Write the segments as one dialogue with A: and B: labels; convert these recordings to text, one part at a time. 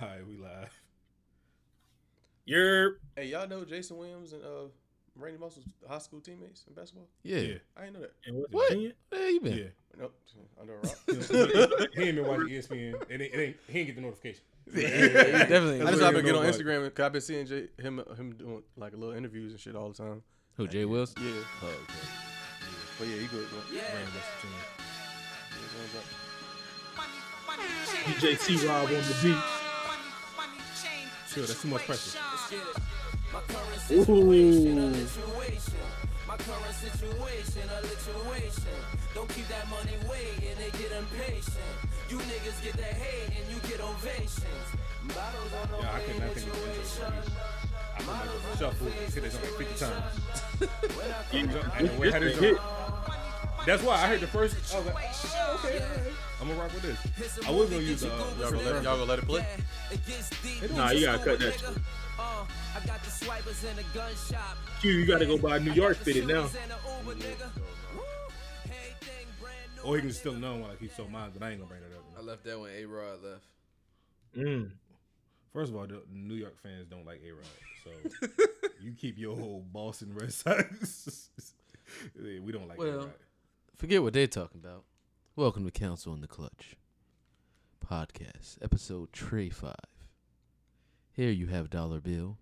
A: All right, we live.
B: You're
C: Hey, y'all know Jason Williams and uh Randy Moss was high school teammates in basketball?
A: Yeah.
D: Yeah.
C: I didn't know that.
B: in what?
D: What?
B: Virginia?
D: Where Eh, you been?
A: Yeah.
C: Nope. Under a rock.
A: he ain't been watching E ESPN. It ain't, it ain't, he ain't get the notification.
C: I
D: Yeah, definitely.
C: just I've been getting on
A: Nobody.
C: Instagram because I've been seeing Jay, him him doing like little interviews and shit all the time.
D: Who? Jay Wilson?
C: Yeah,
D: Oh, okay.
C: but yeah, he good. Yeah.
A: Randy Moss team.
B: DJ C Rob on the beat.
A: Chill, that's too much pressure.
E: My current
B: Ooh.
E: situation, a lituation. My current situation, a lituation. Don't keep that money waiting, they get impatient. You niggas get that hate and you get ovations. Bottles on the
A: Yeah, I could not think of the intro.
E: situation.
A: I could like shuffle. He said that song like 50 times. I know
B: This-
A: where
B: this
A: it
B: the
A: is.
B: hit.
A: That's why I heard the first. I was like, oh, okay. all right. I'm gonna rock with this.
E: It's a
A: I was
E: movie
A: gonna
E: that
A: use,
E: you
A: uh,
E: Google
C: Y'all gonna let,
E: today.
C: y'all gonna let it play?
E: Yeah, it gets deep.
B: Nah, you gotta cut that
E: Nigga, Uh, I got the swipers in a gun shop.
B: Q, you gotta go buy New York fitted now.
A: Or he can still know like he stole mine, but I ain't gonna bring that up.
F: I left that when A Rod left.
B: Mm.
A: First of all, the New York fans don't like A Rod, so you keep your whole Boston Red Sox. Yeah, we don't like
D: Well,
A: A Rod.
D: Forget what they're talking about. Welcome to Council in the Clutch podcast, episode tray five. Here you have Dollar Bill.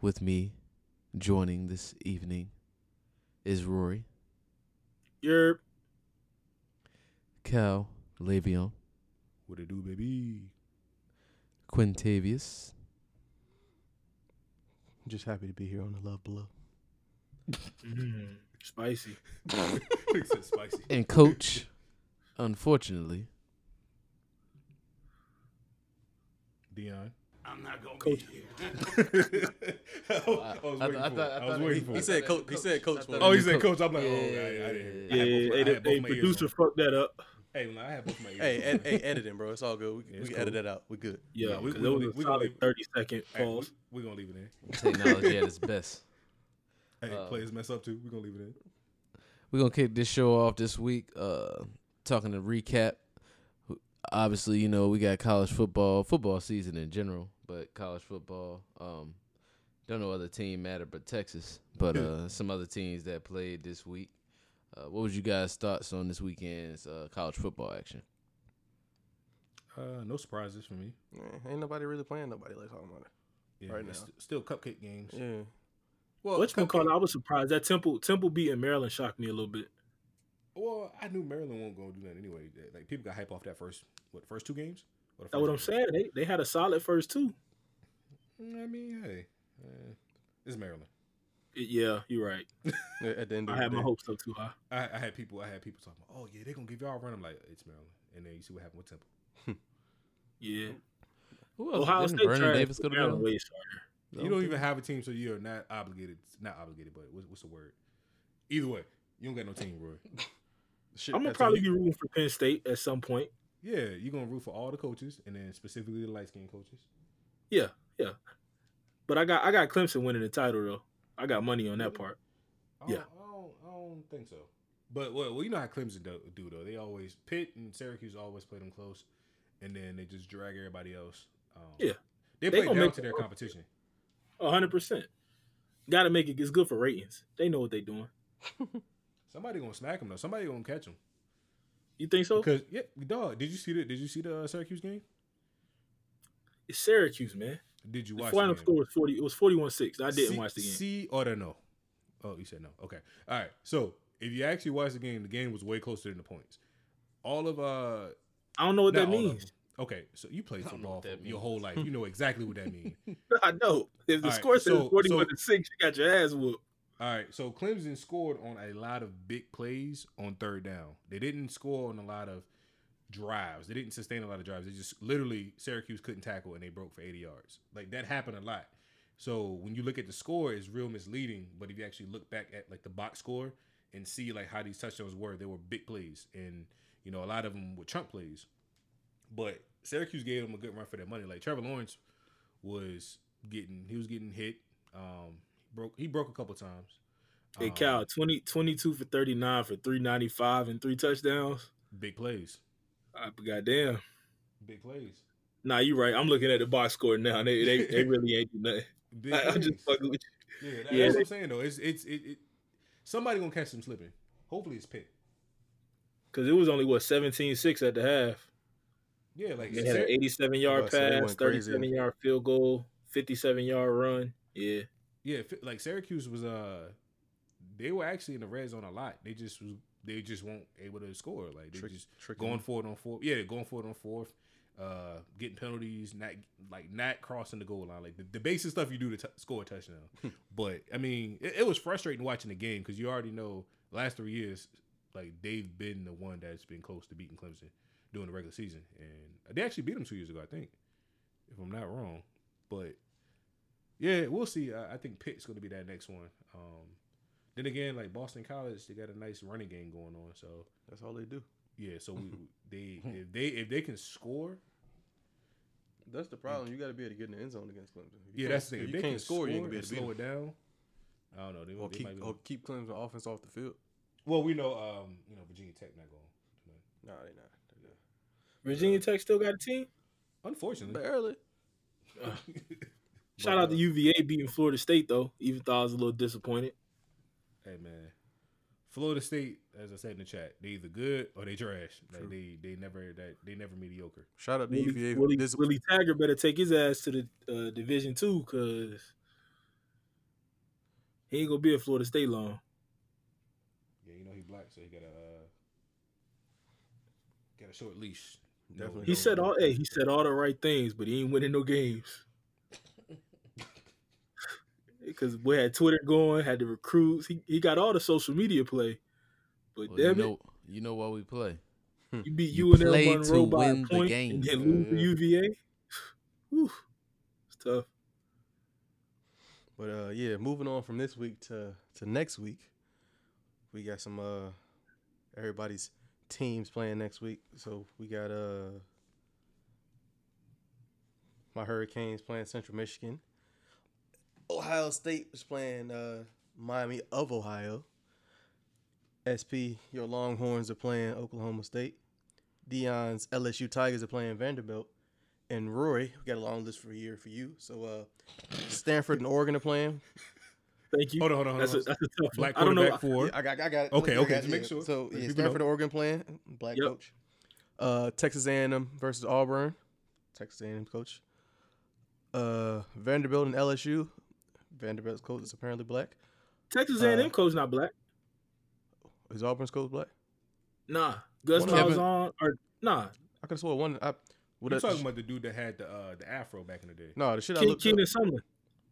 D: With me, joining this evening, is Rory,
B: You're
D: Cal, Le'Veon,
A: What it do, baby?
D: Quintavious,
C: Just happy to be here on the Love Below.
B: mm, spicy.
A: He said spicy.
D: and Coach. Unfortunately,
A: Dion.
B: Coach.
A: I was- I was
D: I- I
A: waiting for it.
D: thought- I
A: I was
D: thought
A: waiting
D: he-
A: for
C: He
A: it.
C: said coach. He said coach.
D: thought-
A: Oh,
C: was-
A: he said coach. I'm like, oh,
D: Yeah,
A: I, I
D: yeah,
A: didn't. hear it.
B: Yeah,
A: I
B: hey,
A: had both my-
B: the, hey,
A: I had both my ears
B: producer
A: on.
B: fucked that up.
A: Hey, when I have both my ears.
C: Hey,
A: on.
C: ed, hey, editing, bro. It's all good. We, we
A: Yeah, it's
C: can edit
A: cool.
C: that out. We good.
B: Yeah,
A: Yeah, we-
B: 'cause
A: we
B: it
A: gonna-
B: was
A: we
B: a
A: gonna
B: solid
A: leave-
B: 30 second
A: Hey, we-
B: pause.
A: we, are gonna leave it in.
D: technology at its best.
A: Hey,
D: Uh,
A: players mess up too. We're gonna leave it in.
D: We're gonna kick this show off this week. Uh, talking to recap. Obviously, you know we got college football, football season in general, but college football. Um, don't know other team matter but Texas, but uh, some other teams that played this week. Uh, what was you guys' thoughts on this weekend's uh, college football action?
A: Uh, no surprises for me.
C: Yeah, ain't nobody really playing. Nobody like talking about it.
A: Yeah,
C: Right
A: it's
C: now.
A: st- still cupcake games.
C: Yeah.
A: Well,
B: Which one
A: cupcake-
B: called? I was surprised that Temple Temple beating Maryland shocked me a little bit.
A: Well, I knew Maryland won't go do that anyway. Like people got hype off that first what first two games. Or the
B: That's what I'm
A: first-
B: saying. They they had a solid first two.
A: I mean, hey, eh, it's Maryland.
B: Yeah, you're right.
C: Yeah, At the end of
B: I
C: the
B: had my
C: day.
B: hopes up too high.
A: I, I had people. I had people talking. About, oh yeah, they're gonna give y'all a run. I'm like, it's Maryland. And then you see what happened with Temple.
B: Yeah,
D: Who else?
B: Ohio
D: Didn't
B: State
D: Vernon
B: tried
D: Davis go to
B: Maryland
D: Maryland?
B: way harder.
A: you don't even have a team, so you're not obligated. Not obligated, but what's, what's the word? Either way, you don't got no team, Roy.
C: Shit,
B: I'm gonna
C: that's all
B: probably
C: you-
B: be rooting for Penn State at some point.
A: Yeah, you're gonna root for all the coaches, and then specifically the light skinned coaches.
B: Yeah, yeah. But I got I got Clemson winning the title though. I got money on that part.
A: I don't,
B: Yeah.
A: I don't, I don't think so. But well, well, you know how Clemson do, do though. They always Pitt and Syracuse always play them close, and then they just drag everybody else. Um,
B: Yeah.
A: they
B: They
A: play
B: gonna
A: down
B: make
A: to their
B: it work.
A: competition.
B: A hundred percent. Got to make it. It's good for ratings. They know what they're doing.
A: Somebody gonna smack them though. Somebody gonna catch them.
B: You think so?
A: Because yeah, dog. Did you see the Did you see the uh, Syracuse game?
B: It's Syracuse, man.
A: Did you
B: The
A: watch
B: final
A: the game?
B: score was forty. It was forty-one six. I didn't
A: See-
B: watch the game.
A: See or the no? Oh, you said no. Okay. All right. So if you actually watch the game, the game was way closer than the points. All of uh
B: I don't know what
A: Not all
B: that
A: of
B: means.
A: them. Okay, so you played
D: I don't know
A: football
D: what that
A: for your whole life. You know exactly what that means.
B: I know. If the
A: All right,
B: score says
A: so-
B: forty-one
A: so-
B: to six, you got your ass whooped.
A: All right, so Clemson scored on a lot of big plays on third down. They didn't score on a lot of drives. They didn't sustain a lot of drives. They just literally Syracuse couldn't tackle and they broke for 80 yards. Like that happened a lot. So when you look at the score, it's real misleading. But if you actually look back at like the box score and see like how these touchdowns were, they were big plays, and you know a lot of them were chunk plays. But Syracuse gave them a good run for their money. Like Trevor Lawrence was getting, he was getting hit. Um, broke, he broke a couple times.
B: Hey,
A: Um,
B: Cal, 20, 22 for thirty-nine for three ninety-five and three touchdowns.
A: big plays,
B: I goddamn.
A: big plays.
B: Nah, you right. I'm looking at the box score now. They they, they really ain't do nothing.
A: Big
B: I, am
A: things.
B: just fucking with you.
A: Yeah, that-
B: Yeah,
A: that's what
B: they-
A: I'm saying though. It's it's it, it somebody gonna catch them slipping. Hopefully it's Pitt.
B: Because it was only what 17-6 at the half.
A: Yeah, like
B: They had an
A: Sar-
B: 87 yard
C: Right, so they
B: pass,
C: went crazy.
B: 37 yard field goal, 57 yard run. Yeah.
A: yeah, fi- like Syracuse was uh they were actually in the red zone a lot. They just was they just weren't able to score. Like they
C: Trick-
A: just
C: trick
A: going for it on fourth. Yeah, going for it on fourth. Uh, getting penalties, not like not crossing the goal line, like the, the basic stuff you do to t- score a touchdown. but I mean, it, it was frustrating watching the game because you already know last three years, like they've been the one that's been close to beating Clemson during the regular season, and they actually beat them two years ago, I think, if I'm not wrong. But yeah, we'll see. I, I think Pitt's going to be that next one. Um, then again, like Boston College, they got a nice running game going on, so.
C: That's all they do.
A: Yeah, so we, they if they if they can score,
C: That's the problem. You got to be able to get in the end zone against Clemson. If
A: yeah,
C: you can't-
A: that's the thing. If
C: If you
A: they
C: can't
A: can
C: score, you ain't gonna be
A: and
C: able to beat
A: slow
C: them.
A: it down. I don't know. They,
C: Or
A: they
C: keep
A: might be,
C: or keep Clemson offense off the field.
A: well, we know um you know Virginia Tech not going. tonight.
C: Nah, they not. They not.
B: Virginia Tech still got a team.
A: Unfortunately,
C: Barely.
B: Shout
D: uh,
B: out to UVA beating Florida State though, even though I was a little disappointed.
A: hey man, Florida State, as I said in the chat, they either good or they trash. Like
C: True.
A: they they never that they never mediocre.
C: Shout out to
B: Willie,
C: UVA for
B: Willie,
C: this.
B: Willie Tiger better take his ass to the uh, Division Two because he ain't gonna be at Florida State long.
A: Yeah, you know he black, so he got a uh, got a short leash.
C: Definitely
B: He said all hey, he said all the right things, but he ain't winning no games. Because we had Twitter going, had the recruits. He, he got all the social media play, but
D: Well, you
B: damn
D: know, you know why we play.
B: it, you beat
D: you
B: you UNL
D: play to
B: Monroe by
D: win
B: a
D: the
B: point
D: game.
B: and then
A: Yeah,
B: lose to
A: yeah.
B: UVA. Whew, it's tough.
C: But uh, yeah, moving on from this week to to next week, we got some uh, everybody's teams playing next week. So we got uh, my Hurricanes playing Central Michigan. Ohio State was playing uh, Miami of Ohio. SP, your Longhorns are playing Oklahoma State. Dion's LSU Tigers are playing Vanderbilt. And Roy, we got a long list for a year for you. So uh, Stanford and Oregon are playing.
B: Thank you.
A: Hold on, hold on, hold
B: That's a,
A: on.
B: that's a tough one.
A: black
B: I don't
A: quarterback
B: know.
A: for
C: Yeah, I got, I got it.
A: Okay,
C: I
A: okay,
C: got
A: just
C: it,
A: make
C: yeah.
A: sure,
C: So
A: so
C: yeah,
A: people
C: Stanford, Oregon playing black
B: Yep.
C: coach. Uh, Texas A&M versus Auburn, Texas A&M coach. Uh, Vanderbilt and LSU, Vanderbilt's coach is apparently black.
B: Texas A&M
C: Uh,
B: coach not black.
C: Is Auburn's coach black?
B: Nah, Gus
A: One of them-
B: Malzahn or nah,
C: I could have swore one. I, what
A: You're
C: that,
A: talking about the dude that had the uh, the afro back in the day.
C: no, the shit I
B: Ke-
C: looked up.
B: Keenan Sumlin.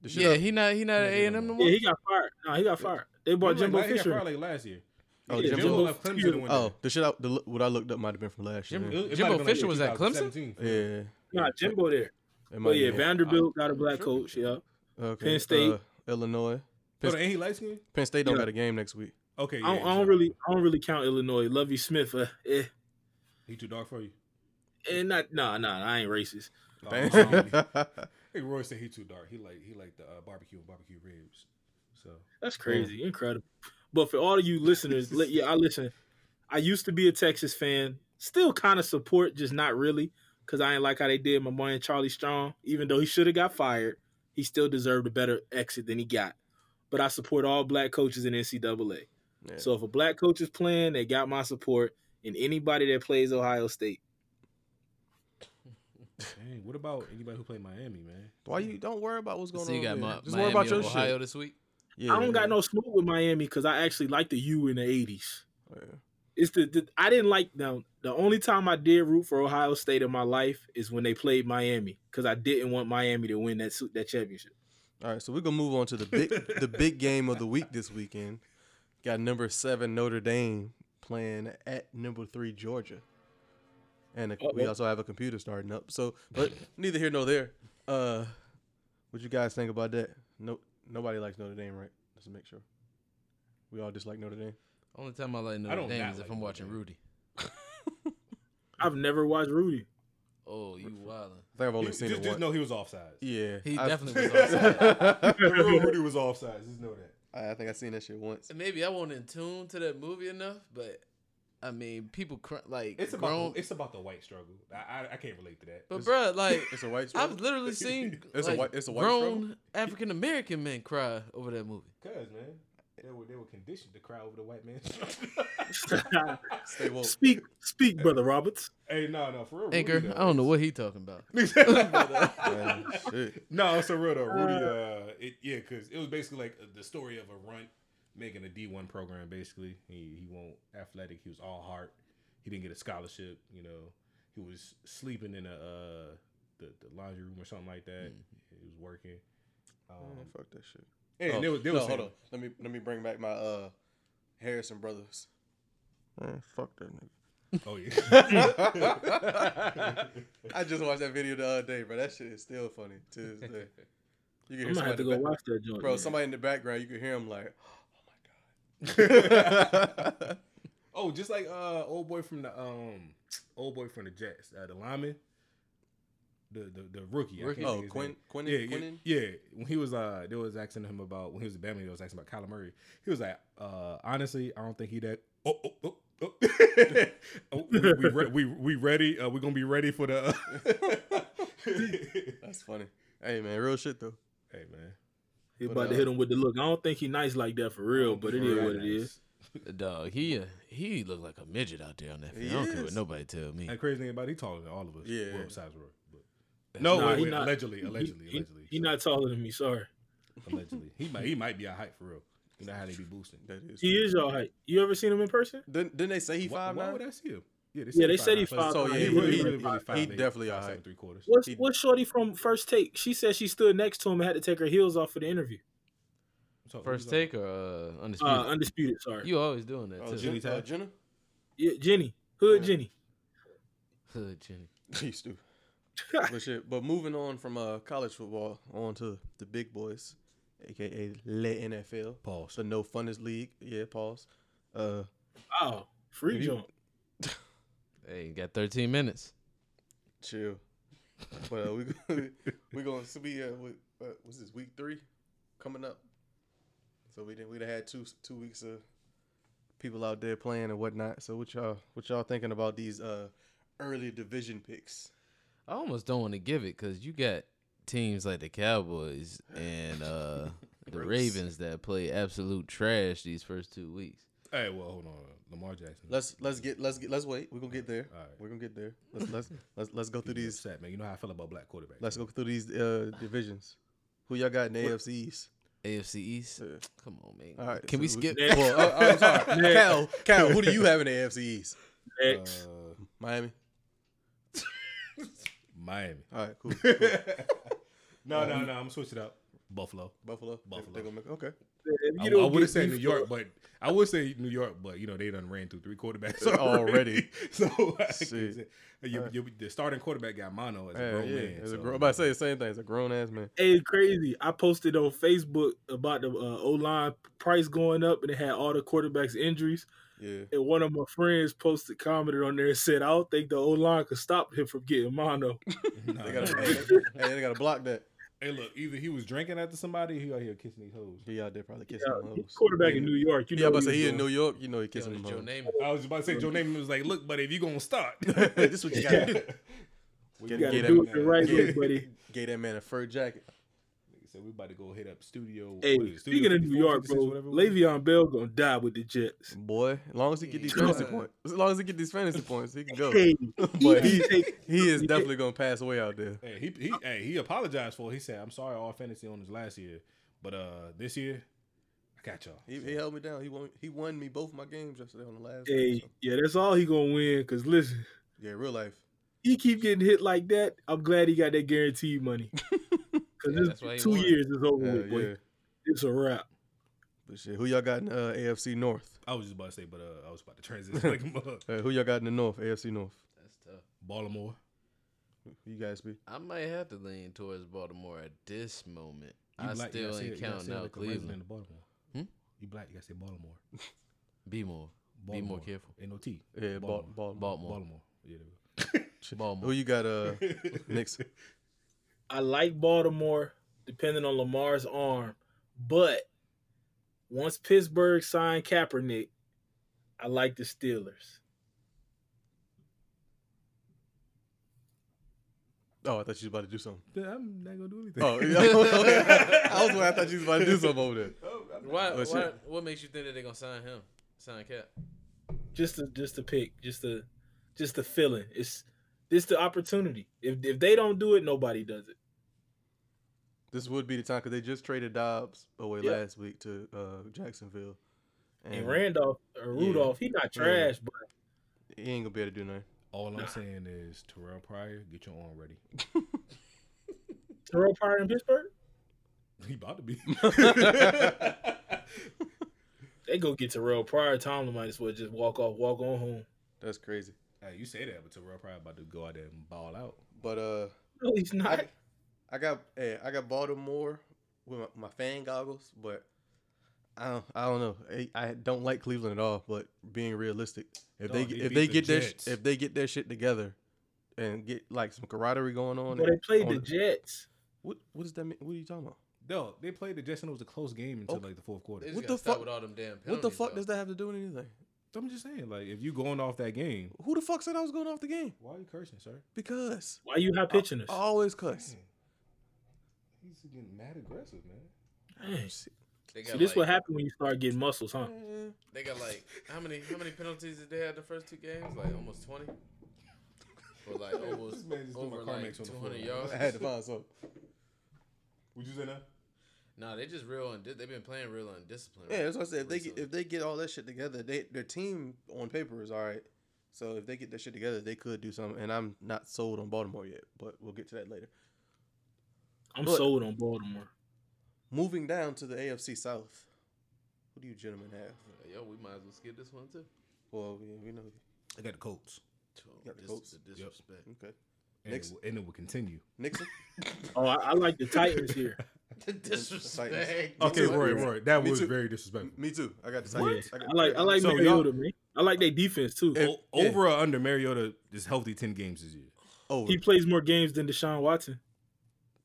C: The shit
D: Yeah,
C: I,
D: he not he not at A and M no more.
B: Yeah, he got fired. Nah, he got fired. They brought
A: Remember,
B: Jimbo
A: like, he got
B: Fisher.
A: fired, like last year.
C: Oh,
A: Yeah,
B: Yeah,
A: Jimbo,
B: Jimbo
A: left Clemson
B: Fisher.
A: to win
C: oh, the shit I, the, what I looked up might have been from last year.
A: Jimbo,
C: man.
A: it
D: Jimbo
A: might've been, like,
D: Fisher was at Clemson?
A: 2017.
C: Yeah.
B: Nah, Jimbo there.
C: It might
B: But Oh, yeah,
C: be.
B: Vanderbilt got a
D: I'm
B: black
D: tripping.
B: coach. Yeah,
C: Okay,
B: Penn State.
C: uh, Illinois.
A: Hold on, ain't Oh, he light skinned?
C: Penn State don't
B: Yeah.
C: got a game next week.
A: Okay, yeah,
B: I don't, I don't
A: so-
B: really, I don't really count Illinois. Lovey Smith, uh, eh,
A: He too dark for you.
B: and not, nah, nah, I ain't racist.
A: Oh,
C: Damn.
A: shit. Hey, Roy said he too dark. He like he like the uh, barbecue and barbecue ribs. So
B: That's crazy, incredible. But for all of you listeners, li- yeah, I listen. I used to be a Texas fan, still kind of support, just not really, because I ain't like how they did my boy Charlie Strong. Even though he should have got fired, he still deserved a better exit than he got. But I support all black coaches in NCAA.
C: Yeah.
B: So if a black coach is playing, they got my support. And anybody that plays Ohio State,
A: dang, what about anybody who played Miami, man?
C: Why you don't worry about what's going
D: So you
C: on?
D: got
C: over
D: Mi-
C: there. Just
D: Miami
C: worry about
D: of
C: your
D: Ohio
C: shit.
D: this week.
C: Yeah,
B: I don't
C: yeah.
B: got no smoke with Miami because I actually liked the U in the '80s.
C: Yeah.
B: It's the, the I didn't like them. The only time I did root for Ohio State in my life is when they played Miami because I didn't want Miami to win that su- that championship.
C: All right, so we're gonna move on to the big the big game of the week this weekend. Got number seven Notre Dame playing at number three Georgia, and a, we
B: Uh-oh.
C: also have a computer starting up. So, but neither here nor there. Uh, what you guys think about that? No, nobody likes Notre Dame, right? Just to make sure. We all dislike Notre Dame.
D: Only time I like
A: I
D: Notre
A: don't
D: Dame
A: not
D: is if
A: like
D: I'm
A: Notre
D: watching
A: Dame.
D: Rudy.
B: I've never watched Rudy.
D: Oh, you wildin'.
C: I think I've only
A: He-
C: seen
A: just,
C: it
A: just
C: once.
A: know he was offsides.
C: yeah,
D: He
C: I've-
D: definitely was offside.
A: The real Rudy was offsides. Just know that.
C: I I think I seen that shit once.
D: Maybe I wasn't in tune to that movie enough, but I mean, people cr- like
A: It's about
D: grown,
A: the, it's about the white struggle. I I, I can't relate to that.
D: but bruh, like
C: It's a white struggle.
D: I've literally seen
C: It's a
D: like,
C: white- it's a white
D: grown African American men cry over that movie.
A: Cause man, they were they were conditioned to cry over the white man.
C: Stay woke.
B: Speak, speak, brother Roberts.
A: hey, no, no, for real. Rudy,
D: Anchor,
A: though,
D: I don't know what he talking about.
C: Man, shit.
A: No, it's so real though. Rudy, uh, it, yeah, because it was basically like uh, the story of a runt making a D one program. Basically, he he won't athletic. He was all heart. He didn't get a scholarship. You know, he was sleeping in a uh, the, the laundry room or something like that.
D: Mm-hmm.
A: He was working. Um,
C: Man, fuck that shit.
A: hey, and
C: Oh,
A: they was, they
C: no,
A: was
C: hold
A: saying-
C: on. Let me let me bring back my uh Harrison brothers. Man, fuck that nigga.
A: Oh yeah,
D: Mm.
A: oh,
C: I just watched that video the other day, bro. That shit is still funny to this day. You can
B: I'm
C: hear
B: gonna have
C: somebody,
B: to
C: in
B: go
C: the back-
B: watch that joint,
C: bro.
B: man.
C: Somebody in the background, you can hear him like,
A: Oh, just like uh old boy from the um old boy from the Jets, uh, the lineman, the the, the rookie. I can't
D: Rookie.
A: think
C: oh,
A: of his
C: Quinn,
A: name.
C: Quinn,
A: Yeah, yeah,
C: Quinnen?
A: yeah. When he was uh, they was asking him about when he was a Bama, they was asking about Kyler Murray. He was like, uh, honestly, I don't think he that. Oh, oh, oh. Oh. oh, we, we, re- we we ready. Uh, we're gonna be ready for the. uh, hey
C: That's funny. Hey man, real shit though.
A: man,
B: He about to hit him with the look. I don't think he nice like that for
A: Oh,
B: real, but it is what it is.
D: Dog, he uh, he look like a midget out there on that
C: He
D: field. I don't care what
C: is.
D: nobody tell me.
A: And crazy thing about it, he taller than all of us.
C: Yeah.
A: well, besides Roy. But. No,
B: Nah,
A: wait,
B: he
A: wait,
B: not-
A: allegedly,
B: He-
A: allegedly,
B: he,
A: allegedly.
B: he not taller than me. Sorry,
A: Allegedly, he might he might be a hype for real. You know how they be boosting.
C: That is.
B: he is y'all height. You ever seen him in person?
C: Didn't, didn't they say he
A: Why,
C: five
A: why
C: nine?
A: would I see him? Yeah, they,
B: Yeah, they said he
A: five. nine,
B: five
A: but-
C: nine. So,
A: he
C: yeah,
A: really,
C: he-
A: really,
C: he-
A: really
C: he
A: five eight,
C: definitely
A: five
C: a
A: seven,
C: hype.
A: three quarters.
B: What's
C: He-
B: what's Shorty from First Take? She said she stood next to him and had to take her heels off for the interview.
A: So,
D: First
A: who's
D: take or uh,
B: Uh,
D: undisputed?
B: undisputed. Sorry,
D: you always doing that
C: Oh,
D: too.
A: Jimmy
C: Jenny,
A: Todd.
C: uh, Jenna?
B: yeah, Jenny Hood Jenny.
D: Hood Jenny.
C: He's stupid. but shit. But moving on from uh, college football on to the big boys, aka Le NFL.
A: Pause.
C: The no funnest league. Yeah, pause. Uh,
B: Oh, free jump.
D: Hey, you got 13 minutes.
C: chill. but uh, we gonna- we gonna so be uh, with, uh, what's this week three coming up? So we didn't we done had two two weeks of people out there playing and whatnot. So what y'all what y'all thinking about these uh early division picks?
D: I almost don't want to give it because you got teams like the Cowboys and uh, the
C: Gross.
D: Ravens that play absolute trash these first two weeks.
A: Hey, well, hold on, Lamar Jackson.
C: Let's let's get let's get let's wait. We're gonna get there.
A: Alright.
C: We're gonna get there. Let's let's let's let's go through
A: He's
C: these
A: upset, man. You know how I feel about black quarterbacks.
C: Let's go through these uh, divisions. Who y'all got in the AFC East?
D: AFC East.
C: Yeah.
D: Come on, man.
C: All right, so
D: Can we
C: we-
D: skip?
B: Next.
C: Well, uh, I'm sorry, Cal. Cal, who do you have in the AFC East?
B: Next.
A: Uh,
C: Miami.
A: Miami.
C: All right, cool.
A: No, no, no. I'm switching up. Buffalo.
C: Buffalo. They-
A: Buffalo.
C: They gonna make, okay.
B: If
C: uh,
A: I,
B: you don't
A: would have
B: get
A: said
B: me
A: New York, but I would say New York, but you know they done ran through three quarterbacks
C: Already.
A: already. so I
C: Shit.
A: can't say- you- you- the starting quarterback got mono as a grown
C: yeah,
A: man.
C: as a
A: so-
C: grown, I'm about to say the same thing. It's a grown ass man.
B: Hey, crazy! I posted on Facebook about the uh, O line price going up, and it had all the quarterbacks' injuries.
C: Yeah.
B: And one of my friends posted, commented on there, and said, "I don't think the O line could stop him from getting mono."
C: Oh,
A: Nah, nah.
C: They gotta, hey, they- hey, they gotta block that.
A: Hey, look, either he was drinking after somebody, or he out here kissing these hoes.
C: He out there probably kissing
B: Yeah,
C: them
B: he's
C: hoes.
B: quarterback in New York, you
C: Yeah,
B: know.
C: I'm about to
B: what
C: say
B: he
C: he
B: was
C: in New
B: doing.
C: York. You know he kissing
D: Yo,
C: them
D: Joe
C: hoes.
D: Namath.
A: I was about to say Joe Namath was like, "Look, buddy, if you gonna start,
C: this what you gotta do.
A: we
C: Get-
B: You gotta
C: get
B: do
C: him
B: it the right way, buddy.
C: Gave that man a fur jacket.
A: So we about to go hit up studio.
B: Hey,
A: what is it, Studio
B: speaking of New
A: 54,
B: York,
A: 56,
B: bro,
A: whatever it was?
B: Le'Veon Bell gonna die with the Jets.
C: Boy, as long as he get these
D: Yeah.
C: fantasy points, as long as he get these fantasy points, he can go.
B: Hey,
C: But
B: he
C: he,
B: can take-
C: he is
B: he can-
C: definitely gonna pass away out there.
A: Hey, he, he, hey, he apologized for. it. He said, "I'm sorry, all fantasy owners last year, but uh, this year, I got y'all."
C: He, he held me down. He won. He won me both my games yesterday on the last. game,
B: Hey,
C: so-
B: yeah, that's all he gonna win. Cause listen,
C: Yeah, real life.
B: he keep getting hit like that. I'm glad he got that guaranteed money. Cause
D: Yeah,
B: this
D: that's why he
B: two
D: won.
B: years is over
C: Yeah,
B: with, boy.
C: yeah.
B: It's a wrap.
C: But shit, who y'all got in uh, AFC North?
A: I was just about to say, but uh, I was about to transition like a mug.
C: Uh, who y'all got in the North? AFC North.
D: That's tough.
A: Baltimore.
C: Who you guys be?
D: I might have to lean towards Baltimore at this moment.
A: You
D: I
A: black, you
D: still
A: gotta say-
D: ain't
A: you gotta
D: counting
A: say
D: out
A: like a resident
D: Cleveland.
A: of Baltimore.
D: Hmm?
A: You black, you gotta say Baltimore.
D: Be more. Be more
A: Baltimore.
D: careful.
A: N O T.
C: Yeah, Bal-
A: Baltimore.
C: Baltimore.
D: Baltimore.
A: Baltimore. Yeah. there we go.
D: Baltimore.
C: Who you got? Uh, Knicks.
B: I like Baltimore, depending on Lamar's arm, but once Pittsburgh signed Kaepernick, I like the Steelers.
C: Oh, I thought you was about to do something.
A: I'm not gonna do anything.
C: Oh, yeah, okay. I was wondering, I thought you was about to do something over there.
D: Why,
C: Oh, shit.
D: why, what makes you think that they're gonna sign him? Sign Cap?
B: just to just to pick, just to just the feeling. It's this the opportunity. If if they don't do it, nobody does it.
C: This would be the time because they just traded Dobbs away
B: Yeah.
C: last week to uh, Jacksonville,
D: Mm.
B: And Randolph or Rudolph, he not trash, but
C: he ain't gonna be able to do nothing.
A: All I'm saying is Terrell Pryor, get your arm ready.
B: Terrell Pryor in Pittsburgh,
A: He about to be.
B: they go get Terrell Pryor. Tomlin might as well just walk off, walk on home.
C: That's crazy.
A: hey, you say that, but Terrell Pryor about to go out there and ball out.
C: But uh,
B: No, he's not.
C: I, I got eh, I got Baltimore with my, my fan goggles, but I don't I don't know. I, I don't like Cleveland at all. But being realistic, if they
A: Dog, they
C: if
A: beat
C: they
A: the
C: get their sh-
A: Jets.
C: if they get their shit together and get like some camaraderie going on,
B: Well, they
C: and-
B: played
C: on-
B: the Jets.
C: What what does that mean? What are you talking about?
A: No, they played the Jets and it was a close game until
C: Okay.
A: like the fourth quarter.
D: They just
C: What
D: gotta
C: the
D: stop
C: fuck-
D: With all them damn
C: what the
D: penalties,
C: fuck
D: though.
C: does that have to do with anything?
A: I'm just saying, like, if you going off that game,
C: Who the fuck said I was going off the game?
A: why are you cursing, sir?
C: Because
B: Why you high pitching us?
C: I always cuss.
A: He's getting mad aggressive, man.
B: Dang.
D: They got
B: See, this
D: like,
B: what happened when you start getting muscles, huh?
C: Mm. Mm-hmm.
D: They got like how many how many penalties did they have the first two games? Like almost twenty. Or like almost
A: man just threw my
D: over
A: car
D: like
A: max on the
D: two
A: floor.
D: hundred
C: I
D: yards.
C: had to find something.
A: Would you say that?
D: Nah, they just real and they've been playing real undisciplined.
C: Yeah, that's what I said. If they get,
D: Recently.
C: if they get all that shit together, they their team on paper is all right. So if they get that shit together, they could do something. And I'm not sold on Baltimore yet, but we'll get to that later.
B: I'm
C: Look.
B: sold on Baltimore.
C: Moving down to the AFC South, who do you gentlemen have?
D: Yo, we might as well skip this one too.
C: Well, we, we know.
A: I got the Colts.
C: got the
D: Dis-
C: Colts.
D: the disrespect.
C: Okay,
A: And,
C: Next.
A: It, will- and it will continue.
C: Nixon.
B: Oh, I, I like the Titans here.
D: The
C: Titans.
D: disrespect.
A: Okay,
C: too.
A: Roy, Roy. That
C: Me
A: was
C: too.
A: very disrespectful.
C: Me too. I got the
A: What?
C: Titans. got-
B: I like I like
A: So, y'all-
B: Mariota, man. I like their defense too. Oh,
C: Yeah.
A: O- over or under Mariota is healthy 10 games this year.
C: over,
B: He plays more games than Deshaun Watson.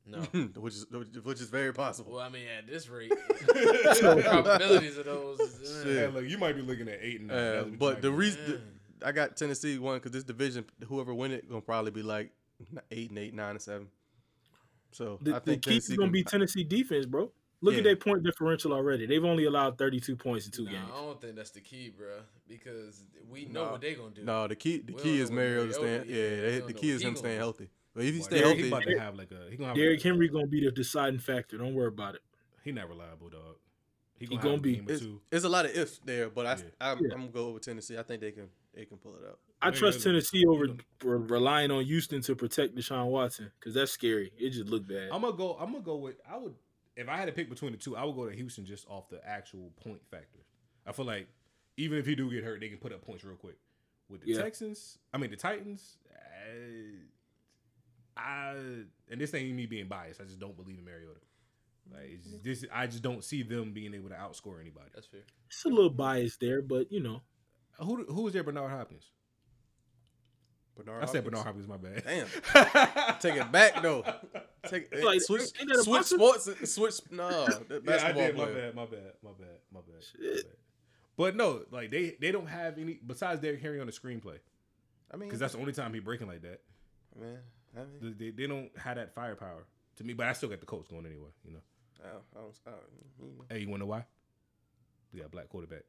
D: No.
C: oh, which is which is very possible.
D: Well, I mean, at this rate, the probabilities of those. uh, Is,
C: Shit. Yeah.
A: look, you might be looking at 8 and nine.
C: Uh,
A: That's what you
C: but
A: might
C: the
A: be.
C: reason the- I got Tennessee one because this division, whoever win it, gonna probably be like eight and eight, nine and seven. So
B: The,
C: I
B: the
C: think
B: key is
C: Tennessee
B: gonna
C: can-
B: be Tennessee defense, bro. Look
C: Yeah.
B: at their point differential already. They've only allowed 32 points in two
D: nah,
B: games.
D: I don't think that's the key, bruh. Because we know
C: Nah.
D: what they're gonna do.
C: No, the key the
D: We
C: key
D: don't
C: is
D: know what
C: Mariota staying.
D: Mariota is.
C: Yeah,
D: We
C: they-
D: don't
C: the
D: know
C: key
D: what
C: is
D: he
C: him
D: gonna
C: staying
D: do.
C: healthy. But if he
A: Boy,
C: stay
A: Derrick- he
C: healthy,
A: about to have like a. He gonna have
B: Derrick
A: like a-
B: Henry gonna be the deciding factor. Don't worry about it.
A: He not reliable, dog.
B: He
A: have
B: gonna
A: a
B: be.
A: game or
C: it's,
A: two.
C: it's a lot of if there. But I
A: Yeah.
C: I'm,
B: Yeah.
C: I'm gonna go over Tennessee. I think they can they can pull it out.
B: I
A: Wait,
B: trust
A: wait,
B: Tennessee
A: wait.
B: over re- relying on Houston to protect Deshaun Watson because that's scary. It just looked bad.
A: I'm gonna go. I'm gonna go with. I would if I had to pick between the two. I would go to Houston just off the actual point factor. I feel like even if he do get hurt, they can put up points real quick. With the
B: Yeah.
A: Texans, I mean the Titans. I, I and this ain't me being biased. I just don't believe in Mariota. Like it's just- this, I just don't see them being able to outscore anybody.
D: That's fair.
B: It's a little biased there, but you know,
A: Who who is there? Bernard Hopkins.
C: Bernard
A: I said Bernard
C: Hopkins.
A: Hopkins. My bad.
C: Damn, take it back though. Take it.
B: Like,
C: switch
B: ain't that a
C: switch
B: boxer?
C: sports. Switch no
A: Yeah, I
C: basketball
A: did. My
C: player.
A: bad. My bad. My bad. My bad. my bad. But no, like they they don't have any besides Derrick Henry on the screenplay
C: I mean,
A: because that's the only time he breaking like that.
C: man. I mean,
A: They, they- they don't have that firepower to me. But I still got the Colts going anyway. You know.
C: I don't, I don't, I don't, you know,
A: Hey, you wanna know why? They got a black quarterback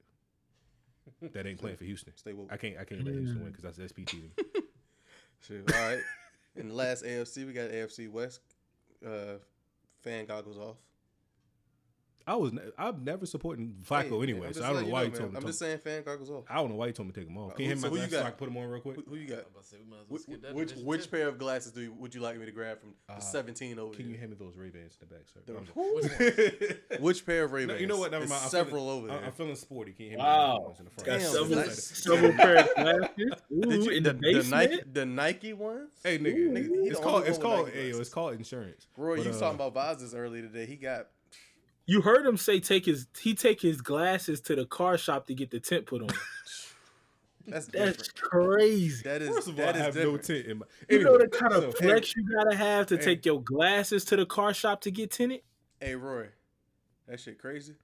A: that ain't playing for Houston.
C: stay woke.
A: I can't I can't let Houston win because that's SP cheating.
C: Shit. All right. In the last AFC, we got AFC West. Uh, fan goggles off.
A: I was ne- I'm never supporting Flacco
C: Hey,
A: anyway,
C: I'm
A: so
C: just
A: I don't
C: letting
A: know why you
C: man.
A: told me.
C: I'm
A: to-
C: just saying, fan goggles off.
A: I don't know why you told me to take them off. Can you
C: Uh,
A: hand
C: so
A: me
C: who
A: my
C: you
A: glasses so I
C: got?
A: can put them on real quick?
C: Who, who you got?
D: I'm about to say we might as well
C: Which,
D: skip that.
C: which,
D: division
C: which
D: too.
C: pair of glasses do you, would you like me to grab from the
A: Uh,
C: 17 over
A: Can you
C: there?
A: hand me those Ray Bans in the back, sir?
C: The-
A: I'm just-
D: Which one?
C: Which pair of
A: No,
C: Ravens?
A: you know what? Never mind. I'm feeling-
C: Several over
A: I-
C: there.
A: I'm feeling sporty. Can you hear me?
B: Wow.
A: It's in the front.
B: got
C: Damn,
B: several,
C: nice.
B: several pair of glasses. Ooh,
C: Did you-
B: in the, basement.
C: Nike, the Nike ones.
A: Hey nigga,
B: Ooh.
A: nigga,
C: He
A: it's
C: the
A: called
C: only
A: it's
C: one with
A: called
C: Nike
A: hey, yo,
C: glasses.
A: it's called insurance.
C: Roy,
A: But,
C: you
A: uh,
C: was talking about Vazes earlier today. He got
B: You heard him say take his he take his glasses to the car shop to get the tent put on.
C: that's
B: That's
C: different.
B: crazy.
C: That is
A: First of all,
C: that
A: I
C: is
A: have
C: different.
A: no tint in my.
B: you know
A: Anyway,
B: the kind of
A: so-
B: flex you gotta have to
A: hey.
B: take your glasses to the car shop to get tinted,
C: Hey Roy, that shit crazy,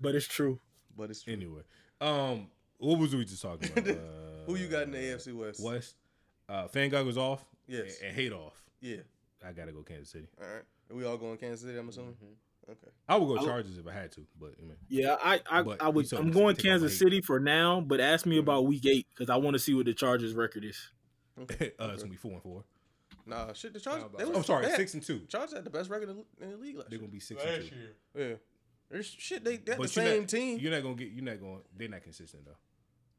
B: but it's true.
C: but it's true.
A: Anyway, um, what was we just talking about?
C: Who you got in the
A: Uh,
C: AFC West?
A: West? Uh, fan goggles off.
C: Yes.
A: And, and hate off.
C: Yeah,
A: I gotta go Kansas City.
C: All right. Are we all going Kansas City, I'm assuming?
D: Mm-hmm.
C: Okay.
A: I would go
B: I would-
A: Chargers if I had to, but I mean,
B: Yeah, I I,
A: But
B: I
A: you
B: would.
A: said
B: I'm
A: it's
B: going
A: gonna take a
B: Kansas
A: break.
B: City for now, but ask me about Week Eight because I want to see what the Chargers' record is.
A: uh, it's gonna be four and four.
C: Nah, shit, the Chargers. they
A: I'm
C: was,
A: sorry,
C: they had-
A: six and two.
C: Chargers had the best record in the- in the league last
A: They're
C: year.
A: gonna be six and
F: Last
A: two.
F: year.
C: Yeah. There's shit, they got
A: But
C: the
A: you're
C: same
A: not-
C: team.
A: You're not gonna get. You're not going. They're not consistent though.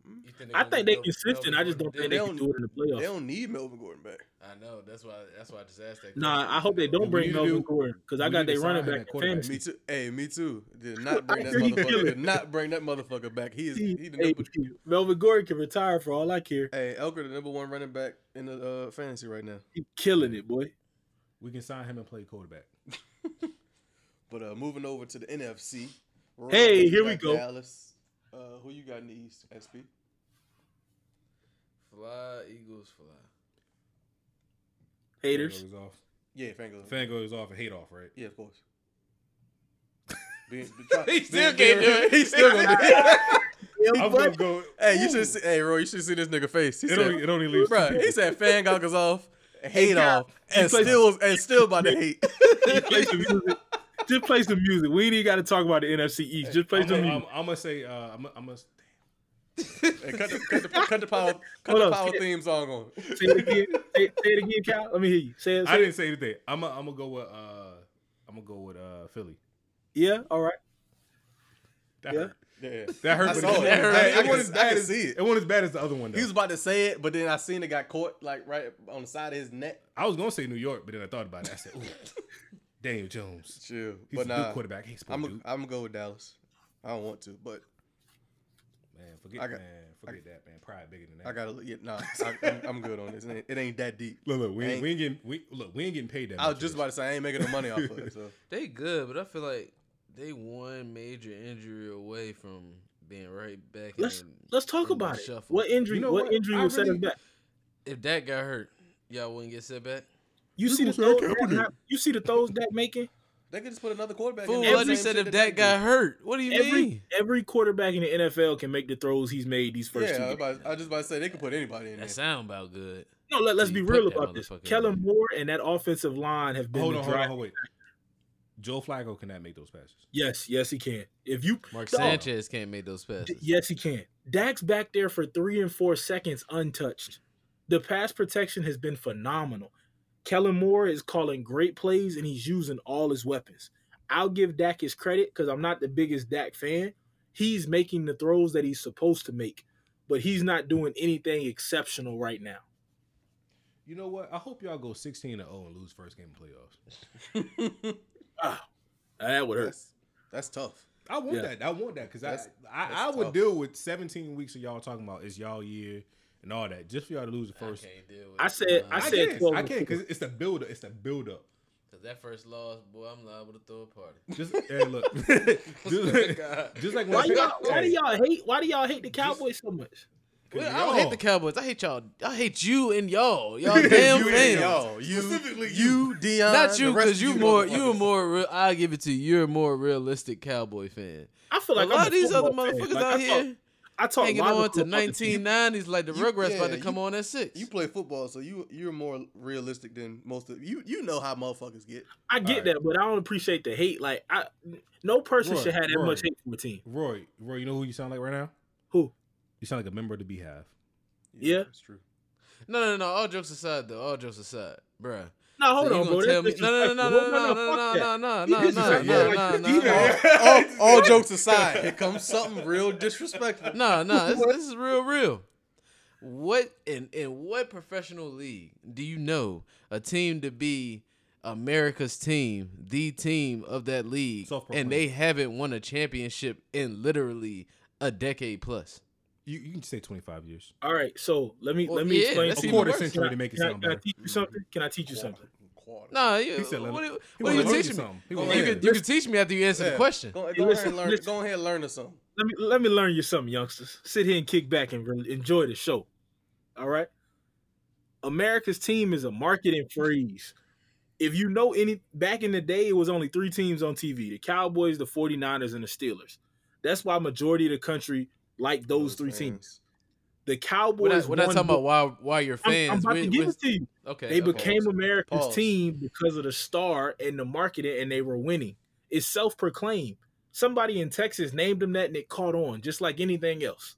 D: You think
B: I think they consistent. I just don't
C: They-
B: think
C: they
B: they can
C: don't-
B: do it in the
C: They
B: playoffs.
C: don't need Melvin Gordon back.
D: I know. That's why. That's why I just asked that.
B: Nah, I hope they
A: What
B: don't
A: we
B: bring
A: need to
B: Melvin
A: do-
B: Gordon because I
A: we
B: got
A: need to
B: they running
A: sign
B: back
A: that
B: in
A: quarterback.
B: fantasy.
C: Me too. Hey, me too. Did not bring that
B: hear you
C: motherfucker.
B: killing.
C: Did not bring that motherfucker back. He is. He the
B: Hey,
C: number.
B: Melvin Gordon can retire for all I care.
C: Hey, Elker, the number one running back in the uh, fantasy right now.
B: He's killing it, boy.
A: We can sign him and play quarterback.
C: But uh, moving over to the NFC. Roy,
B: Hey,
C: you
B: here we
C: got
B: go.
C: Dallas. Uh, who you got in the East? SP.
D: Fly Eagles fly.
B: Haters.
A: Fan goes off.
C: Yeah, Fango.
A: Fan goes off and hate off, right?
C: yeah, of course. Being, be- try-
A: He still
C: being-
A: can't do
C: being- He still gonna do it.
A: I'm gonna go.
C: Hey, you should. See, hey, Roy, you should see this nigga face. He
A: It
C: said,
A: only, it only leaves.
C: bro, he said fan goggles off, hate
B: Kyle,
C: off, and
B: plays-
C: still and still about to hate.
B: play some music. Just play some music. We ain't even got to talk about the NFC East. Just play
A: I'm,
B: some
A: gonna-
B: music.
A: I'm, I'm gonna say. Uh, I'm, I'm gonna.
C: Hey, cut, the, cut, the, cut the power, cut
B: Hold
C: the
B: up,
C: power
B: skip.
C: theme song on.
B: Say it again. Say, say it again, Cal. Let me hear you. Say it.
A: I
B: Say it.
A: didn't say anything. I'm. i I'm gonna go with. Uh, I'm gonna go with uh, Philly.
B: Yeah. All right.
A: That
B: Yeah.
A: hurt.
C: Yeah,
A: That hurt.
C: I
A: but
C: saw it.
A: wasn't
C: That hurt.
A: bad.
C: I
A: It
C: can-
A: wasn't
C: I
A: bad
C: can
A: as-
C: see it.
A: It wasn't as bad as the other one. Though.
C: he was about to say it, but then I seen it got caught like right on the side of his neck.
A: I was gonna say New York, but then I thought about it. I said, Ooh, Daniel Jones.
C: Chill,
A: He's
C: but
A: a
C: nah,
A: good quarterback. He's
C: I'm
A: I'm
C: a,
A: dude.
C: I'm gonna go with Dallas. I don't want to, but
A: man. Forget
C: I got-
A: man. Forget that man. Pride bigger than that.
C: I gotta. look- Yeah, nah, I, I'm, I'm good on this. It ain't, it ain't that deep.
A: look, look. We ain't,
C: Ain't-
A: we ain't getting. We, look, we ain't getting paid that.
C: I was
A: much
C: just
A: for
C: about to say I ain't making no money off of it. So
D: They good, but I feel like they one major injury away from being right back.
B: Let's-
D: in-
B: Let's talk
D: Ooh,
B: about it.
D: shuffle.
B: What injury?
A: You know
B: what,
A: what?
B: injury
A: I
B: will set us
A: really-
B: back?
D: if that got hurt, y'all wouldn't get set back.
B: You see the
C: gonna
B: throws
C: say
B: that
C: Kaepernick.
B: hap- you see the throws that making
C: they could just put another quarterback.
D: Fool,
C: in
D: I just said if that got hurt. What do you mean?
B: every every quarterback in the NFL can make the throws he's made these
C: Yeah,
B: first
C: I
B: two.
C: was,
B: Games.
C: about, I was just about to say they could put anybody in there.
D: That sound about good.
B: No, let, us
D: You
B: be
D: put
B: real
D: that
B: about this.
D: motherfucker in
B: Kellen
D: there.
B: Moore and that offensive line have
A: this.
B: been
A: Hold
B: the
A: on, hold on,
B: drive.
A: hold wait. Joe Flacco cannot make those passes.
B: Yes, yes, he can. If you
D: Mark
B: Dog.
D: Sanchez can't make those passes.
B: Yes, he can. Dak's back there for three and four seconds untouched. The pass protection has been phenomenal. Kellen Moore is calling great plays and he's using all his weapons. I'll give Dak his credit because I'm not the biggest Dak fan. He's making the throws that he's supposed to make, but he's not doing anything exceptional right now.
A: You know what? I hope y'all go 16 to 0 and lose first game of playoffs.
B: That would hurt.
C: That's, that's tough.
A: I want
B: Yeah.
A: that. I want that because I
C: That's- that's
A: I, I would
C: tough.
A: deal with 17 weeks of y'all talking about it's y'all year and all that just for y'all to lose the first.
D: I can't deal with
B: I
D: it,
B: said-
D: bro.
B: I
A: I
B: said
A: can't.
B: 12
A: I
B: and
A: can't
B: four.
A: because it's the build up. It's the build up.
D: Cause that first loss, boy, I'm liable to throw a party.
A: Just hey, look.
C: Oh
A: just, just like when
B: Why,
A: I pick-
B: y'all, why do
A: hey,
B: y'all hate? Why do y'all hate the Cowboys so much?
A: 'cause
D: I don't hate
A: y'all-
D: the Cowboys. I hate y'all. I hate you and y'all. Y'all damn
C: you,
D: fans.
C: y'all, you,
A: Specifically
C: you, Dion,
D: Not you, because you more you a more. Real, I give it to you. You're a more realistic cowboy fan.
B: I feel
D: a
B: like I'm
D: lot of these other
B: football fan.
D: motherfuckers
B: Like,
D: out
B: I talk-
D: here
B: I talk
D: hanging
B: logical
D: on to
B: about the team.
D: 1990s like the
C: You-
D: Rugrats about
C: yeah,
D: to come
C: you-
D: on at six.
C: You play football, so you you're more realistic than most of you. You know how motherfuckers get.
B: I get
A: Alright.
B: that, but I don't appreciate the hate. Like, I no person
A: Right,
B: should have that
A: right.
B: much hate for a team.
A: Roy, Roy, you know who you sound like right now?
B: Who?
A: You sound like a member of the Beehive.
B: Yeah.
C: that's true.
D: no, no, no. All jokes aside, though. All jokes aside, bruh.
B: No,
D: So
B: hold
D: you
B: on,
D: gonna
B: bro.
D: tell
B: That's
D: me- No, no, no, no,
B: disrespectful.
D: no, no, no,
B: fuck that.
D: no, no, no,
B: He
D: no,
B: disrespectful.
D: no,
B: Like,
D: no,
B: the
D: no,
B: defense-
D: no.
C: All, all jokes aside, here comes something real disrespectful.
D: No, no, this, this is real, real. What in in what professional league do you know a team to be America's team, the team of that league,
A: Self-proclaimed.
D: and they haven't won a championship in literally a decade plus?
A: You you can say 25 years.
B: All right, so let me
D: Well,
B: let me
D: yeah,
B: explain.
D: that's
A: A
B: to you-
D: even
A: quarter
D: worse.
A: century to make it
B: Can I,
A: sound
B: can I
A: better.
B: teach you something? Can I teach you something?
C: Quarter.
D: No, you,
A: He said,
D: what,
A: "Let-
D: do you-
A: he
D: what
A: wanna
D: you
A: learn you
D: teaching me?
A: something. He
D: You
A: wanna
D: can,
A: learn.
D: you can teach me after you answer the
C: Yeah.
D: question.
C: Go, go
B: Hey,
C: ahead
B: listen,
C: and learn.
B: listen.
C: Go ahead and learn us something.
B: Let me let me learn you something, youngsters. Sit here and kick back and re- enjoy the show. All right. America's team is a marketing freeze. If you know any back in the day, it was only three teams on TV: the Cowboys, the 49ers, and the Steelers. That's why majority of the country like those three teams.
C: fans.
B: the
D: We're
B: Cowboys.
D: not, we're not
B: won
D: talking
B: the-
D: about why why your
B: I'm-
D: fans.
B: I'm,
D: we're-
B: about to give
D: we're-
B: it to you.
D: okay,
B: They
D: okay.
B: became America's
C: Pause.
B: team because of the star and the marketing, and they were winning. It's self proclaimed. Somebody in Texas named them that, and it caught on, just like anything else.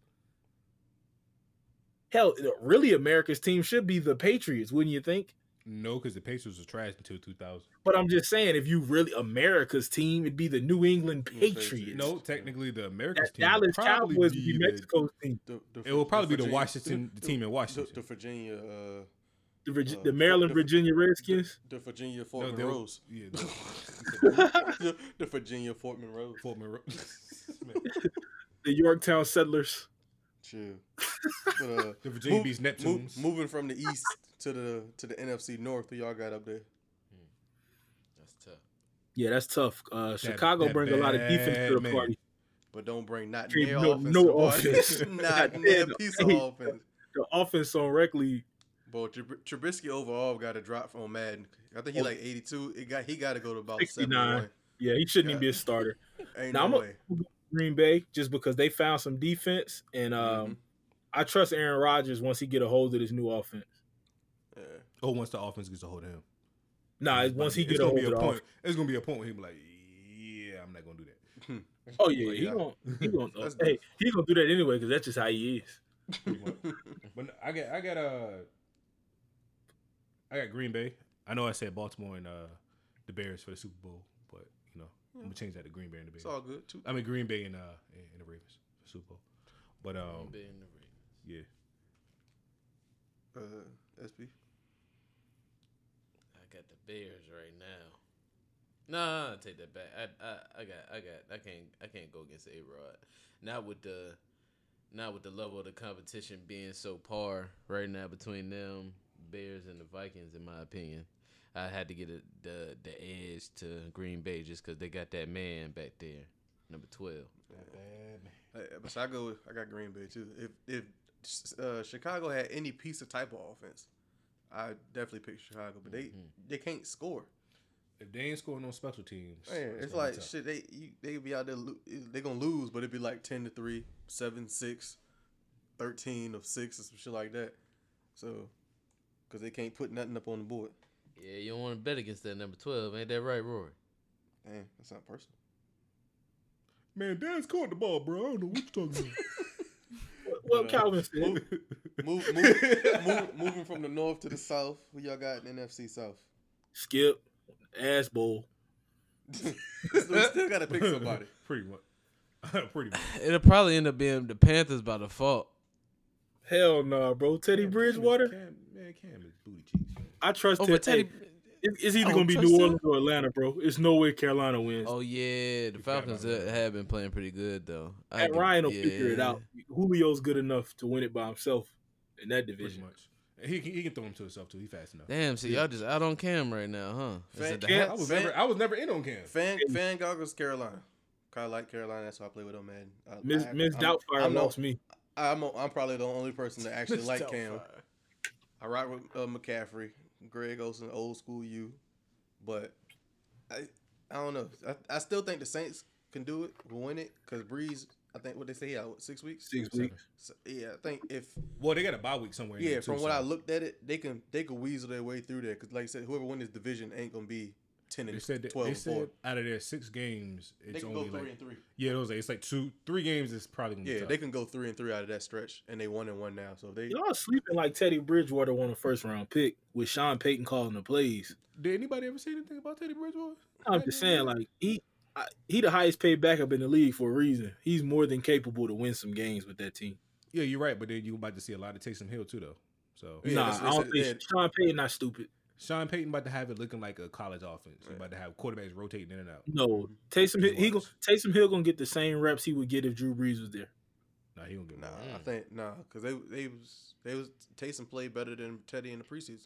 B: Hell, really, America's team should be the Patriots, wouldn't you think?
A: No, because the Pacers was trash until 2000.
B: But I'm just saying, if you really America's team, it'd be the New England
C: Patriots.
B: Patriots.
A: No, technically the America's
B: that
A: team would
B: Dallas
A: probably
B: Cowboys would
A: be
B: be
A: the-
B: Mexico's team.
C: The- the-
A: It will probably be the
C: Virginia-
A: Washington, the team in
C: the,
A: Washington.
C: the Virginia, uh,
B: The, Virgi-
C: Uh,
B: the Maryland
C: the-
B: Virginia Redskins.
C: the Virginia
A: No,
C: Fort
A: they will-
C: Monroe.
A: Yeah, they will-
C: the, the Virginia Fort Monroe.
A: Fort Monroe.
B: the Yorktown Settlers.
C: Chill. But, uh,
A: The Virginia
C: move-
A: Beach
C: move-
A: Neptunes.
C: moving from the east to the to the NFC North, who y'all got up there?
D: That's tough.
B: Yeah, that's tough. Uh, Chicago
A: that
B: bring a lot of defense to the
A: bad man.
B: party.
C: But don't bring not
B: Ain't
C: near
B: no-
C: offense.
B: no
C: boy.
B: offense.
C: not
B: Goddamn,
C: near a piece of
B: hey.
C: offense.
B: The offense on rec league.
C: But Trub- Trubisky overall got a drop from Madden. I think he
B: Oh.
C: like 82. It got he got to go to about
B: 69.
C: 69.
B: Yeah, he shouldn't even be a starter.
C: Ain't
B: Now,
C: no
B: I'm a-
C: way.
B: Green Bay, just because they found some defense, and
A: Mm-hmm.
B: um,
C: Mhm.
B: I trust Aaron Rodgers once he get a hold of this new offense.
C: Yeah.
A: oh, once the offense gets a hold of him.
B: Nah,
A: It's
B: once he
A: gonna be-
B: get a hold
A: it's
B: of
A: gonna be
B: the
A: a
B: offense.
A: point. It's gonna be a point where he be like, "Yeah, I'm not gonna do that."
B: Oh yeah, he
C: Yeah.
B: gonna he gonna
C: That's
B: hey he gonna do that anyway because that's just how he is.
A: But no, I got, I got uh, I got Green Bay. I know I said Baltimore and uh, the Bears for the Super Bowl, but you know, I'm gonna change that to Green Bay and the Bears.
C: It's all good. Two,
A: I mean Green Bay and uh and and the Ravens for Super Bowl. But um, yeah,
C: uh, SP.
D: I got the Bears right now. Nah, I take that back. I, I I got I got I can't I can't go against A Rod. Not with the not with the level of the competition being so par right now between them Bears and the Vikings in my opinion. I had to get a, the the edge to Green Bay just cuz they got that man back there. Number 12.
C: Hey, But I go. I got Green Bay too. If if uh, Chicago had any piece of type of offense, I definitely pick Chicago. But they
D: Mhm.
C: they can't score.
A: if they ain't scoring on special teams,
C: Man, it's,
A: gonna be
C: like
A: tough.
C: shit. They you, they be out there. Lo- they gonna lose, but it'd be like ten to 3, 7, 6, 13 of six, or some shit like that. So, because they can't put nothing up on the board.
D: Yeah, you don't want to bet against that number 12. Ain't that right, Rory?
C: Damn, that's not personal.
A: Man, Dad's caught the ball, bro. I don't know what you're talking about.
B: Well,
C: But, uh,
B: Calvin said,
C: move, move, move, move, moving from the north to the south. Who y'all got in NFC South?
B: skip ass bowl.
C: we still gotta pick somebody.
A: Pretty much. Pretty much.
D: It'll probably end up being the Panthers by default.
B: Hell no, bro. Teddy
A: Cam-
B: Bridgewater.
A: Cam, man, Cam is booty cheeks. man.
B: I trust
D: Oh,
B: Ted-
D: but Teddy
B: hey, it- It's either
D: I
B: gonna
D: don't
B: be
D: trust
B: New
D: him.
B: Orleans or Atlanta, bro. It's no way Carolina wins.
D: Oh yeah, the
A: Good
D: Falcons
A: Carolina.
D: uh, have been playing pretty good though. I
B: Matt
D: give-
B: Ryan will figure it
D: yeah.
B: out. Julio's good enough to win it by himself in that
A: Pretty
B: division.
A: much. He can, he can throw him to himself too. He fast enough.
D: Damn, so y'all just out on cam right now, huh? Is
C: Fan-
D: it the
B: Cam-
A: I
D: hot-
A: was
C: Fan-
A: never I was never in on Cam.
C: Fan Fan goggles Carolina. Kind of like Carolina. That's why I play with them, man. I,
B: Miss
C: I-
B: Miss
C: I'm-
B: Doubtfire
C: I'm
B: lost
C: not-
B: me.
C: I'm a, I'm probably the only person that actually
A: Miss
C: like Cam.
A: Doubtfire.
C: I rock with uh, McCaffrey, Greg Olsen, old school you, but I I don't know. I, I still think the Saints can do it, will win it, because Breeze. I think what they say, yeah, what, six weeks.
B: Six
A: Seven.
B: weeks.
C: So, yeah, I think if
A: Well, they got a bye week somewhere. in
C: yeah,
A: there, too,
C: from what
A: so
C: I looked at it, they can they can weasel their way through there. Because like I said, whoever wins this division ain't gonna be ten
A: they
C: and
A: said that,
C: twelve.
A: they
C: and four.
A: said out of their six games,
C: They
A: it's
C: can go
A: only
C: three
A: like
C: and three.
A: yeah, those it's like two three games is probably gonna be
C: Yeah,
A: tough.
C: they can go three and three out of that stretch, and they one and one now. So if they
B: Y'all sleeping like Teddy Bridgewater won a first round pick with Sean Payton calling the plays.
A: Did anybody ever say anything about Teddy Bridgewater?
B: I'm just saying, like he I, he the highest paid backup in the league for a reason. He's more than capable to win some games with that team.
A: Yeah, you're right, but then you about to see a lot of Taysom Hill too, though. So
C: Yeah,
B: nah,
C: that's-
B: I don't
C: that's-
B: think
C: yeah.
B: Sean Payton not stupid.
A: Sean Payton about to have it looking like a college offense. You're about to have quarterbacks rotating in and out.
B: No,
C: Mm-hmm.
B: Taysom Hill, he
A: Otherwise.
B: gonna Taysom Hill gonna get the same reps he would get if Drew Brees was there.
A: Nah, he don't get
C: Nah,
A: nah.
C: I think nah, because they they was they was Taysom played better than Teddy in the preseason.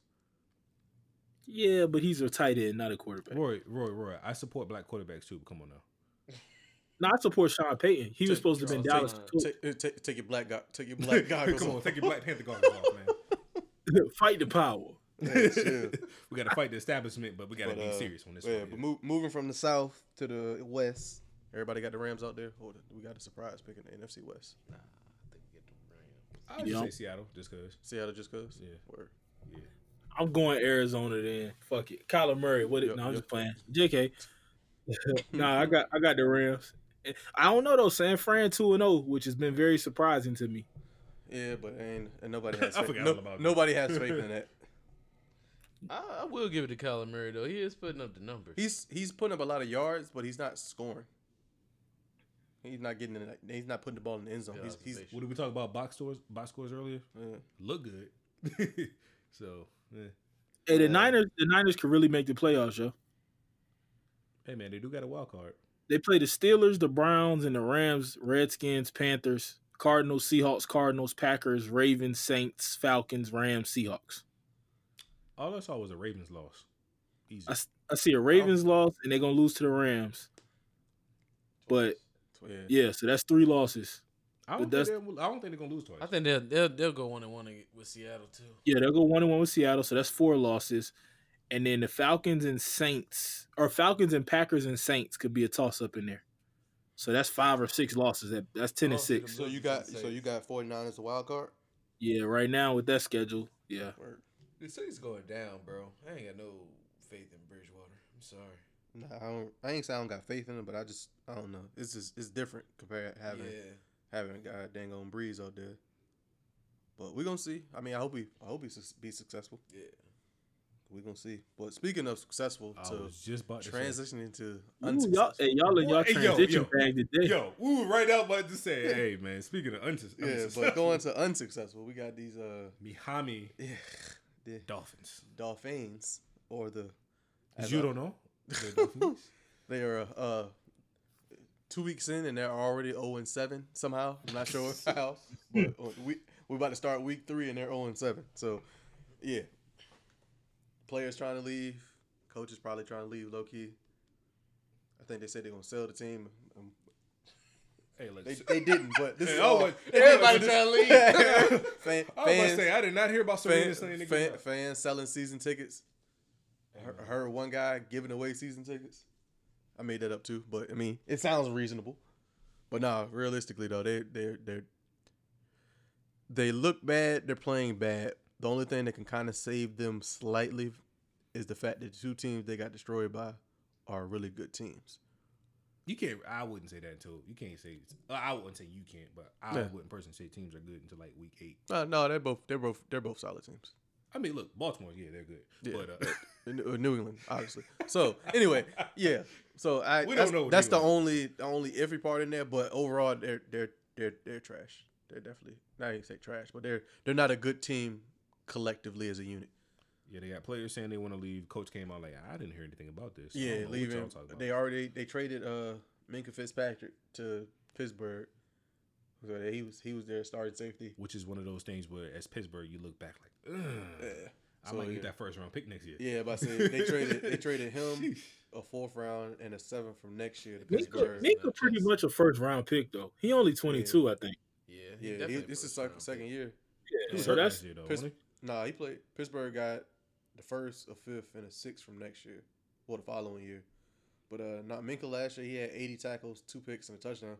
B: Yeah, but he's a tight end, not a quarterback.
A: Roy, Roy, Roy. I support black quarterbacks too. But come on now.
B: No, I support Sean Payton. He was
C: Take-
B: supposed to be in Dallas.
C: Take, uh, take, take your black go- take your black goggles
A: Come on,
C: off.
A: take your Black Panther goggles off, man.
B: fight the power.
C: Yeah, chill.
A: we got to fight the establishment, but we got to
C: But,
A: be
C: uh,
A: serious on this
C: yeah,
A: one.
C: but move, moving from the south to the west, everybody got the Rams out there. Hold it, we got a surprise pick in the NFC West.
D: I think we get the Rams.
A: I would just
B: Yeah.
A: say Seattle just because.
C: Seattle just goes.
A: Yeah.
C: Word.
B: I'm going Arizona then. Fuck it. Kyler Murray. What? It,
C: Yep,
B: no, I'm
C: yep.
B: just playing. JK. nah, I got I got the Rams. I don't know though. San Fran two and zero, which has been very surprising to me.
C: Yeah, but ain't and nobody has.
A: I
C: faith.
A: forgot
C: no,
A: all about that.
C: nobody has faith in that.
D: I, I will give it to Kyler Murray though. He is putting up the numbers.
C: He's he's putting up a lot of yards, but he's not scoring. He's not getting in. the- He's not putting the ball in the end zone.
D: Good
C: He's, he's
D: observation.
A: What did we talk about box scores? Box scores earlier.
C: yeah.
A: Look good. so eh.
B: Hey, the
C: Yeah.
B: Niners, the Niners could really make the playoffs, yo.
A: hey man, they do got a wild card.
B: They play the Steelers, the Browns, and the Rams, Redskins, Panthers, Cardinals, Seahawks, Cardinals, Packers, Ravens, Saints, Falcons, Rams, Seahawks.
A: All I saw was a Ravens loss. Easy.
B: I, s- I see a Ravens loss, and they're gonna lose to the Rams. But
C: yeah.
B: yeah, so that's three losses.
A: I
B: but
A: don't,
B: that's-
A: think they're, I don't think they're gonna lose twice.
D: I think they'll they'll, they'll go one and one ag- with Seattle too.
B: Yeah, they'll go one and one with Seattle, so that's four losses. And then the Falcons and Saints, or Falcons and Packers and Saints, could be a toss up in there. So that's five or six losses. That that's ten and
D: Oh, so the-
B: six.
C: So you got so you got 49 as a wild card.
B: Yeah, right now with that schedule, yeah.
C: Word.
D: The Saints going down, bro. I ain't got no faith in Bridgewater. I'm sorry.
C: Nah, I don't. I ain't say I don't got faith in him, but I just I don't know. It's just it's different compared to having having a guy dang on breeze out there. But we gonna see. I mean, I hope he I hope he sus- be successful.
D: yeah.
C: We gonna see. But speaking of successful,
A: I
C: to
A: was just about to say.
C: transitioning to
B: Ooh, y'all,
C: unsuccessful.
B: hey, y'all in y'all
A: Hey, yo,
B: transition
A: yo.
B: bag today.
A: Yo, we were right now about to say, hey man, speaking of unsus,
C: yeah,
A: unsus-
C: but going to unsuccessful, we got these uh
A: Miami
C: the
A: Dolphins.
C: Dolphins or the as
A: You
C: I-
A: don't know. The Dolphins?
C: They are uh, uh two weeks in and they're already 0 and 7 somehow. I'm not sure how, but uh, we we're about to start week three and they're 0 and 7. So yeah, players trying to leave, coach is probably trying to leave low key. I think they said they're gonna sell the team. Um,
A: hey, look.
C: They, they didn't, but this
A: Hey,
C: is
A: oh,
C: all,
A: but
C: everybody
A: everybody
C: trying to leave. fan,
A: I was about to
C: fans,
A: say I did not hear about Serena
C: fan,
A: saying
C: fan-
A: nigga.
C: fans selling season tickets. Her,
A: Mm.
C: her one guy giving away season tickets. I made that up too, but I mean, it sounds reasonable. But nah, realistically though, they they they they look bad. They're playing bad. The only thing that can kind of save them slightly is the fact that the two teams they got destroyed by are really good teams.
A: You can't. I wouldn't say that until you can't say. I wouldn't say you can't, but I
C: Yeah.
A: wouldn't personally say teams are good until like week eight.
C: No, no, they're both they're both they're both solid teams.
A: I mean, look, Baltimore, yeah, they're good,
C: Yeah.
A: but uh,
C: In- uh, New England, obviously. So anyway, yeah. So I
A: We don't
C: that's,
A: know what
C: that's
A: New
C: the only the only iffy part in there, but overall they're they're they're they're trash. They're definitely not even say trash, but they're they're not a good team collectively as a unit.
A: yeah, they got players saying they want to leave. Coach came out like I didn't hear anything about this. I don't know
C: Yeah,
A: what y'all
C: leaving.
A: talking about.
C: They already they traded uh Minka Fitzpatrick to Pittsburgh. So he was he was their starting safety.
A: which is one of those things where as Pittsburgh you look back like, Ugh, I
C: So,
A: might
C: yeah.
A: get that first round pick next year.
C: Yeah, but I said they traded they traded him
A: Sheesh.
C: a fourth round and a seventh from next year to
B: Minka,
C: Pittsburgh.
B: Minka pretty much a first round pick though. He only twenty two, I think.
D: Yeah. he
C: Yeah, he,
D: definitely
C: this is
D: first
C: sec-
D: round
C: second
D: pick.
C: year.
B: Yeah.
A: He
B: So
A: hurt
B: that's
A: last year, though,
C: Pitts-
A: wasn't
C: Nah, he played. Pittsburgh got the first, a fifth, and a sixth from next year. Well, the following year. But uh, not Minka last year. He had 80 tackles, two picks, and a touchdown.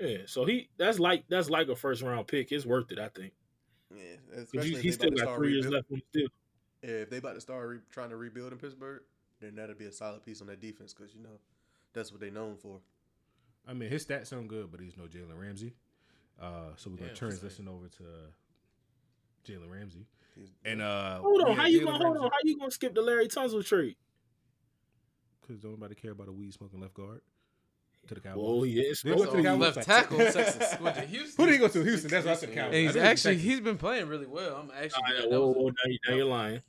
B: yeah. So he that's like that's like a first round pick. It's worth it, I think.
C: Yeah,
B: 'Cause
C: especially
B: you-
C: if
B: he
C: they
B: still
C: about to
B: got
C: start
B: three years
C: rebuil-
B: left on the deal.
C: Yeah, if they about to start re- trying to rebuild in Pittsburgh, then that'll be a solid piece on that defense because you know that's what they known for.
A: he? I mean, his stats sound good, but he's no Jalen Ramsey. Uh, so we're gonna
D: Damn,
A: transition over to Jalen Ramsey.
C: He's-
A: And uh,
B: Hold on,
A: yeah,
B: how you
A: Jalen
B: gonna hold on?
A: Ramsey-
B: How you gonna skip the Larry Tunsil trade?
A: Because don't nobody care about a weed smoking left guard to the Cowboys.
B: Well, he is.
A: They went to the
C: Oh,
A: Cowboys.
D: Left
A: Texas.
D: tackle.
C: Texas.
D: Went to Houston.
A: Who did he go to? Houston. That's what I said.
D: And
A: Cowboys.
D: he's actually he's been playing really well. I'm actually.
B: Nah,
D: glad
B: nah,
D: that
B: whoa,
D: was a-
B: whoa, now, you, now you're lying.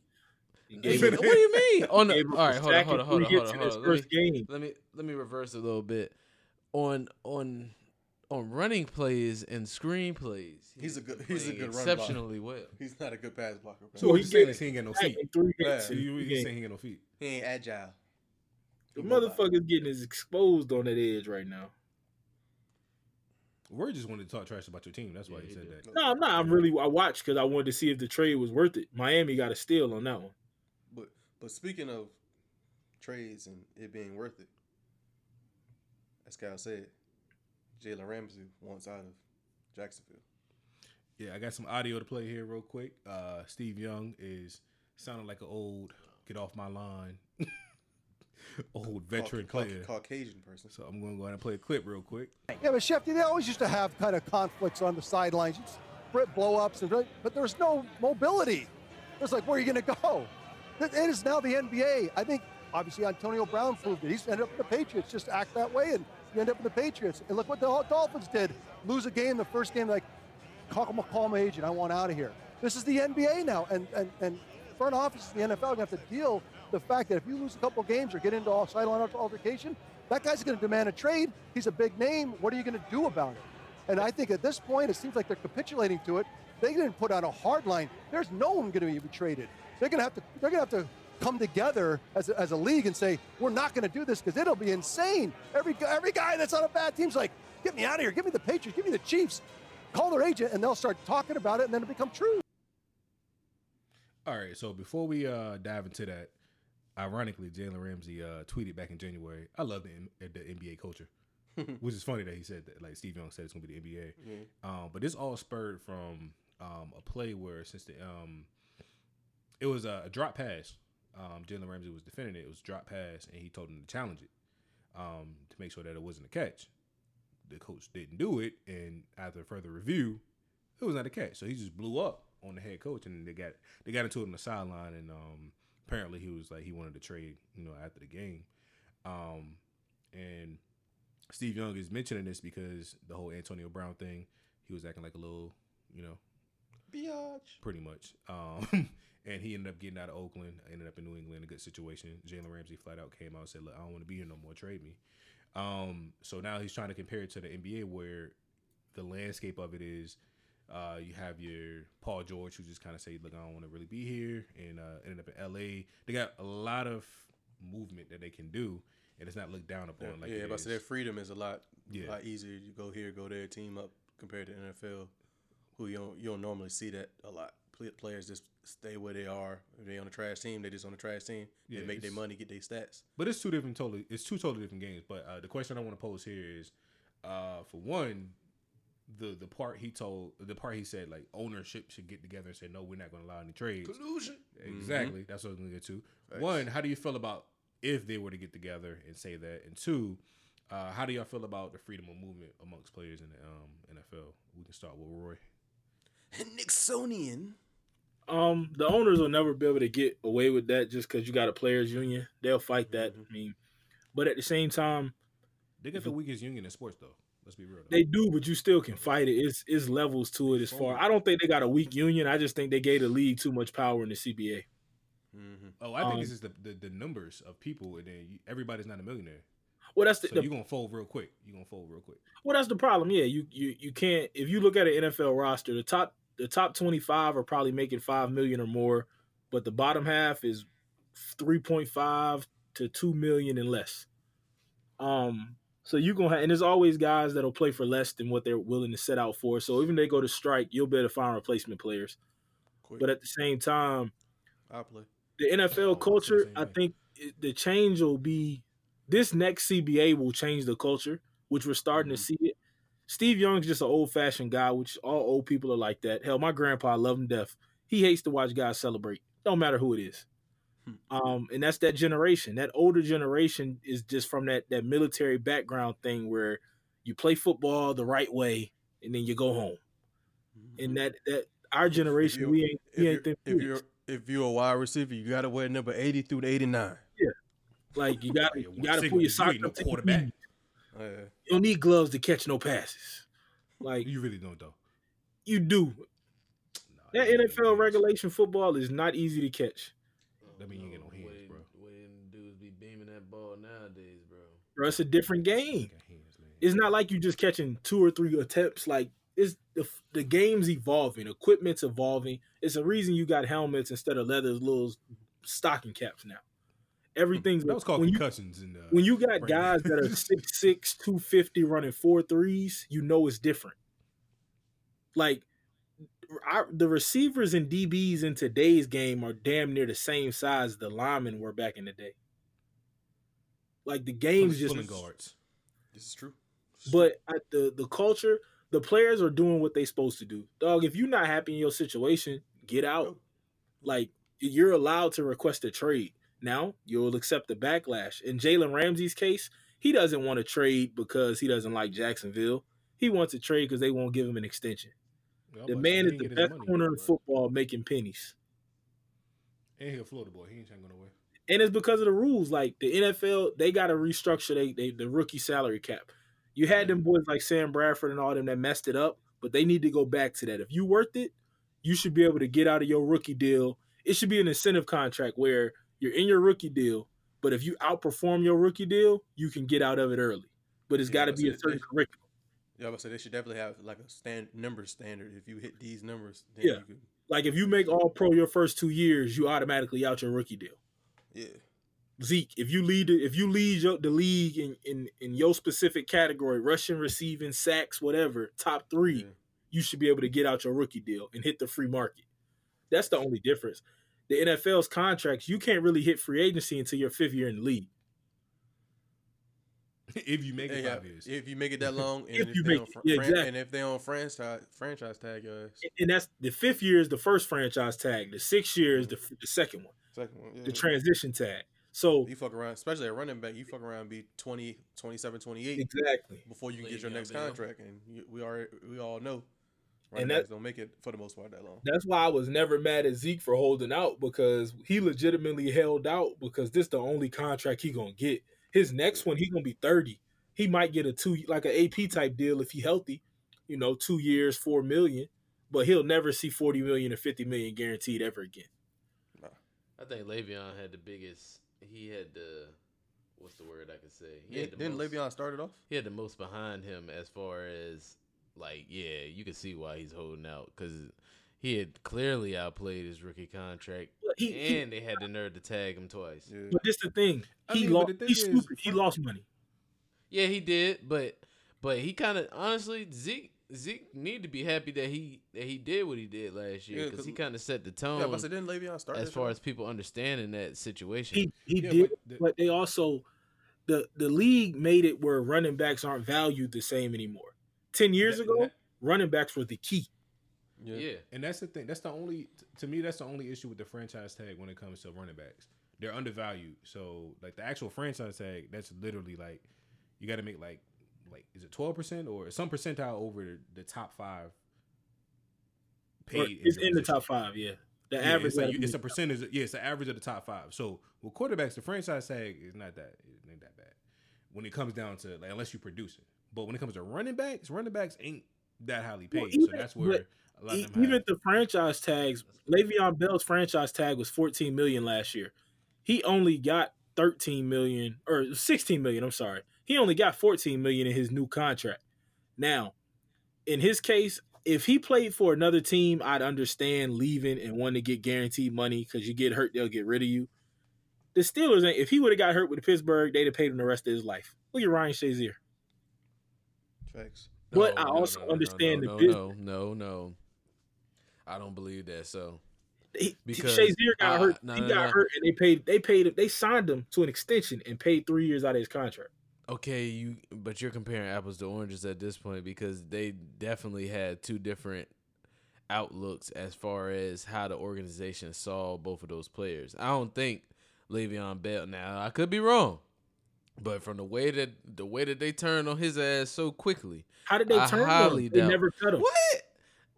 B: You
D: Hey,
B: gave
D: what
B: him-
D: do you mean? On the,
B: gave him
D: all right,
B: a
D: hold on,
B: sack
D: hold on,
B: and
D: hold on,
B: three
D: hold
B: hits
D: on,
B: in his
D: hold on. Let me-
B: First game.
D: let me let me reverse a little bit on on on running plays and screen plays. he
C: He's a
D: has
C: good-
D: been
C: he's a
D: playing
C: good run blocker.
D: exceptionally well.
C: He's not a good pass blocker. Bro.
A: So what
B: Well,
A: you
B: he
A: saying
B: did.
A: is he ain't got no
B: Sack
A: feet.
B: and three hits.
A: So
B: in
A: you
B: three
A: you
B: games.
A: saying he ain't got no feet?
C: he ain't agile.
B: The
C: He nobody.
B: motherfucker's getting as exposed on that edge right now.
A: We're just wanted to talk trash about your team. That's why
D: Yeah,
A: he
D: he
A: said
D: did.
A: that.
B: No, I'm not. I'm really. I watched because I wanted to see if the trade was worth it. Miami got a steal on that one.
C: But but speaking of trades and it being worth it, as Kyle said, Jalen Ramsey wants out of Jacksonville.
A: Yeah, I got some audio to play here real quick. Uh, Steve Young is sounding like an old get off my line, old veteran
C: Cauc- Cauc-
A: player.
C: Caucasian person.
A: So I'm gonna go ahead and play a clip real quick.
F: Yeah, but Shefty, they always used to have kind of conflicts on the sidelines, It's Brit blow-ups, and but there's no mobility. It's like, where are you going to go? It it is now the NBA. I think, obviously, Antonio Brown proved it. He's ended up in the Patriots. Just act that way, and you end up in the Patriots. And look what the Dolphins did. Lose a game, the first game, like, call, my- call my agent. I want out of here. This is the NBA now, and, and, and front office of the NFL are going to have to deal with the fact that if you lose a couple games or get into all sideline alter- altercation, that guy's going to demand a trade. He's a big name. What are you going to do about it? And I think at this point, it seems like they're capitulating to it. They didn't put on a hard line. There's no one going to be traded. They're going to have to. They're going to have to come together as a, as a league and say we're not going to do this because it'll be insane. Every gu- every guy that's on a bad team's like, get me out of here. Give me the Patriots. Give me the Chiefs. Call their agent, and they'll start talking about it, and then it'll become true.
A: All right, so before we uh, dive into that, ironically, Jalen Ramsey uh, tweeted back in January, "I love the, M- uh, the NBA culture," which is funny that he said that. Like Steve Young said, it's gonna be the NBA. Um, but this all spurred from um, a play where since the um, it was a drop pass. Um, Jalen Ramsey was defending it. It was a drop pass, and he told him to challenge it um, to make sure that it wasn't a catch. The coach didn't do it, and after further review, it was not a catch. So he just blew up on the head coach, and they got they got into it on the sideline, and um, apparently he was like he wanted to trade, you know, after the game. Um, and Steve Young is mentioning this because the whole Antonio Brown thing, he was acting like a little, you know,
C: Biatch.
A: pretty much. Um, and he ended up getting out of Oakland, ended up in New England, a good situation. Jalen Ramsey flat out came out and said, "Look, I don't want to be here no more. Trade me." Um, so now he's trying to compare it to the NBA, where the landscape of it is. Uh, you have your Paul George, who just kind of say, "Look, I don't want to really be here," and uh, ended up in LA. They got a lot of movement that they can do, and it's not looked down upon. like
C: yeah,
A: it
C: but I said
A: is.
C: their freedom is a lot,
A: Yeah.
C: lot easier. You go here, go there, team up compared to NFL, who you don't you don't normally see that a lot. Pl- Players just stay where they are. If they on a trash team, they just on a trash team.
A: Yeah,
C: they make their
A: it's-
C: money, get their stats.
A: But it's two different totally. It's two totally different games. But uh, the question I want to pose here is, uh, for one, the the part he told, the part he said like ownership should get together and say no, we're not going to allow any trades.
C: Collusion.
B: Mm-hmm.
A: Exactly. That's what I'm going to get to.
C: Facts.
A: One, how do you feel about if they were to get together and say that? And two, uh, how do y'all feel about the freedom of movement amongst players in the um, NFL? We can start with Roy.
C: Nixonian.
B: Um, the owners will never be able to get away with that just because you got a players union. They'll fight that. I mean, but at the same time,
A: They got the weakest union in sports, though. Let's be real. Though.
B: they do. But you still can fight it. It's it's levels to it as far. I don't think they got a weak union. I just think they gave the league too much power in the CBA.
C: Mm-hmm.
A: oh, I think
B: um,
A: it's just the, the the numbers of people, and then you, everybody's not a millionaire.
B: Well, that's the,
A: So
B: the
A: you're gonna fold real quick. You're gonna fold real quick.
B: Well, that's the problem. Yeah, you you you can't. If you look at an NFL roster, the top the top twenty five are probably making five million or more, but the bottom half is three point five to two million and less. Um, so you gonna have, and there's always guys that'll play for less than what they're willing to set out for. So even they go to strike, you'll be able to find replacement players.
C: Quick.
B: But at the same time,
C: I'll play.
B: the
A: Oh,
B: NFL
A: it's
B: culture,
A: the same
B: I
A: way.
B: think it- the change will be this next CBA will change the culture, which we're starting to
C: Mm-hmm.
B: see it. Steve Young's just an old fashioned guy, which all old people are like that. Hell, my grandpa, I love him deaf. He hates to watch guys celebrate, don't matter who it is.
C: Hmm.
B: Um, and that's that generation. That older generation is just from that that military background thing where you play football the right way and then you go home.
C: Mm-hmm.
B: And that that our generation,
C: you-
B: we ain't
C: if
B: we ain't
C: you're,
B: them
C: if
B: kids.
C: you're if you're a wide receiver, you gotta wear number eighty through the eighty nine.
B: Like you got
A: Yeah,
B: to
A: one
B: you got to
A: single,
B: pull
A: you
B: your socks
A: ain't no
B: up to your
A: quarterback.
B: knees.
C: Uh,
B: You don't need gloves to catch no passes. Like
A: You really don't though.
B: you do.
A: Nah,
B: That
A: you ain't getting no
B: NFL regulation football is not easy to catch.
A: hands. That mean you ain't get no
D: What
A: hands,
D: they-
A: bro.
D: What them dudes be beaming that ball nowadays, bro.
B: Bro, it's a different
A: You
B: game.
A: got hands, man.
B: It's not like you just catching two or three attempts. Like it's the the game's evolving, equipment's evolving. It's a reason you got helmets instead of leather little stocking caps now. Everything's
A: Hmm. that was called
B: when you-
A: concussions and uh,
B: when you got
A: Brandon.
B: guys that are 6'6", 250 running four threes, you know it's different. Like I, the receivers and DBs in today's game are damn near the same size the linemen were back in the day. Like the game's
A: pulling
B: just
A: guards.
C: this is true.
B: but at the the culture, the players are doing what they supposed to do. Dog, if you're not happy in your situation, get out. Like you're allowed to request a trade. Now you'll accept the backlash. In Jalen Ramsey's case, he doesn't want to trade because he doesn't like Jacksonville. He wants to trade because they won't give him an extension.
A: I'm
B: The
A: about to say,
B: man
A: he
B: is
A: ain't
B: the
A: get his
B: best
A: money,
B: corner in
A: bro.
B: football making pennies.
A: And he a Florida boy. He ain't trying to go nowhere.
B: and it's because of the rules. Like the NFL, they got to restructure they, they the rookie salary cap. You had
C: Mm.
B: them boys like Sam Bradford and all them that messed it up, but they need to go back to that. If you worth it, you should be able to get out of your rookie deal. It should be an incentive contract where you're in your rookie deal, but if you outperform your rookie deal, you can get out of it early. But it's
C: Yeah,
B: got to
C: that's
B: be a
C: it.
B: certain curriculum.
C: Yeah, but so they should definitely have like a stand number standard. If you hit these numbers, then
B: Yeah.
C: you can,
B: Like if you make all pro your first two years, you automatically out your rookie deal.
C: yeah.
B: Zeke, if you lead the, if you lead your, the league in, in in your specific category, rushing, receiving, sacks, whatever, top three,
C: Yeah.
B: you should be able to get out your rookie deal and hit the free market. That's the only difference. The NFL's contracts, you can't really hit free agency until your fifth year in the league.
A: if you make it
C: Yeah,
A: five years.
C: If you make it that long, and
B: If
C: if,
B: you
C: they
B: make
C: on
B: it.
C: fr-
B: Yeah,
C: fran-
B: exactly.
C: and if they on franchise franchise tag, uh,
B: And that's the fifth year is the first franchise tag. The sixth year is the, f- the second one,
C: second one, yeah.
B: the transition tag. So
C: Mm. you fuck around, especially a running back, you fuck around and be 20, 27, 28
B: exactly,
C: before you can
D: League
C: get your
D: up
C: next
D: there.
C: contract, and you, we are we all know running
B: that-
C: backs don't make it for the most part that long.
B: that's why I was never mad at Zeke for holding out because he legitimately held out because this the only contract he gonna get. His next one he gonna be thirty. He might get a two like an AP type deal if he healthy, you know, two years, four million, but he'll never see forty million or fifty million guaranteed ever again.
D: I think Le'Veon had the biggest. He had the. What's the word I could say? He had the
C: Didn't, didn't
D: most-
C: Le'Veon started off?
D: he had the most behind him as far as like yeah you can see why he's holding out because he had clearly outplayed his rookie contract
B: But he, he-
D: and they had the nerve to tag him twice yeah,
B: but this the thing.
A: I
B: He
A: mean, but
B: lost.
A: the thing
B: He's
A: is-
B: stupid. He lost money.
D: he did but but he kind of honestly zeke zeke need to be happy that he that he did what he did last year
C: Yeah,
D: because
C: 'cause-
D: he kind of set the
C: yeah,
D: tone
C: but I said, didn't Le'Veon start
D: as
C: this
D: far
C: year?
D: as people understanding that situation
B: He he
A: Yeah,
B: did,
A: but the-
B: but they also the the league made it where running backs aren't valued the same anymore. Ten years
A: That-
B: ago,
A: that-
B: running backs were the key.
C: yeah.
D: yeah.
A: And that's the thing. That's the only to me. That's the only issue with the franchise tag when it comes to running backs. They're undervalued. So like the actual franchise tag, that's literally like you got to make like like is it twelve percent or some percentile over the top five paid.
B: Or it's
A: your
B: in the
A: position.
B: top five, yeah. The
A: Yeah,
B: average.
A: It's, like
B: gotta
A: you-
B: be-
A: it's a percentage. of- Yeah, it's the average of the top five. So with quarterbacks, the franchise tag is not that it ain't that bad. When it comes down to like unless you're producing, but when it comes to running backs, running backs ain't that highly paid.
B: Well,
A: so
B: even-
A: that's where a lot
B: E-
A: of them
B: even
A: have-
B: the franchise tags. Le'Veon Bell's franchise tag was 14 million last year. He only got 13 million or 16 million. I'm sorry. He only got 14 million in his new contract. Now, in his case, if he played for another team, I'd understand leaving and wanting to get guaranteed money because you get hurt, they'll get rid of you. The Steelers, ain't- if he would have got hurt with Pittsburgh, they'd have paid him the rest of his life. Look at Ryan Shazier.
C: Facts.
B: But
D: No,
B: I
D: no,
B: also
D: no, no,
B: understand
D: no,
B: the
D: no,
B: business.
D: no no no i don't believe that so
B: he,
D: Because-
B: Shazier got
D: uh,
B: hurt.
D: no,
B: he
D: no,
B: got
D: no.
B: hurt, and they paid. They paid. They signed him to an extension and paid three years out of his contract.
D: Okay, you but you're comparing apples to oranges at this point because they definitely had two different outlooks as far as how the organization saw both of those players. I don't think Le'Veon Bell. Now I could be wrong, but from the way that the way that they turned on his ass so quickly,
B: How did they
D: I
B: turn
D: highly
B: him? They
D: doubt-
B: never cut him.
D: what?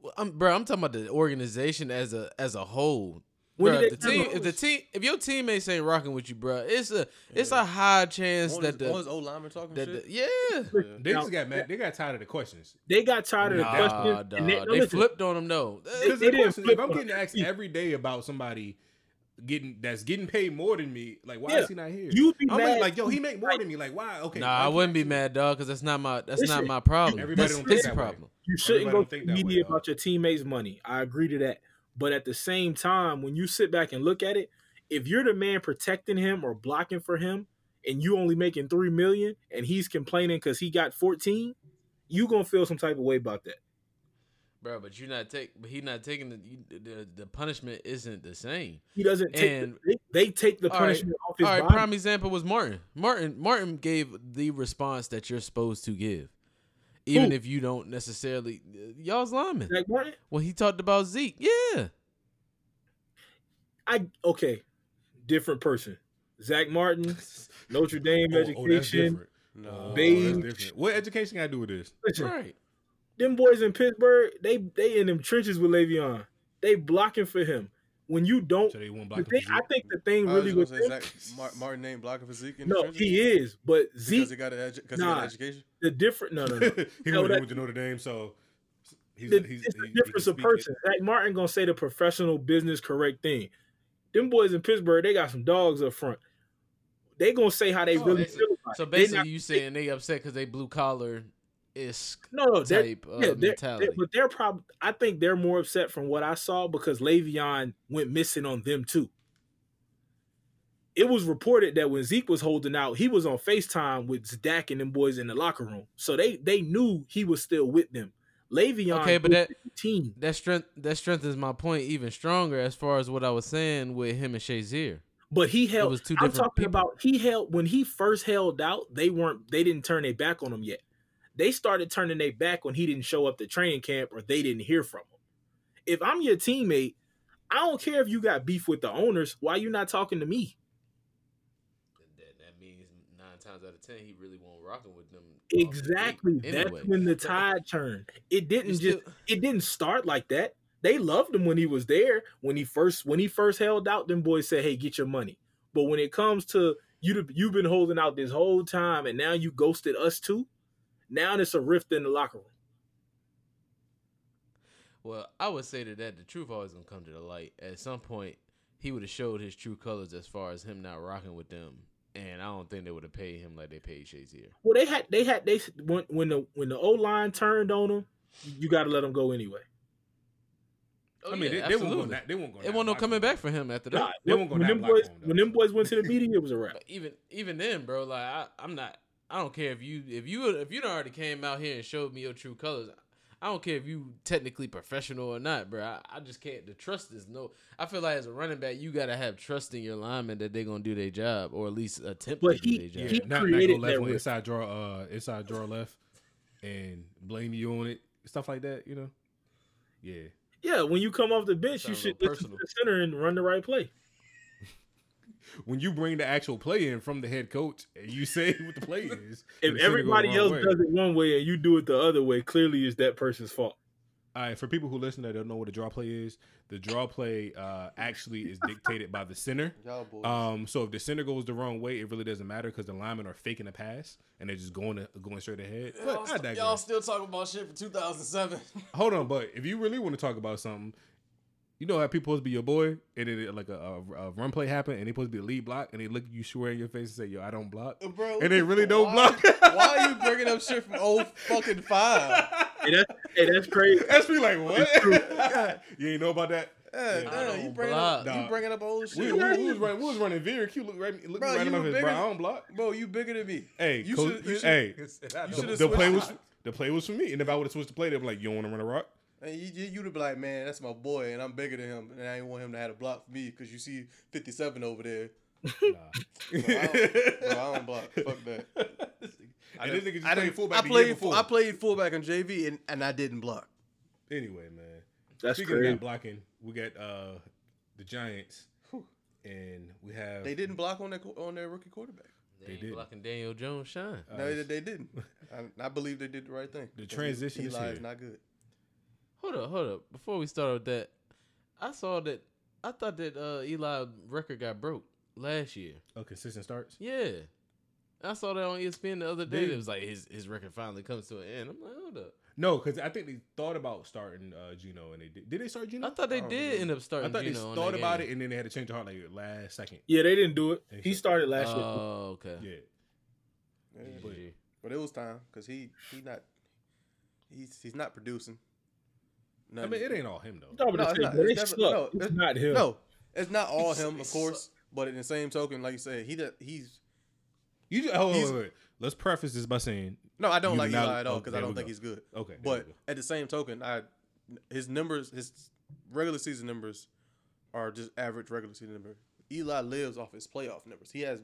D: Well, I'm, bro, I'm talking about the organization as a as a whole.
B: When
D: Bruh,
B: did
D: the
B: they turn
D: team,
B: him?
D: if the team, if your teammates ain't rocking with you, bro, it's a it's a high chance
C: On
D: that
C: his, on
D: the,
C: his old lineman talking
D: that the
C: shit.
D: yeah.
C: Yeah.
A: They
B: Now-
A: just got mad. They got tired of the questions.
B: They got tired of the
A: Nah,
B: question.
D: Nah,
B: and they,
D: nah,
B: no,
D: they
B: listen,
D: flipped on him though. Uh,
A: Because
B: they
A: the
B: didn't
A: questions, if
B: flip
A: I'm
B: on
A: getting asked every day about somebody getting that's getting paid more than me, like why
B: Yeah.
A: is he not here?
B: You'd be
A: I'm
B: mad.
A: like, like, yo, he make more than me. Like, why? Okay.
D: nah, I wouldn't be mad, dog, because that's not my that's
B: Listen,
D: not my problem.
A: everybody
D: that's
A: don't think
D: his
A: that way.
D: problem.
B: you shouldn't
A: Everybody
B: go
A: don't
B: to
A: think
B: the
A: that way,
B: media
A: dog.
B: about your teammates' money. I agree to that. But at the same time, when you sit back and look at it, if you're the man protecting him or blocking for him, and you only making three million, and he's complaining because he got fourteen, you gonna feel some type of way about that.
D: Bro, but you're not take but he not taking the you- the, the punishment isn't the same.
B: He doesn't take.
D: And-
B: the, they, they take the
D: All right,
B: punishment off his
D: All right,
B: body.
D: prime example was Martin. Martin Martin gave the response that you're supposed to give. even if you don't necessarily y'all's linemen.
B: Zach Martin.
D: Well, he talked about Zeke. Yeah,
B: I okay, different person. Zach Martin, Notre Dame
A: Oh, oh, that's
B: education.
A: different.
C: No,
A: Oh,
B: Beige.
A: that's different. What education got to do with this?
B: Listen,
D: right.
B: them boys in Pittsburgh, they they in them trenches with Le'Veon. They blocking for him. When you don't,
A: So they won't
B: the
A: block
B: thing, I think the thing
C: I
B: really
C: was
B: with
C: gonna say
B: him,
C: Zach Mar- Martin ain't blocking for Zeke. In the
B: no,
C: trenches?
B: he is, but
C: because he
B: Zeke,
C: got an edu- 'cause he
B: Nah.
C: got an education.
B: the different, no, no, no.
A: he
B: No,
A: went
B: that-
A: with the Notre Dame, so he's,
B: the,
A: he's,
B: it's
A: he-
B: the
A: he can
B: difference of
A: speak it.
B: person. Zach Martin gonna say the professional, business correct thing. Them boys in Pittsburgh, they got some dogs up front. They gonna say how they
D: Oh,
B: really
D: that's-
B: feel about it.
D: So
B: They
D: basically,
B: not-
D: you saying they upset because they blue collar is
B: no, no, they're,
D: type of
B: yeah, they're,
D: uh, mentality.
B: they're- but they're probably. I think they're more upset from what I saw because Le'Veon went missing on them too. It was reported that when Zeke was holding out, he was on Facetime with Dak and them boys in the locker room, so they they knew he was still with them. Le'Veon,
D: Okay, but
B: was
D: that-
B: with the team,
D: that strength that strengthens my point even stronger as far as what I was saying with him and Shazier.
B: But he held.
D: was two
B: I'm
D: different
B: talking
D: people.
B: about he held when he first held out. They weren't. They didn't turn their back on him yet. They started turning their back when he didn't show up to training camp or they didn't hear from him. If I'm your teammate, I don't care if you got beef with the owners. Why you not talking to me?
D: That, that means nine times out of ten he really won't rocking with them. uh,
A: Oh,
B: Exactly. That's when the tide turned. It didn't just. It didn't start like that. They loved him when he was there. When he first when he first held out, them boys said, "Hey, get your money." But when it comes to you, you've been holding out this whole time, and now you ghosted us too. Now it's a rift in the locker room.
D: Well, I would say to that the truth always gonna come to the light. At some point, he would have showed his true colors as far as him not rocking with them, and I don't think they would have paid him like they paid Shazier.
B: Well, they had they had they when when the when the O line turned on them, you got to let them go anyway.
D: Oh,
A: I mean,
D: yeah,
A: they, they won't go.
D: absolutely.
A: na- They won't go.
D: It won't no
A: that
D: coming
A: block.
D: back for him after that.
B: Nah,
A: they
B: when,
A: won't go
B: when
A: down
B: them
A: black
B: boys
A: on them.
B: when them boys went to the media, it was a wrap.
D: But even even then, bro, like I, I'm not. I don't care if you if you if you done already came out here and showed me your true colors. I don't care if you technically professional or not, bro. I, I just can't. The trust is no. I feel like as a running back, you gotta have trust in your linemen that they're gonna do their job or at least attempt to
B: But
D: do
B: he-
D: their
A: Yeah,
D: job.
B: He
A: not, not go
B: created
A: left
B: that
A: when
B: rift.
A: inside draw, uh, inside draw left, and blame you on it, stuff like that. You know, yeah.
B: Yeah, when you come off the bench, you
D: Sound a
B: should
D: little
B: listen to
D: personal.
B: the center and run the right play.
A: When you bring the actual play in from the head coach, and you say what the play is, and the center go
B: If
A: the
B: everybody
A: wrong
B: else
A: way.
B: does it one way and you do it the other way, clearly it's that person's fault.
A: All right, for people who listen that don't know what a draw play is, the draw play uh, actually is dictated by the center.
C: Y'all boys.
A: Um, so if the center goes the wrong way, it really doesn't matter because the linemen are faking a pass and they're just going to, going straight ahead. But I digress.
D: still talking about shit from 2007.
A: Hold on, but if you really want to talk about something, you know how people supposed to be your boy, and then like a, a, a run play happened, and they supposed to be the lead block, and they look at you square in your face and say, "Yo, I don't block."
C: Bro,
A: And they really don't
C: why-
A: block.
C: why are you bringing up shit from old fucking five?
B: Hey, that's, hey, that's crazy.
A: That's me like what? you ain't know about that.
C: Yeah,
A: Yeah.
C: yeah, you
D: don't
C: bringing up,
A: block.
C: you bringing up old
A: We,
C: shit.
A: we, we was running, we was running Veer. Q looked right, looked
C: Bro,
A: right
C: you
A: in my
C: were
A: face.
C: bigger
A: Bro, I
C: than-
A: don't block.
C: Bro, you bigger than me.
A: Hey,
C: you
A: coach,
C: should- you should-
A: hey,
C: You
A: the,
C: should
A: the
C: have
A: play was
C: switched.
A: the play was for me, and if I would have switched the play, they'd be like, "You don't want to run a rock."
C: And you, you, you'd be like, man, that's my boy, and I'm bigger than him, and I ain't want him to have a block for me because you see 57 over there.
A: Nah.
C: Bro, I don't, bro, I don't block. Fuck that.
A: And this nigga just
C: I
A: played
C: didn't-
A: fullback
C: I
A: the year
C: played,
A: before.
C: I played fullback on JV, and, and I didn't block.
A: Anyway, man.
B: That's
A: Speaking of
B: crazy.
A: not blocking, we got uh the Giants, and we have
C: They didn't block on their qu- on their rookie quarterback.
D: They ain't
A: did.
D: blocking Daniel Jones shine.
A: uh,
C: No, they, they didn't. I, I believe they did the right thing.
A: The
C: 'Cause
A: transition is
C: Eli
A: here.
C: not good.
D: Hold up, hold up. Before we start with that, I saw that I thought that uh, Eli record got broke last year.
A: a consistent starts.
D: Yeah. I saw that on E ESPN the other day.
A: They-
D: it was like his his record finally comes to an end. I'm like, hold up.
A: No, because I think they thought about starting uh Gino, and they did. Did they start Gino?
D: I thought they
C: I don't
D: did
C: remember.
D: end up starting.
A: I thought
D: Geno
A: they thought about it, and then they had to change their heart like last second.
B: Yeah, they didn't do it. He started last year.
D: Oh, okay.
A: Yeah,
C: Yeah.
A: but-
D: GG.
C: But it was time because he he not he's he's not producing. No,
A: I mean it ain't all him though.
B: No, but
C: No,
B: it's
C: it's not.
B: they
C: It's
B: suck.
C: definitely- no,
B: it's
C: it's-
B: not him.
C: no, it's not all
D: He's-
C: him, of
D: he's-
C: course. But in the same token, like you said, he that he's
A: You just, oh, wait,
C: He's-
A: wait, wait. let's preface this by saying
C: no, I don't
A: You
C: like
A: not-
C: Eli at all
A: oh,
C: because
A: there
C: I don't
A: we
C: think
A: go.
C: he's good.
A: okay, there
C: But
A: we go.
C: at the same token, I his numbers his regular season numbers are just average regular season number. Eli lives off his playoff numbers. He has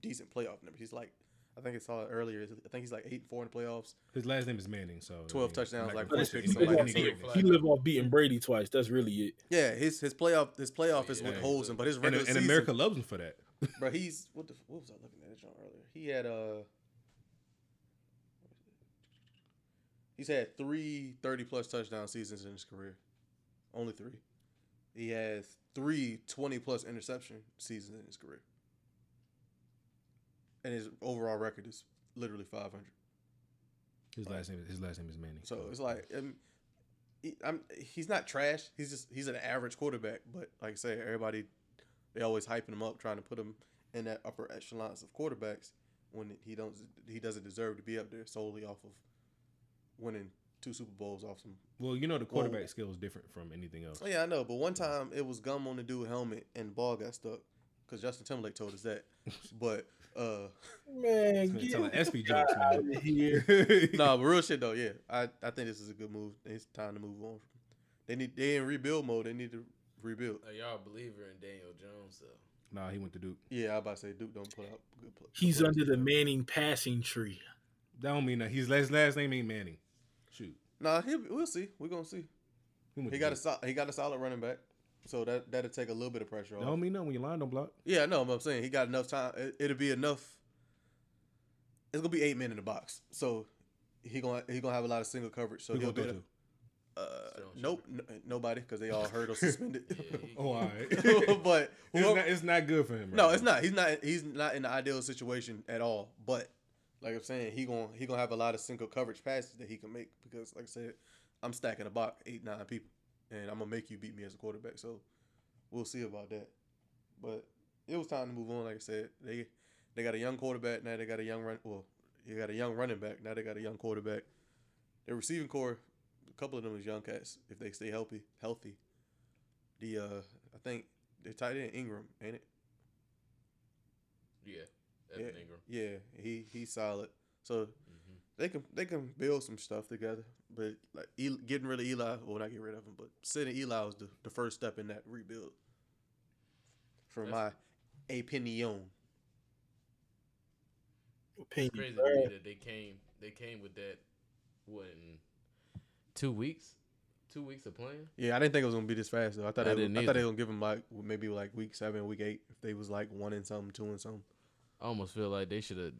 C: decent playoff numbers. He's like I think I saw it earlier. I think he's like eight and four in the playoffs.
A: His last name is Manning, so
C: 12
A: I'm
C: touchdowns,
A: not
C: like,
A: gonna
B: first
A: question
B: pick,
A: any-
B: somebody
A: any
B: said
A: greatness.
B: He lived off beating Brady twice. That's really it.
C: Yeah, his his playoff his playoff is what
A: Yeah.
C: holds him, but his
A: And,
C: regular
A: and
C: season,
A: America loves him for that.
C: bro. He's what the what was I looking at John earlier? He had uh he's had three 30 plus touchdown seasons in his career, only three. He has three 20 plus interception seasons in his career, and his overall record is literally 500.
A: His last name, his last name is Manning.
C: So it's like, um, he, I'm, he's not trash. He's just he's an average quarterback. But like I say, everybody they always hyping him up, trying to put him in that upper echelons of quarterbacks when he don't he doesn't deserve to be up there solely off of winning two Super Bowls off some.
A: well, you know, the
C: Well-
A: quarterback skill is different from anything else.
C: Oh yeah, I know. But one time it was gum on the dude helmet and the ball got stuck because Justin Timberlake told us that. but uh
B: Man,
A: It's
B: get
A: like
B: the
A: SB
B: fuck
A: jokes,
B: out
A: man.
B: of here.
C: no, but real shit though, yeah. I, I think this is a good move. It's time to move on. They need they in rebuild mode. They need to rebuild.
D: Are y'all a believer in Daniel Jones though?
A: Nah, he went to Duke.
C: Yeah, I about to say Duke don't put out good play.
B: He's
C: good
B: under
C: plays.
B: the Manning passing tree.
A: That don't mean that. His last last name ain't Manning. Shoot,
C: Nah, he, we'll see. We're gonna see.
A: went to
C: He got a
A: Duke.
C: sol- he got a solid running back, so that that'll take a little bit of pressure
A: That don't
C: off.
A: mean nothing when your line don't block.
C: Yeah, no, but I'm saying he got enough time. It, it'll be enough. It's gonna be eight men in the box, so he gonna he gonna have a lot of single coverage. So
A: Who you
C: he'll
A: gonna
C: get
A: throw
C: a-
A: to?
C: uh,
D: Sterling
C: nope, n- nobody because they all hurt or suspended.
A: Oh, all right.
C: but
A: It's
C: whoever-
A: not, it's not good for him. right
C: No,
A: now.
C: it's not. He's not. He's not in the ideal situation at all. But like I'm saying, he going he gonna have a lot of single coverage passes that he can make because, like I said, I'm stacking a box eight nine people, and I'm gonna make you beat me as a quarterback. So we'll see about that. But it was time to move on. Like I said, they they got a young quarterback now. They got a young run. Well, they got a young running back now. They got a young quarterback. Their receiving core, a couple of them is young cats if they stay healthy. Healthy. The uh, I think they tight end Ingram, ain't it?
D: Yeah,
C: yeah, Yeah, he he's solid. So they can they can build some stuff together. But like Eli, getting rid of Eli, well not get rid of him, but sending Eli was the, the first step in that rebuild. From
D: That's-
C: my opinion.
B: Opinion.
D: Crazy to me that they came. They came with that. What in two weeks? Two weeks of playing.
C: Yeah, I didn't think it was gonna be this fast though. I thought they
D: I
C: would-
D: didn't
C: I, thought
D: either.
C: they were gonna give him like maybe like week seven, week eight, if they was like one and something, two and something.
D: I almost feel like they should have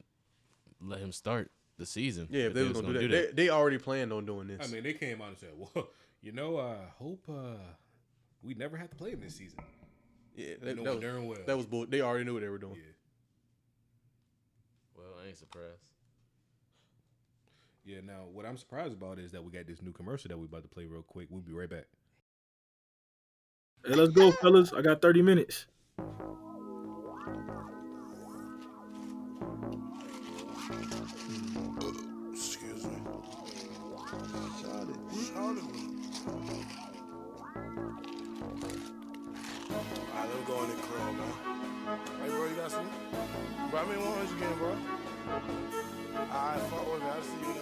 D: let him start the season.
C: Yeah, if they, was gonna, do that. They, they already planned on doing this.
A: I mean, they came out and said, "Well, you know, I hope uh, we never have to play him this season."
C: yeah,
A: They
C: that,
A: know
C: that was,
A: darn well.
C: that was bull. They already knew what they were doing.
A: yeah,
D: Well, I ain't surprised.
A: yeah. Now, what I'm surprised about is that we got this new commercial that we about to play real quick. We'll be right back.
B: Hey, let's go, fellas. I got 30 minutes.
G: Excuse me. Shout it. Shout it. Alright, let me go in the club, man. Hey, bro, you got some? Bro, I mean, what was again, bro? Alright, fuck with me. I'll see you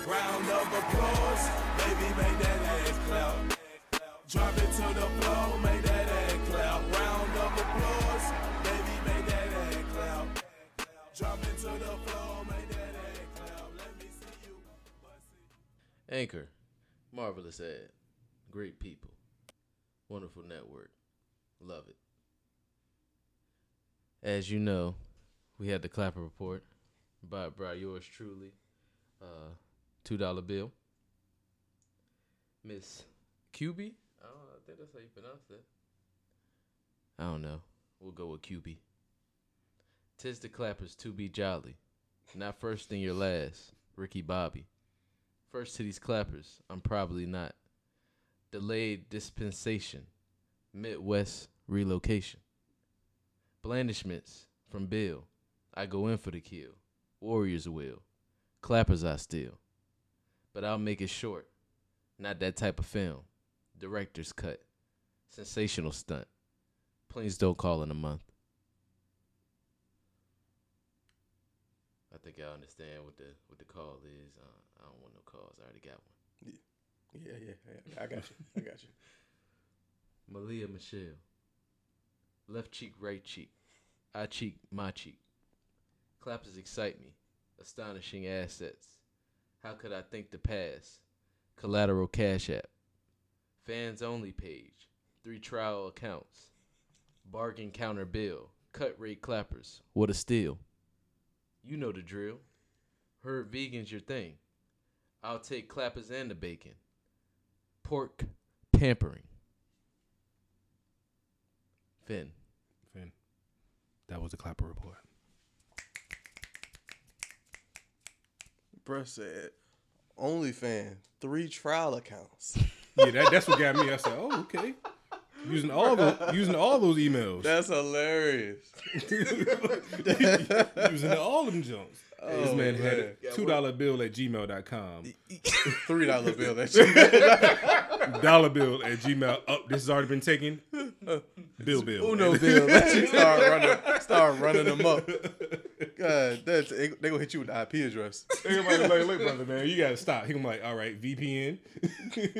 G: there. Uh. Round of applause, baby, make that ass clap. Drop it to the floor, make that ass clap. Round of applause, baby, make that ass clap. Drop it to the floor, make that ass clap. Let me see you bust it.
D: Anchor, marvelous ad, great people, wonderful network, love it. As you know, we had the clapper report by by yours truly, uh, two dollar bill, Miss QB. I don't know, I think that's how you pronounce that. I don't know. We'll go with QB. Tis the clappers to be jolly, not first in your last. Ricky Bobby. First to these clappers, I'm probably not. Delayed dispensation, Midwest relocation. Blandishments from Bill, I go in for the kill. Warriors will, clappers I steal. But I'll make it short, not that type of film. Director's cut, sensational stunt. Please don't call in a month. I think I understand what the what the call is. Uh, I don't want no calls. I already got one.
C: Yeah, yeah, yeah. I got you. I got you.
D: Malia Michelle. Left cheek, right cheek. I cheek, my cheek. Clappers excite me. Astonishing assets. How could I think to pass? Collateral Cash App. Fans only page. Three trial accounts. Bargain counter bill. Cut rate clappers. What a steal. You know the drill. Herd vegan's your thing. I'll take clappers and the bacon. Pork pampering. Finn.
A: Finn. That was the Clapper Report.
C: Bruh said, OnlyFans, three trial accounts.
A: Yeah, that, that's what got me. I said, "Oh, okay." Using all those, using all those emails,
C: That's hilarious.
A: using all them jumps. this
C: Oh,
A: man, had
C: man.
A: a two dollar bill at gmail.com.
C: Three dollar bill. That shit.
A: dollar bill at gmail. Oh, this has already been taken. Bill, bill.
C: Uno bill. Let you start running, start running them up. God, that's they gonna hit you with the IP address.
A: Everybody like, look, brother, man, you gotta stop. He gonna be like, all right, VPN.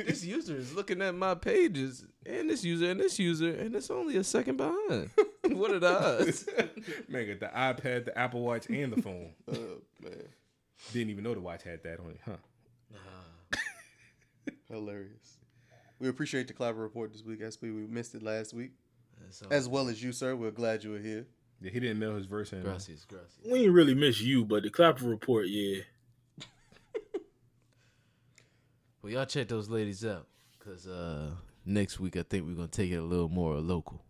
D: This user is looking at my pages, and this user, and this user, and it's only a second behind. what are the odds?
A: man, got the iPad, the Apple Watch, and the phone.
C: Oh man,
A: Didn't even know the watch had that on it, huh?
C: hilarious. We appreciate the Clapper report this week, SP. We missed it last week, as well as you, sir. We're glad you were here.
A: Yeah, he didn't mail his verse in.
D: Gracias, gracias.
B: We ain't really miss you, but the Clapper report, yeah.
D: Well, y'all check those ladies out, cause uh, next week I think we're gonna take it a little more local.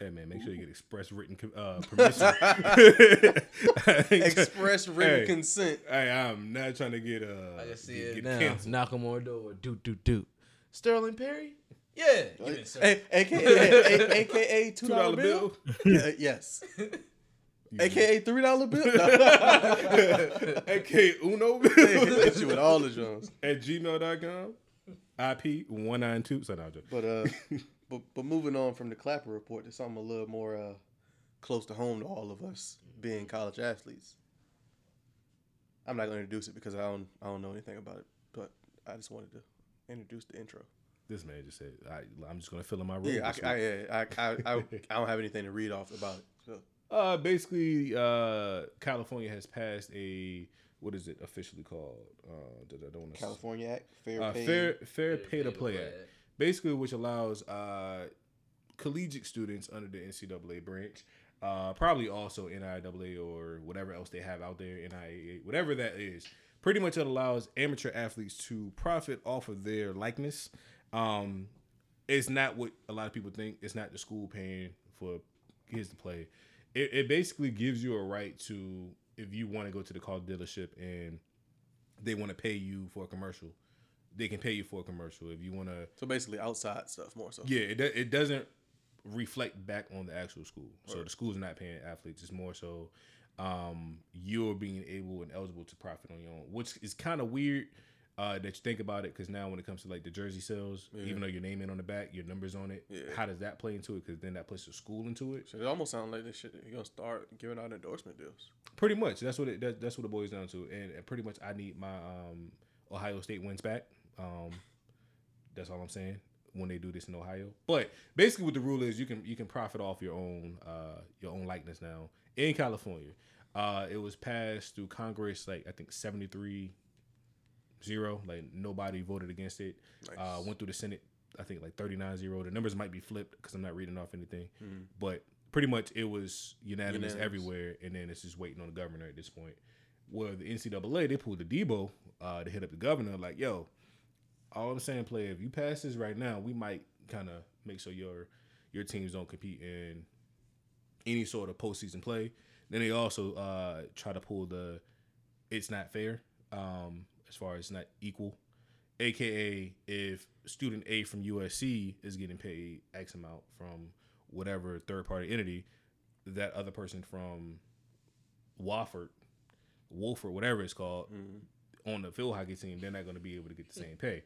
A: Hey man, make sure you get express written com- uh, permission.
C: Express written
A: Hey.
C: consent.
A: Hey, I'm not trying to get uh.
D: I can see
A: get,
D: it
A: get
D: now.
A: canceled.
D: Knock on our door. Doot doot doot. Sterling Perry. Yeah. give it, sir.
C: A- AKA, a- AKA two
A: Two dollar bill.
C: Uh, yes. AKA three dollar bill.
A: AK Uno
C: They hit you with all the drums.
A: at gmail.com. IP one nine two. So now
C: But uh, but but moving on from the Clapper report to something a little more uh, close to home to all of us being college athletes. I'm not gonna introduce it because I don't I don't know anything about it, but I just wanted to introduce the intro.
A: this man just said, I, I'm just gonna fill in my role.
C: Yeah,
A: this
C: I, I,
A: week.
C: yeah, I, I, I, I don't have anything to read off about it. So.
A: uh, basically, uh, California has passed a what is it officially called? Uh, that I don't want to
C: California Act, fair
A: uh,
C: pay.
A: fair fair pay to play act. basically which allows uh, collegiate students under the NCAA branch, uh, probably also NIAA or whatever else they have out there, NIAA, whatever that is. Pretty much it allows amateur athletes to profit off of their likeness. Um, it's not what a lot of people think. It's not the school paying for kids to play. It, it basically gives you a right to if you want to go to the car dealership and they want to pay you for a commercial, they can pay you for a commercial. If you want to
C: So basically, outside stuff more so.
A: yeah, it, do- it doesn't reflect back on the actual school. So the school's not paying athletes. It's more so um, you're being able and eligible to profit on your own, which is kind of weird uh, that you think about it. Because now when it comes to like the jersey sales, even though your name ain't on the back, your numbers on it,
C: Yeah.
A: how does that play into it? Because then that puts the school into it.
C: Shit, it almost sounds like this shit. You're gonna start giving out endorsement deals.
A: Pretty much, that's what it that, that's what it boils down to. And, and pretty much, I need my um, Ohio State wins back. Um, that's all I'm saying when they do this in Ohio. But basically, what the rule is, you can you can profit off your own uh, your own likeness now in California. Uh, it was passed through Congress, like I think 73 0. Like nobody voted against it. Uh, went through the Senate, I think like 39 0. The numbers might be flipped because I'm not reading off anything. But pretty much it was unanimous,
C: Unanimous.
A: everywhere. And then it's just waiting on the governor at this point. Where the NCAA, they pulled the Debo uh, to hit up the governor, like, yo, all I'm saying, player, if you pass this right now, we might kind of make sure your your teams don't compete in any sort of postseason play. Then they also uh, try to pull the it's not fair um, as far as not equal, aka if student A from USC is getting paid X amount from whatever third party entity, that other person from Wofford, Wolford, whatever it's called, on the field hockey team, they're not going to be able to get the same pay.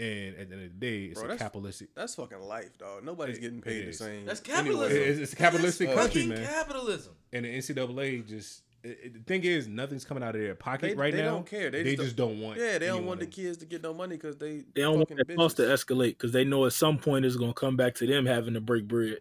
A: And at the end of the day, it's
C: Bro,
A: a
C: that's-
A: capitalistic.
C: That's fucking life, dog. Nobody's
A: It-
C: getting
A: it
C: paid the
A: is.
C: same.
D: That's
C: anyway.
D: capitalism.
A: It's, it's a capitalistic
D: That's
A: country,
D: fucking
A: man.
D: Capitalism.
A: and the NCAA just it- it- the thing is, nothing's coming out of their pocket
C: They-
A: right
C: they
A: now.
C: don't care. They
A: They
C: just
A: just don't want.
C: Yeah, they don't want the
A: anyone to-
C: kids to get no money because they
B: They don't want
C: fucking
B: that cost to
C: bitches.
B: escalate because they know at some point it's gonna come back to them having to break bread.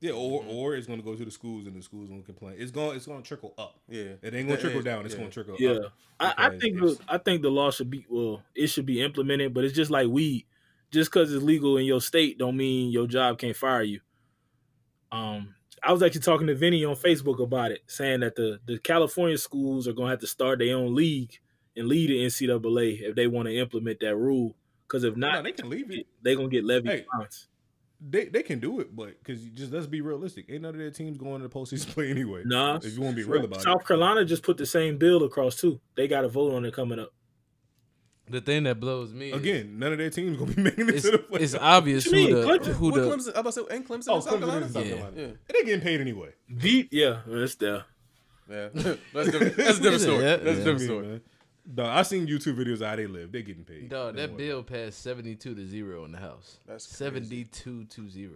A: Yeah,
C: Mm-hmm.
A: or or it's gonna go to the schools and the schools gonna complain. It's going it's gonna trickle up.
C: Yeah,
A: It ain't gonna
C: That
A: trickle
C: is-
A: down. It's
C: yeah.
A: gonna trickle
B: Yeah,
A: up.
B: I, I
A: Because
B: think
A: it's-
B: the, I think the law should be well, it should be implemented, but it's just like weed. Just because it's legal in your state, don't mean your job can't fire you. Um, I was actually talking to Vinny on Facebook about it, saying that the the California schools are gonna have to start their own league and lead the NCAA if they want to implement that rule. Because if
A: No,
B: not,
A: they can leave it.
B: they gonna get levied
A: Hey.
B: fines.
A: They they can do it, but because just let's be realistic, ain't none of their teams going to the postseason play anyway.
B: Nah.
A: if you want to be real about it.
B: South Carolina just put the same bill across too. They got a vote on it coming up.
D: The thing that blows me is-
A: Again, none of their teams gonna be making it
D: it's,
A: to the playoffs.
D: it's obvious
B: What you
D: who
B: mean,
D: the
B: Clemson?
D: who
C: What
D: the
C: Clemson? I'm about to say, ain't Clemson
A: oh,
C: in South
A: Clemson
C: Carolina?
A: and South
D: Yeah.
A: Carolina.
C: Yeah,
A: They're getting paid anyway.
B: Deep, yeah, that's there.
C: yeah. That's, different, that's a different
D: Is it?
C: story.
D: Yeah.
C: That's a
D: Yeah.
C: different
A: Yeah,
C: story.
A: man. Dog, I seen YouTube videos of how they live. They getting paid. Don't
D: Dog, that
A: worry.
D: bill passed 72 to 0 in the House.
C: That's crazy.
D: 72 to 0.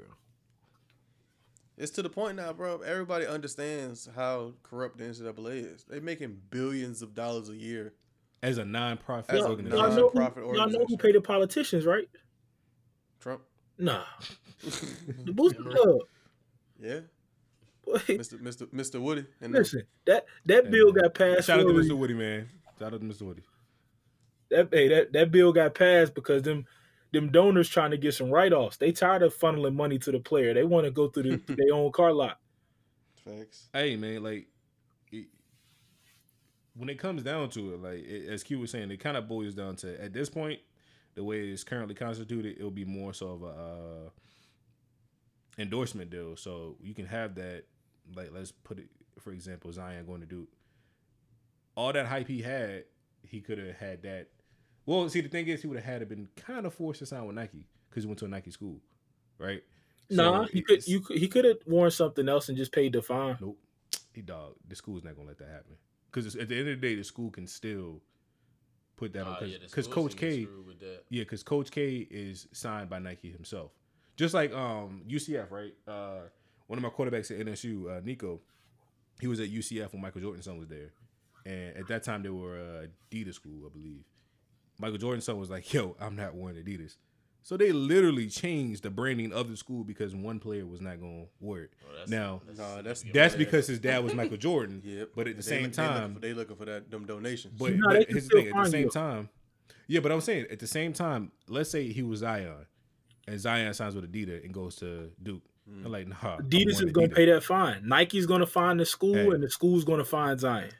C: It's to the point now, bro. Everybody understands how corrupt the NCAA is. They're making billions of dollars a year.
A: as a non-profit
C: As a
A: organization.
B: Y'all know, who-
C: Nonprofit
B: y'all know who
C: organization.
B: pay the politicians, right?
C: Trump.
B: Nah, the Booster Club.
C: Yeah,
B: Boy,
C: Mr. Mr. Mr. Woody. And the-
B: listen, that that bill got passed.
A: Shout out to
B: for a
A: Mr. Woody, man. Shout out to Mr. Woody.
B: that hey, that, that bill got passed because them them donors trying to get some write offs. They tired of funneling money to the player. They want to go through the, their own car lot.
C: Facts.
A: Hey, man, like it, when it comes down to it, like it, as Q was saying, it kind of boils down to at this point, the way it's currently constituted, it'll be more so of a uh, endorsement deal. So you can have that. Like, let's put it for example, Zion going to do all that hype he had. He could have had that. Well, see, the thing is, he would have had to been kind of forced to sign with Nike because he went to a Nike school, right?
B: nah,
A: So
B: he could
A: it's-
B: you could- he could have worn something else and just paid the fine.
A: Nope. He dog. The school's not gonna let that happen because at the end of the day, the school can still put that
C: Ah,
A: on because Coach K, yeah, because Coach K is signed by Nike himself. Just like um UCF, right? Uh, one of my quarterbacks at NSU, uh, Nico, he was at UCF when Michael Jordan's son was there, and at that time they were uh, Adidas school, I believe. Michael Jordan's son was like, "Yo, I'm not wearing Adidas." So they literally changed the branding of the school because one player was not going to wear it. now,
C: Nah, Oh, that's
A: that's because his dad was Michael Jordan.
C: Yep.
A: But at the same
C: They look- they looking
A: time,
C: for- they looking for that them donations.
A: but,
B: No, they
A: but
B: can
A: here's the
B: still
A: thing. At the
B: find
A: same
B: you.
A: time, yeah. But I'm saying at the same time, let's say he was Zion, and Zion signs with Adidas and goes to Duke. I'm like, nah. I'm
B: Adidas
A: going
B: is gonna
A: Adidas.
B: pay that fine. Nike's gonna find the school,
A: Hey.
B: and the school's gonna find Zion.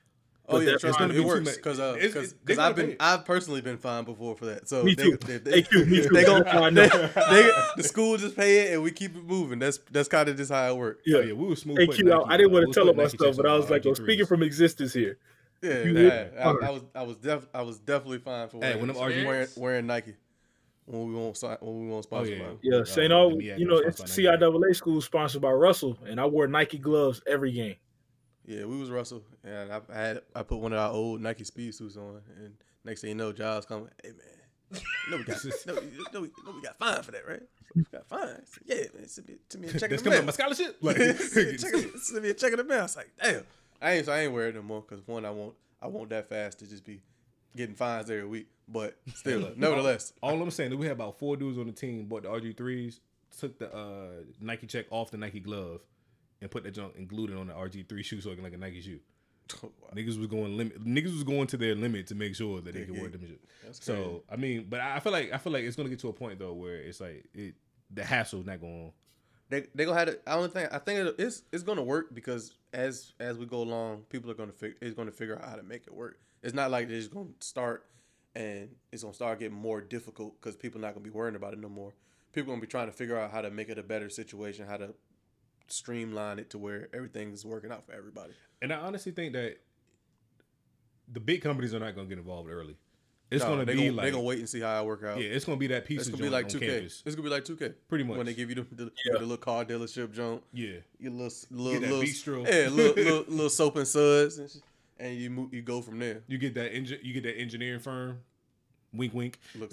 C: oh yeah,
B: that's
C: trust
B: fine.
C: me,
A: It's
C: it
A: gonna be too
C: works because
A: much. It's- it's- they
C: because uh, I've
A: gonna
C: been
A: pay
C: I've personally been fined before for that. So
B: Me
C: they-
B: too.
C: They,
B: Thank you. Me too.
C: They gonna,
B: I know.
C: they, they, the school just pay it and we keep it moving. That's that's kind of just how it works.
A: Oh, yeah, we were smooth.
B: AQ,
A: putting
B: I,
A: Nike-
B: I didn't
A: we
B: want to
A: was
B: tell
A: putting
B: him my
A: Nike
B: stuff,
A: chips
B: but I
A: on
B: was like, I'm
A: RG3s.
B: speaking from existence here.
C: Yeah,
B: You
C: nah,
B: hit-
C: I, I was I was def, I was definitely fine for
A: Hey,
C: wearing,
A: when them RG
C: wearing, wearing Nike when we won't sign when we won't sponsor
A: yeah.
C: mine.
B: Yeah,
A: Uh,
B: St.
A: let
B: Al,
A: me add
B: you
A: that
B: know,
A: sponsor
B: it's
A: on that.
B: CIAA school sponsored by Russell, and I wore Nike gloves every game.
C: Yeah, we was Russell, and I, I had I put one of our old Nike speed suits on, and next thing you know, Giles come, hey man, you know we got, no, no, we, no, we got fined for that, right? We got fined. I said, yeah, man, send me, send me a check in
A: That's
C: the
A: coming
C: mail.
A: up my scholarship. Like,
C: send, me a check, in- send me a check in the mail. I was like, damn, I ain't so I ain't wearing it no more because one, I won't I won't that fast to just be getting fines every week, but still, nevertheless,
A: All I'm saying is we had about four dudes on the team bought the RG3s, took the uh, Nike check off the Nike glove, and put that junk and glued it on the RG3 shoe, so it looking like a Nike shoe. Niggas was going limit. Niggas was going to their limit to make sure that they could wear them shit. So I mean, but I I feel like I feel like it's gonna get to a point though where it's like it the hassle's not going.
C: they they gonna have to. I don't think I think it'll, it's it's gonna work because as as we go along, people are gonna fig, it's gonna figure out how to make it work. It's not like they're just gonna start and it's gonna start getting more difficult because people not gonna be worrying about it no more. People gonna be trying to figure out how to make it a better situation, how to streamline it to where everything's working out for everybody.
A: And I honestly think that the big companies are not gonna get involved early. It's
C: No,
A: gonna
C: they
A: be
C: gonna,
A: like
C: they gonna wait and see how it work out.
A: yeah, it's gonna be that piece.
C: it's
A: of
C: gonna be
A: joint
C: like
A: on
C: two K.
A: campus.
C: It's gonna be like two K.
A: Pretty much.
C: when they give you the, the,
B: Yeah.
C: the little car dealership junk.
A: Yeah,
C: your little little,
A: that
C: little
A: bistro.
C: yeah, little, little little soap and suds, and, shit, and you move, you go from there.
A: you get that engi- you get that engineering firm. Wink, wink.
C: Look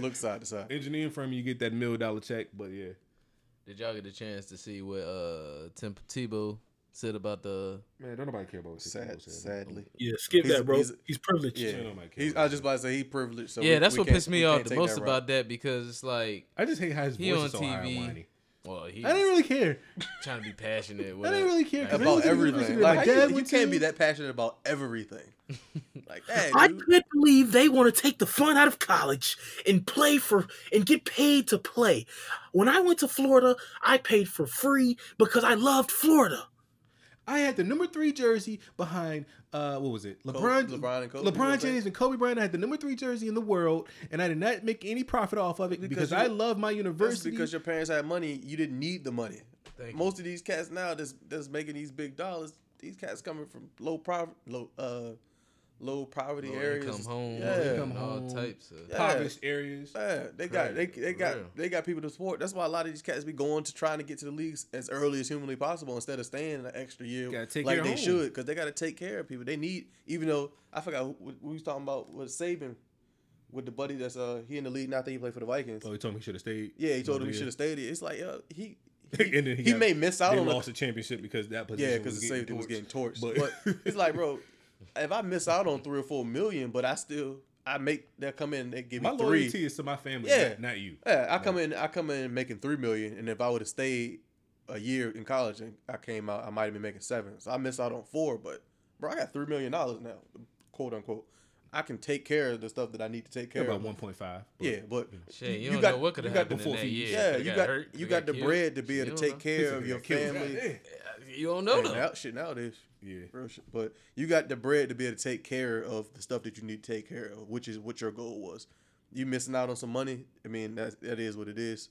C: look side to side.
A: engineering firm, you get that million dollar check. But yeah,
D: Did y'all get a chance to see what uh Tim Tebow said about the
A: Man, don't nobody care about what Sixty
C: Sad,
A: Mills said.
C: sadly.
B: Yeah, skip
C: He's-
B: that, bro.
C: he's-
B: He's, privileged.
C: Yeah,
A: don't like
C: He's- I was just about to say he privileged. So
D: yeah.
C: we-
D: that's
C: we
D: what
C: can't-
D: pissed me
C: we
D: off
C: can't
D: the
C: take
D: most
C: route.
D: about that because it's like
A: I just hate how his
D: He
A: voice
D: on
A: is so high and
D: TV.
A: whiny.
D: well he's
A: I didn't really care.
D: trying to be passionate.
A: I didn't really care 'cause
D: Like,
A: it
C: about
A: was
C: everything.
A: university that my
C: Like,
A: dad
C: you, you
A: went
C: can't
A: to.
C: be that passionate about everything. Like, hey,
B: I
C: dude.
B: can't believe they want to take the fun out of college and play for and get paid to play. When I went to Florida, I paid for free because I loved Florida.
A: I had the number three jersey behind uh what was it? LeBron
C: LeBron and
A: LeBron
C: Kobe, you know what I'm
A: James
C: saying?
A: and Kobe Bryant I had the number three jersey in the world and I did not make any profit off of it because,
C: Because you-
A: I love my
C: That's
A: university.
C: because your parents had money, you didn't need the money.
D: Thank you.
C: Most of these cats now that's that's making these big dollars. These cats coming from low poverty, low uh, low poverty
D: low
C: areas.
D: income home,
C: yeah,
D: low
A: income
D: income all
A: home.
D: types of.
C: Yeah.
A: Impoverished areas.
C: yeah, they got they,
D: Crazy,
C: they
D: for
C: got
D: real.
C: they got people to support. That's why a lot of these cats be going to trying to get to the leagues as early as humanly possible instead of staying an extra year
A: Gotta take
C: like
A: care of
C: they
A: home.
C: should because they got to take care of people. They need even though I forgot who, who we was talking about was Saban with the buddy that's uh he in the league now that he played for the Vikings.
A: Oh, he told me he should have stayed.
C: Yeah, he told him
A: Yeah.
C: he should have stayed here. It's like, yo, he he,
A: and then he,
C: he
A: got-
C: may miss out
A: they
C: on a,
A: lost the championship because that position
C: yeah, because the
A: was getting
C: safety was
A: torched.
C: getting torched. But,
A: But-
C: it's like, bro, if I miss out on three or four million, but I still I make that come in, they give me
A: My
C: three.
A: loyalty is to my family,
C: Yeah.
A: not, not you.
C: Yeah, I come in, I come in making three million, and if I would have stayed a year in college and I came out, I might have been making seven. So I missed out on four, but bro, I got three million dollars now, quote unquote. I can take care of the stuff that I need to take care
A: About
C: of.
A: one point five.
C: yeah, but
D: Shit, you,
C: you
D: don't
C: got-
D: know what could
C: you
D: have
C: got
D: happened in
A: before
D: that
A: feet.
D: year.
C: yeah,
D: Could've
C: you
D: got,
C: got
D: hurt,
C: you
D: could've
C: got the
D: killed.
C: bread to be
D: You
C: able to
D: don't
C: take care of your family.
A: Yeah.
D: know. You don't know
C: Yeah,
D: though.
C: now, shit nowadays.
A: Yeah.
C: Real shit. But you got the bread to be able to take care of the stuff that you need to take care of, which is what your goal was. You missing out on some money. I mean, that that is what it is.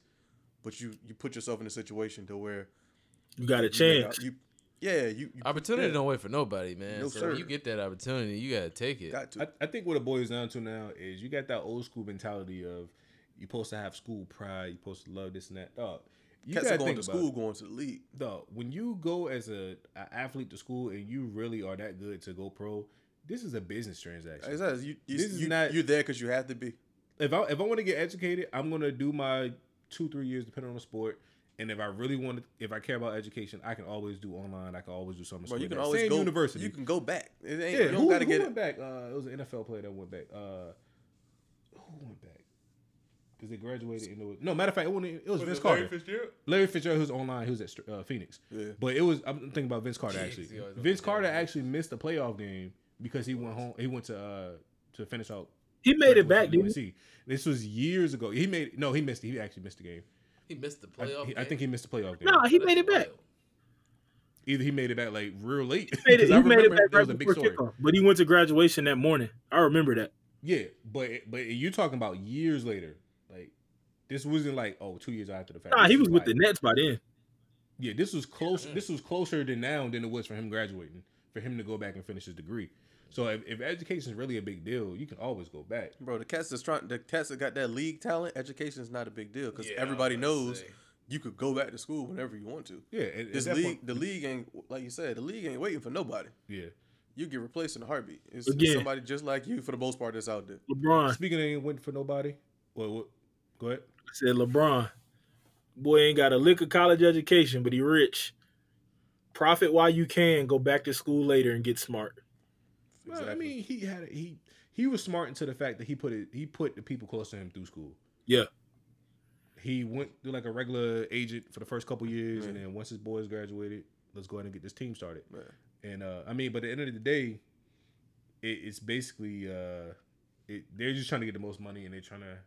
C: But you you put yourself in a situation to where
B: You got
C: you
B: a
C: make out-
B: chance.
C: You, yeah, you, you
D: Opportunity
C: yeah,
D: don't wait for nobody, man.
C: No,
D: so
C: sir.
D: when you get that opportunity, you gotta take it.
C: got to.
A: I, I think what it boils down to now is you got that old school mentality of you're supposed to have school pride, you're supposed to love this and that. Dog, you
C: Cats are
A: gotta
C: going
A: think
C: to
A: about
C: school,
A: it.
C: going to the league.
A: Dog, when you go as a, a athlete to school and you really are that good to go pro, this is a business transaction.
C: It's not- you, you,
A: This is
C: you,
A: not-
C: you're there because you have to be.
A: If I if I want to get educated, I'm gonna do my two three years depending on the sport. And if I really want to, if I care about education, I can always do online. I can always do something.
C: Bro, you
A: similar.
C: can
A: That
C: always
A: same
C: go.
A: university.
C: You can go back. It ain't,
A: Yeah,
C: you don't
A: who,
C: got to
A: who
C: get
A: went
C: it.
A: back? Uh, it was an NFL player that went back. Uh, who went back? Because they graduated in the no. Matter of fact, it, wasn't, it was, Vince Carter. Larry Fitzgerald. Larry Fitzgerald who's online. Who's at uh, Phoenix.
C: Yeah.
A: But it was. I'm thinking about Vince Carter actually.
D: he always on
A: Vince
D: the
A: Carter actually missed the playoff game because he went home. He went to uh, to finish out.
B: He made it back, didn't
A: UNC.
B: he?
A: This was years ago. He made no. He missed. it. He actually missed the game.
D: He missed the
A: I,
D: playoff.
A: he- I
D: game.
A: think he missed the playoff game.
B: No, he made it back.
A: Either he made it back like real late.
B: He made it,
A: 'Cause I
B: he made it
A: remember
B: back
A: that
B: right
A: was a big
B: before
A: story.
B: kickoff. But he went to graduation that morning. I remember that.
A: Yeah, but but you're talking about years later. Like this wasn't like oh two years after the fact.
B: Nah,
A: This
B: he was with
A: like-
B: the Nets by then.
A: Yeah, this was close. This was closer to now than it was for him graduating. For him to go back and finish his degree. So if, if education is really a big deal, you can always go back.
C: Bro, the cats that's trying, the cats that got that league talent, education is not a big deal because
D: Yeah, I was
C: everybody
D: about to
C: knows
D: say.
C: you could go back to school whenever you want to.
A: Yeah, and, and
C: This
A: that's
C: league,
A: what-
C: the league ain't like you said, the league ain't waiting for nobody.
A: yeah.
C: You get replaced in a heartbeat. It's, it's
B: Again.
C: somebody just like you for the most part that's out there.
B: LeBron
A: Speaking of ain't went for nobody. Well, what? Go ahead.
B: I said, LeBron, boy ain't got a lick of college education, but he rich. Profit while you can. Go back to school later and get smart.
A: Well, I
C: Exactly.
A: mean, he had he he was smart into the fact that he put it he put the people close to him through school.
B: Yeah.
A: he went through like a regular agent for the first couple years, and then once his boys graduated, let's go ahead and get this team started. And uh, I mean, but at the end of the day, it, it's basically uh, it, they're just trying to get the most money, and they're trying to,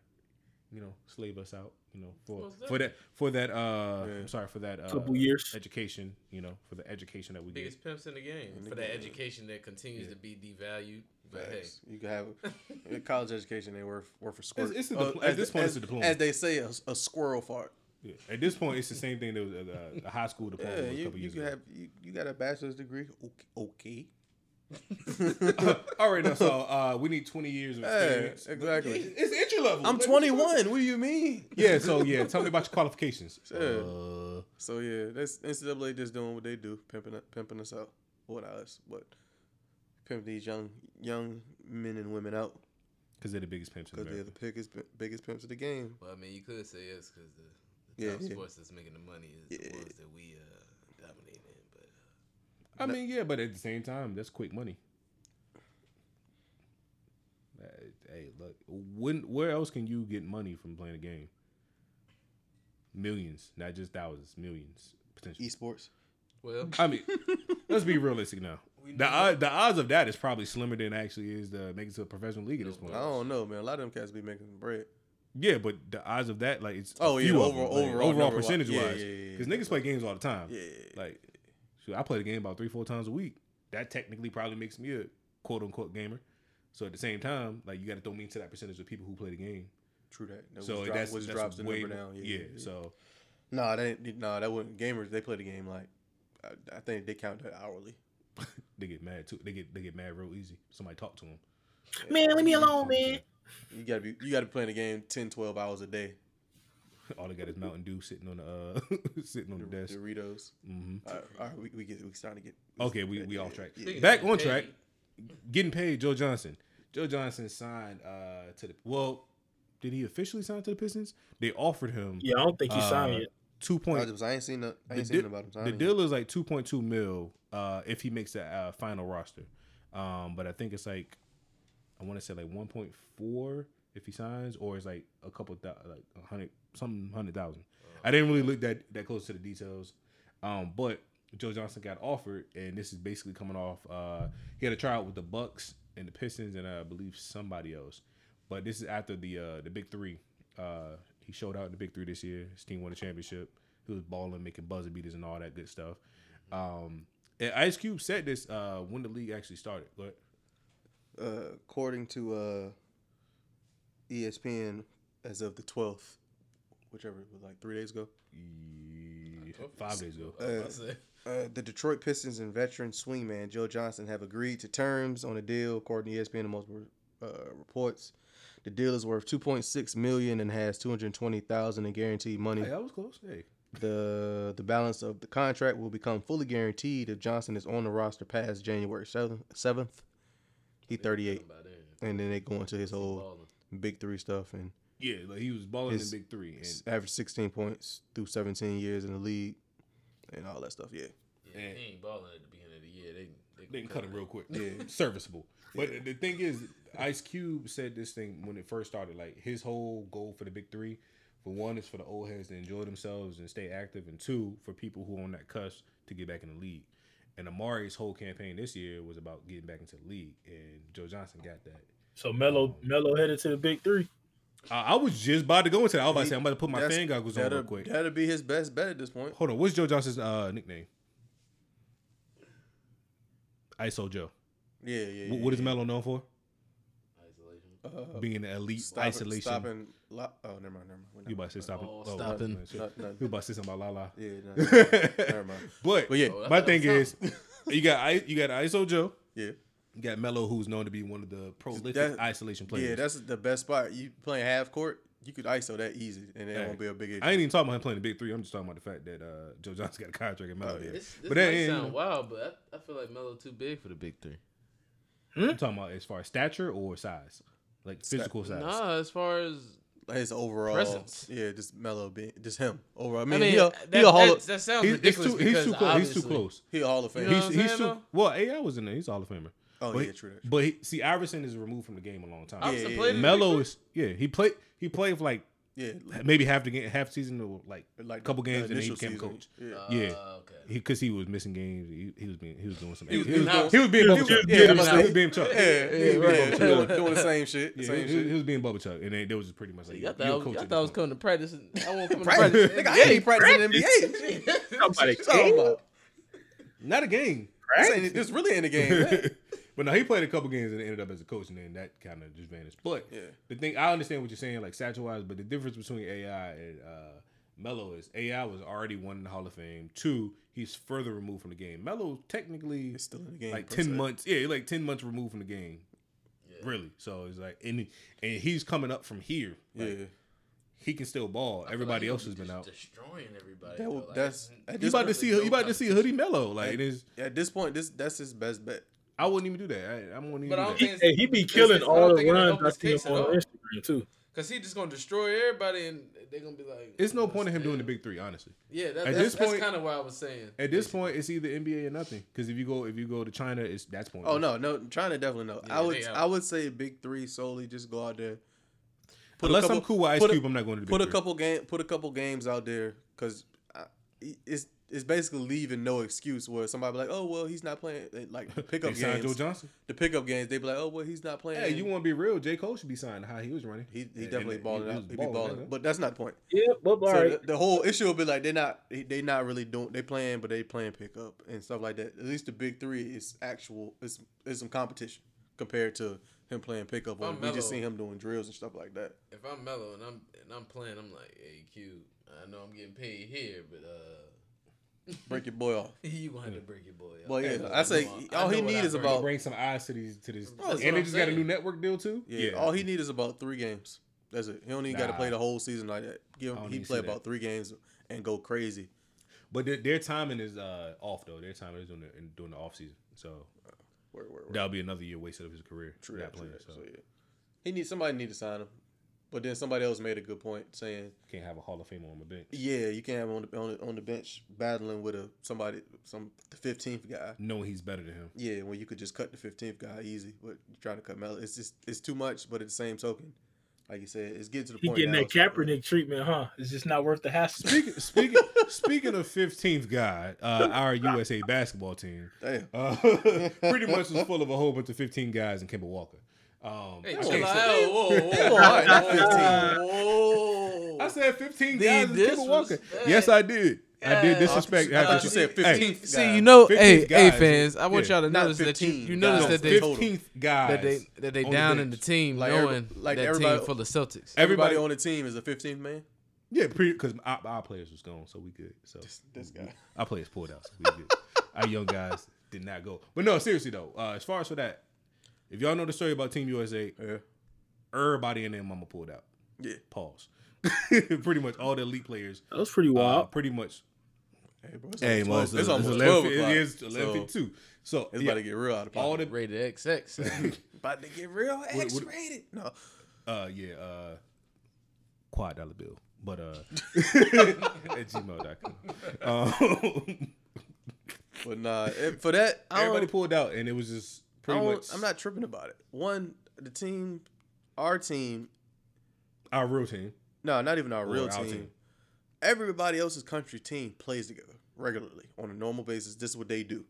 A: you know, slave us out, you know, for for that for that uh, I'm sorry for that uh,
B: Couple years.
A: education, you know, for the education that we get.
D: biggest pimps in the game for that education that continues to be devalued. But hey,
C: Facts. You can have a college education ain't worth worth a squirt.
A: It's- it's a
C: Uh,
A: dipl- at this point,
C: as,
A: it's a diploma.
C: As they say, a, a squirrel fart.
A: Yeah. At this point, it's the same thing that was uh, the high school diploma
C: Yeah,
A: was a
C: you,
A: couple
C: you
A: years
C: can
A: ago.
C: have you, you got a bachelor's degree. Okay.
A: All right, now so uh, we need 20 years of
C: Yeah,
A: experience.
C: exactly.
A: It's entry level.
C: I'm
A: Like, what you
C: 21.
A: talking-
C: What do you mean?
A: Yeah, so yeah, tell me about your qualifications.
C: Yeah.
A: Uh,
C: So yeah, that's NCAA just doing what they do, pimping pimping us out. Well, not us, but pimp these young young men and women out
A: Because they're the biggest pimps in
C: because they're
A: America.
C: the biggest biggest pimps of the game.
D: well, I mean, you could say yes because the, the
C: Yeah,
D: top
C: yeah.
D: sports that's making the money is the ones that we uh, dominating. But
A: I mean, yeah, but at the same time, that's quick money. Uh, Hey, look, when where else can you get money from playing a game? Millions, not just thousands, millions potentially.
C: Esports.
D: Well,
A: I mean, let's be realistic now. The odds, the odds of that is probably slimmer than actually is to make it to a professional league at this point.
C: I don't know, man. A lot of them cats be making bread.
A: Yeah, but the odds of that, like, it's
C: Oh,
A: a
C: yeah,
A: few of
C: overall-
A: them, like,
C: overall number wise.
A: percentage
C: Yeah,
A: wise,
C: yeah, yeah, yeah.
A: because niggas play games all the time.
C: Yeah, yeah, yeah.
A: like, shoot, I play the game about three, four times a week. That technically probably makes me a quote unquote gamer. So at the same time, like, you got to throw me into that percentage of people who play the game.
C: True that. that
A: so
C: which drop-
A: that's
C: which
A: that's
C: drops the
A: way
C: number down. Yeah. yeah, yeah.
A: So
C: Nah, that ain't, nah, that wasn't gamers. They play the game like I, I think they count that hourly.
A: they get mad too. They get they get mad real easy. Somebody talk to them.
B: Man, leave me alone, man.
C: You gotta be you gotta play the game 10, 12 hours a day.
A: All they got is Mountain Dew sitting on the uh, sitting on the desk.
C: Doritos.
A: hmm
C: All right, all right, we we get we starting to get
A: Okay, we we off track.
C: Yeah.
A: Back on track. Getting paid, Joe Johnson. Joe Johnson signed uh, to the well. Did he officially sign to the Pistons? They offered him
B: Yeah, I don't think he signed
A: Uh,
B: yet.
A: two
C: I,
A: point.
C: just, I ain't seen no, I
A: The,
C: ain't seen
A: di-
C: about him. so I
A: the
C: ain't-
A: deal is like two point two mil uh, if he makes the uh, final roster. Um, but I think it's like I want to say like one point four if he signs, or it's like a couple thou- like a hundred something hundred thousand. I didn't really look that that close to the details. Um, but Joe Johnson got offered, and this is basically coming off. Uh, he had a tryout with the Bucks and the Pistons, and uh, I believe somebody else. But this is after the uh, the Big Three. Uh, he showed out in the Big Three this year. His team won a championship. He was balling, making buzzer beaters, and all that good stuff. Um, and Ice Cube said this uh, when the league actually started. But
C: uh, according to uh, E ESPN, as of the twelfth, whichever it was like three days ago,
A: five days ago,
C: uh, uh, the Detroit Pistons and veteran swingman Joe Johnson have agreed to terms on a deal. According to E ESPN and multiple uh, reports, the deal is worth two point six million and has two hundred twenty thousand in guaranteed money.
A: hey, that was close. Hey,
C: The the balance of the contract will become fully guaranteed if Johnson is on the roster past January seventh. He thirty eight, and then they go into his whole big three stuff and.
A: yeah, like he was balling
C: His-
A: in Big Three, and
C: S- averaged 16 points through 17 years in the league and all that stuff. Yeah.
A: Yeah,
D: he
A: he
D: ain't balling at the beginning of the year. They
A: They can cut him real quick. Yeah, serviceable. But the thing is, Ice Cube said this thing when it first started. Like his whole goal for the big three, for one, is for the old heads to enjoy themselves and stay active, and two, for people who are on that cusp to get back in the league. And Amari's whole campaign this year was about getting back into the league, and Joe Johnson got that.
B: So Melo Melo headed to the big three.
A: I, I was just about to go into that. I was about to
C: He-
A: say I'm about to put my
C: That's-
A: fan goggles on
C: that'll-
A: real quick.
C: That'll be his best bet at this point.
A: Hold on, what's Joe Johnson's uh, nickname? ISO Joe.
C: Yeah, yeah. yeah
A: Wh- What is Melo known for?
C: Uh,
A: Being an elite
C: stop-
A: isolation.
C: Stopping. Lo- oh, never mind. Never mind. We're not-
A: You about to say stopping?
D: Oh,
A: oh,
D: stopping.
A: no, shit.
C: Not, not,
A: You about to say something about Lala?
C: yeah, no, never mind, never mind.
A: But,
C: But yeah,
D: Oh,
A: my
D: that's
A: thing is,
D: something.
A: you got I- you got ISO Joe,
C: yeah,
A: you got Mello, who's known to be one of the prolific
C: That-
A: isolation players.
C: yeah. That's the best spot. You playing half court, you could ISO that easy, and it
A: Hey,
C: won't be a big issue.
A: I ain't even talking about him playing the big three. I'm just talking about the fact that uh, Joe Johnson got a contract and Mello.
C: Oh, yeah.
A: didn't.
D: This,
A: But
D: this but
A: that
D: that
A: ain't-
D: sound wild, but I, I feel like Melo too big for the big three.
A: I'm talking about as far as stature or size, like physical size.
D: Nah, as far as
C: His overall
D: Presence.
C: Yeah, just mellow, being, just him overall. I
D: I
C: mean,
D: mean,
C: he, a,
D: that,
C: he a hall.
D: that,
C: Of,
D: that sounds
A: He's, it's
D: ridiculous.
A: too, he's too
D: because
A: close. He's too
D: obviously-
A: close.
C: he a hall of fame.
D: You know
A: He's,
D: what I'm
A: he's
D: saying,
A: too
D: though?
A: well. AI was in there. He's a Hall of Famer.
C: oh
A: but
C: yeah,
A: he-
C: true. that.
A: But he, see, Iverson is removed from the game a long time.
D: Iverson
C: Yeah, yeah,
D: played in the
A: Melo
D: Big
A: is yeah. He played he played for like
C: Yeah,
A: maybe half the game, half season or like
C: like
A: a couple
C: the
A: games, and then he
C: initial
A: became
C: season.
A: coach.
C: Yeah.
D: Three?
A: Yeah.
D: Uh, okay.
A: because he, was missing games. He, he was being he was doing some. He
C: was-
A: was,
C: he was doing-
A: he was being
B: he was
A: Bubba
B: doing-
A: Chuck.
B: yeah,
A: Yeah,
B: he was
A: he was
C: doing-
A: being Chuck.
C: Yeah,
A: he was
C: yeah,
A: being Bubba
C: doing,
A: Chuck.
C: doing the same shit.
A: Yeah,
C: same
A: he, was-
C: shit.
A: he was being Bubba Chuck, and they, they was pretty much like,
D: I
A: "You're
D: thought, I
A: a
D: was,
A: coach."
D: I
A: at
D: thought I
A: this
D: was coming to practice. and- I won't come to
C: Practice.
D: practice.
C: Nigga, I ain't practicing NBA.
B: Somebody
C: Talking about.
A: point. Not a game,
C: This, ain't, this really in the game.
A: but no, he played a couple games and ended up as a coach, and then that kind of just vanished. But
C: Yeah.
A: the thing I understand what you're saying, like satchel wise, but the difference between AI and uh, Mello is AI was already one in the Hall of Fame. Two, he's further removed from the game. Mello technically
C: It's still in the game.
A: like
C: per
A: ten
C: se.
A: months. Yeah, like ten months removed from the game. Really, so it's like and and he's coming up from here.
C: Yeah,
A: Like, he can still ball. Everybody else has been out.
D: Destroying everybody.
C: That
D: though,
C: would-
D: like, mm.
C: that's at
A: You
C: this,
A: about to
C: point,
A: see you about to see Hoodie Mello. Like
C: Hey.
A: it is.
C: at this point, this that's his best bet.
A: I wouldn't even do that. I, I wouldn't even.
D: But I
A: do
D: don't
A: that.
B: he,
D: think
B: hey, he be killing all the runs I see him
D: It's- it's-
B: on Instagram too.
D: Cause he just gonna destroy everybody, and they're gonna be like,
A: It's no point in him doing the big three, honestly.
D: Yeah, that,
A: At
D: that's,
A: this
D: that's
A: point-
D: kind of what I was saying.
A: At this point, it's either NBA or nothing. Because if you go if you go to China, it's that's point.
C: Oh no, no, China definitely no.
D: Yeah,
C: I would
D: they out.
C: I would say big three solely just go out there. Put
A: Unless I'm cool with Ice
C: put a-
A: Cube, I'm not going to the big
C: Put a
A: three.
C: couple game put a couple games out there because it's it's basically leaving no excuse where somebody be like, oh well, he's not playing eh, like the
A: They
C: pickup
A: signed Joe
C: games.
A: Johnson.
C: The pickup games, they be like, oh well, he's not playing.
A: Hey, you want to be real? J Cole should be signed. How he was running.
C: He, he
A: And-
C: definitely
A: and
C: balling
A: he
C: out.
A: was
C: He be
A: balling,
C: balling,
A: huh?
C: but that's not the point.
B: Yeah, but all
C: so
B: right.
C: the, the whole issue will be like they're not they, they not really doing they playing but they playing pickup and stuff like that. At least the big three is actual is is some competition compared to him playing pickup. Or
D: I'm
C: we just
D: mellow.
C: seen him doing drills and stuff like that.
D: If I'm mellow and I'm and I'm playing, I'm like, hey, Q, I know I'm getting paid here, but uh,
C: Break your boy off.
D: you gonna have to break your boy. up.
C: Well, yeah,
D: know-
C: I say
D: know-
C: all
D: know
C: he
D: what
C: need
D: I
C: is
D: bring.
C: about-
A: Bring some eyes to these to
C: Oh,
A: this,
D: that's
A: and
D: what
A: they
D: I'm
A: just got a new
D: saying.
A: network deal too.
C: Yeah, all he need is about three games. That's it. He don't even got to
A: Nah.
C: play the whole season like that. Give
A: I
C: him
A: don't
C: he
A: even
C: play
A: see that.
C: about three games and go crazy.
A: But their, their timing is uh, off though. Their timing is during the, in- during the off season, so
C: Word, word, word.
A: that'll be another year wasted of his career.
C: True
A: not
C: that, true
A: playing,
C: that.
A: so
C: So, yeah. He needs somebody need to sign him, but then somebody else made a good point saying
A: can't have a Hall of Famer on my bench.
C: Yeah, you can have him on the on the, on the bench battling with a somebody some the fifteenth guy.
A: Knowing he's better than him.
C: Yeah, when you could just cut the fifteenth guy easy, but you try to cut Melo, it's just it's too much. But at the same token, like you said, it's getting to the
B: He
C: point.
B: getting
C: now
B: that
C: it's like,
B: Kaepernick treatment, huh? It's just not worth the hassle.
A: Speaking speaking speaking of fifteenth guy, uh, our USA basketball team
C: Damn,
A: uh, pretty much was full of a whole bunch of fifteen guys and Kimber Walker. Um,
D: Hey,
A: I
D: chill
A: can't
D: out.
A: say-
D: Whoa, whoa,
C: They
D: whoa,
C: were hard, not
D: whoa.
A: I said fifteen
D: The
A: guys and Kimber Walker.
D: disrespect.
A: Yes, I did. I did
D: Yeah.
A: disrespect.
C: I
A: after
C: thought you
A: she-
C: said
A: Hey,
C: fifteenth. guy.
D: See, you know, hey,
A: 15
D: hey,
A: guys.
D: fans, I want
A: Yeah.
D: y'all to
C: Not
D: notice that you,
C: 15
D: you notice
C: guys.
D: that they
C: No,
A: fifteenth guys.
D: that they that they
A: on the
D: down
A: bench.
D: in the team,
C: Like every-
D: knowing
C: like
D: that
C: everybody-
D: team full of Celtics.
C: everybody
A: everybody
C: on the team is the fifteenth man.
A: Yeah, because our, our players was gone, so we good. So
C: This guy.
A: our players pulled out, so we good. our young guys did not go. But no, seriously though, uh, as far as for that, if y'all know the story about Team USA,
C: Yeah,
A: everybody in their mama pulled out.
C: yeah.
A: Pause. pretty much all the elite players.
B: That was pretty
A: Uh,
B: wild.
A: pretty much.
C: Hey, bro, it's
A: Hey,
C: almost
A: most it's almost
C: twelve
A: eleven.
C: o'clock.
A: It is
C: so
A: eleven fifty-two. So
C: It's
A: yeah,
C: about to get real out of pocket.
A: all the
D: Rated XX.
C: about to get real X rated. No,
A: uh yeah uh quad dollar bill but uh at gmail.com um,
C: but nah. it- for that, I don't-
A: everybody pulled out and it was just
C: I
A: pretty
C: don't-
A: much
C: I'm not tripping about it. One, the team, our team
A: our real team
C: No, not even our real
A: our
C: team.
A: team.
C: Everybody else's country team plays together regularly on a normal basis. This is what they do.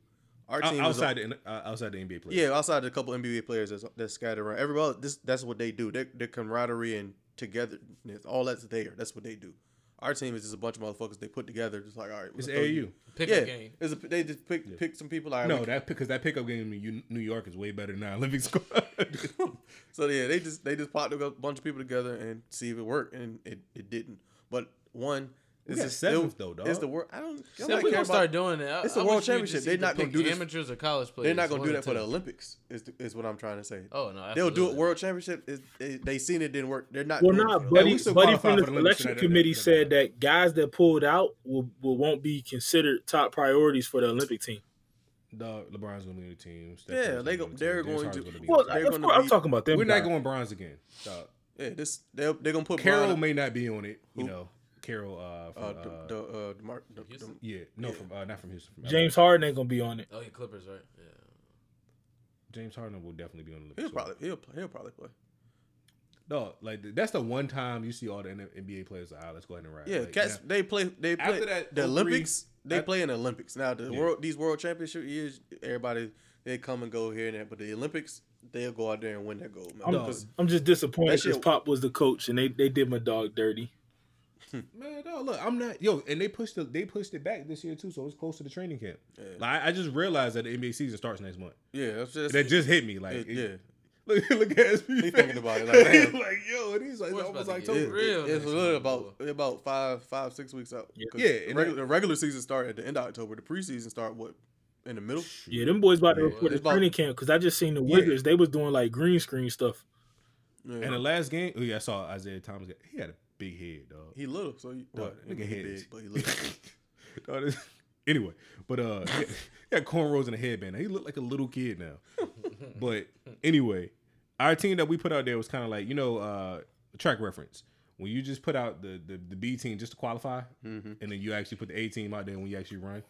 C: Our
A: O-
C: team is
A: outside the, uh, outside the NBA players
C: yeah, outside a couple NBA players that's, that's scattered around. Everybody, else, this that's what they do. Their, their camaraderie and togetherness, all that's there. That's what they do. Our team is just a bunch of motherfuckers they put together. Just like all right,
A: it's
C: we'll throw
A: AAU
C: you-
D: Pick
C: yeah,
D: a game.
C: it's a, they just pick pick some people. All right,
A: no
C: we-
A: that because that pickup game in U- New York is way better than our Olympic squad
C: so yeah, they just they just popped a bunch of people together and see if it worked, and it, it didn't. But one,
A: We
C: it's
A: got
C: just-
A: seventh,
C: it-
A: though, dog.
C: It's the world. I don't. I'm
D: So
C: not
D: if we
C: care
D: gonna
C: about-
D: start doing that.
C: It's the World Championship. They're not gonna do this-
D: Amateurs or college players.
C: They're not gonna
D: one
C: do
D: or
C: that for
D: two.
C: the Olympics. Is is what I'm trying to say.
D: Oh no,
C: They'll do it
D: absolutely.
C: World Championship. Is they, they seen it didn't work. They're not.
B: Well,
C: doing it
B: nah,
C: for the
A: Hey,
B: buddy.
A: we still
B: Buddy
A: qualify
B: from
A: for
B: the
A: the Olympics,
B: selection
A: so that-
B: committee
A: that- that-
B: said that guys that pulled out will, will won't be considered top priorities for the Olympic team.
A: Dog, LeBron's gonna be on the team Steph
C: Yeah,
A: Curry's
C: they
A: gonna be on the team,
C: go- they're
A: James
C: going
A: Harden's
C: to-
A: gonna be
B: Well,
A: on the
C: They're
B: of
C: gonna
B: course, I'm
C: be-
B: talking about
A: team.
B: them.
A: we're not
B: guys.
A: going bronze again dog.
C: Yeah, this they're, they're gonna put
A: Carol
C: Brian-
A: may not be on it you
C: Who?
A: know Carol uh, from,
C: uh,
A: uh,
C: the, the, uh, the, Mar- the, the,
D: Houston?
A: yeah no from uh, not from Houston from LA.
B: James Harden ain't gonna be on it.
D: Oh, yeah, Clippers, right? Yeah.
A: James Harden will definitely be on the Olympics
C: he'll
A: squad.
C: probably he'll he'll probably play.
A: No, like th- that's the one time you see all the N- NBA players. Like, all right, let's go ahead and ride.
C: Yeah,
A: like,
C: cats.
A: now-
C: They play. They play
A: After that,
C: the
A: 03
C: Olympics. They
A: that-
C: play in the Olympics. Now the world, these world championship years, everybody they come and go here and there. But the Olympics, they'll go out there and win that gold
B: I'm,
C: medal. 'Cause
B: I'm just
C: That
B: disappointed
C: shit-
B: because Pop was the coach and they, they did my dog dirty.
A: man, no, look, I'm not yo, and they pushed the, they pushed it back this year too, so it's close to the training camp. Like I I just realized that the NBA season starts next month.
C: Yeah, that's just,
A: That just hit me like
C: it-
A: it-
C: yeah.
A: Look, look at us. He
C: thinking about it, like, damn.
A: like yo, it is like,
D: What's
A: almost
D: about to
A: like
D: get
A: October.
D: real?
C: It- it's
D: next
C: literally
D: month,
C: about about five five six weeks out. 'Cause
A: Yeah,
C: the
A: and
C: regular, the regular season start at the end of October. The preseason start what in the middle.
B: Yeah, them boys about to report
C: it's
B: the
C: about-
B: training camp because I just seen the Wizards. They was doing like green screen stuff.
C: Yeah.
A: And the last game, oh yeah, I saw Isaiah Thomas. got- He had a big head, dog.
C: he little, so he, well,
A: look at
C: he
A: his.
C: big, but he little.
A: Dog, this- anyway, but uh, he he had cornrows and a headband. He looked like a little kid now. but anyway, our team that we put out there was kind of like you know uh, track reference. When you just put out the the, the B team just to qualify, and then you actually put the A team out there when you actually run,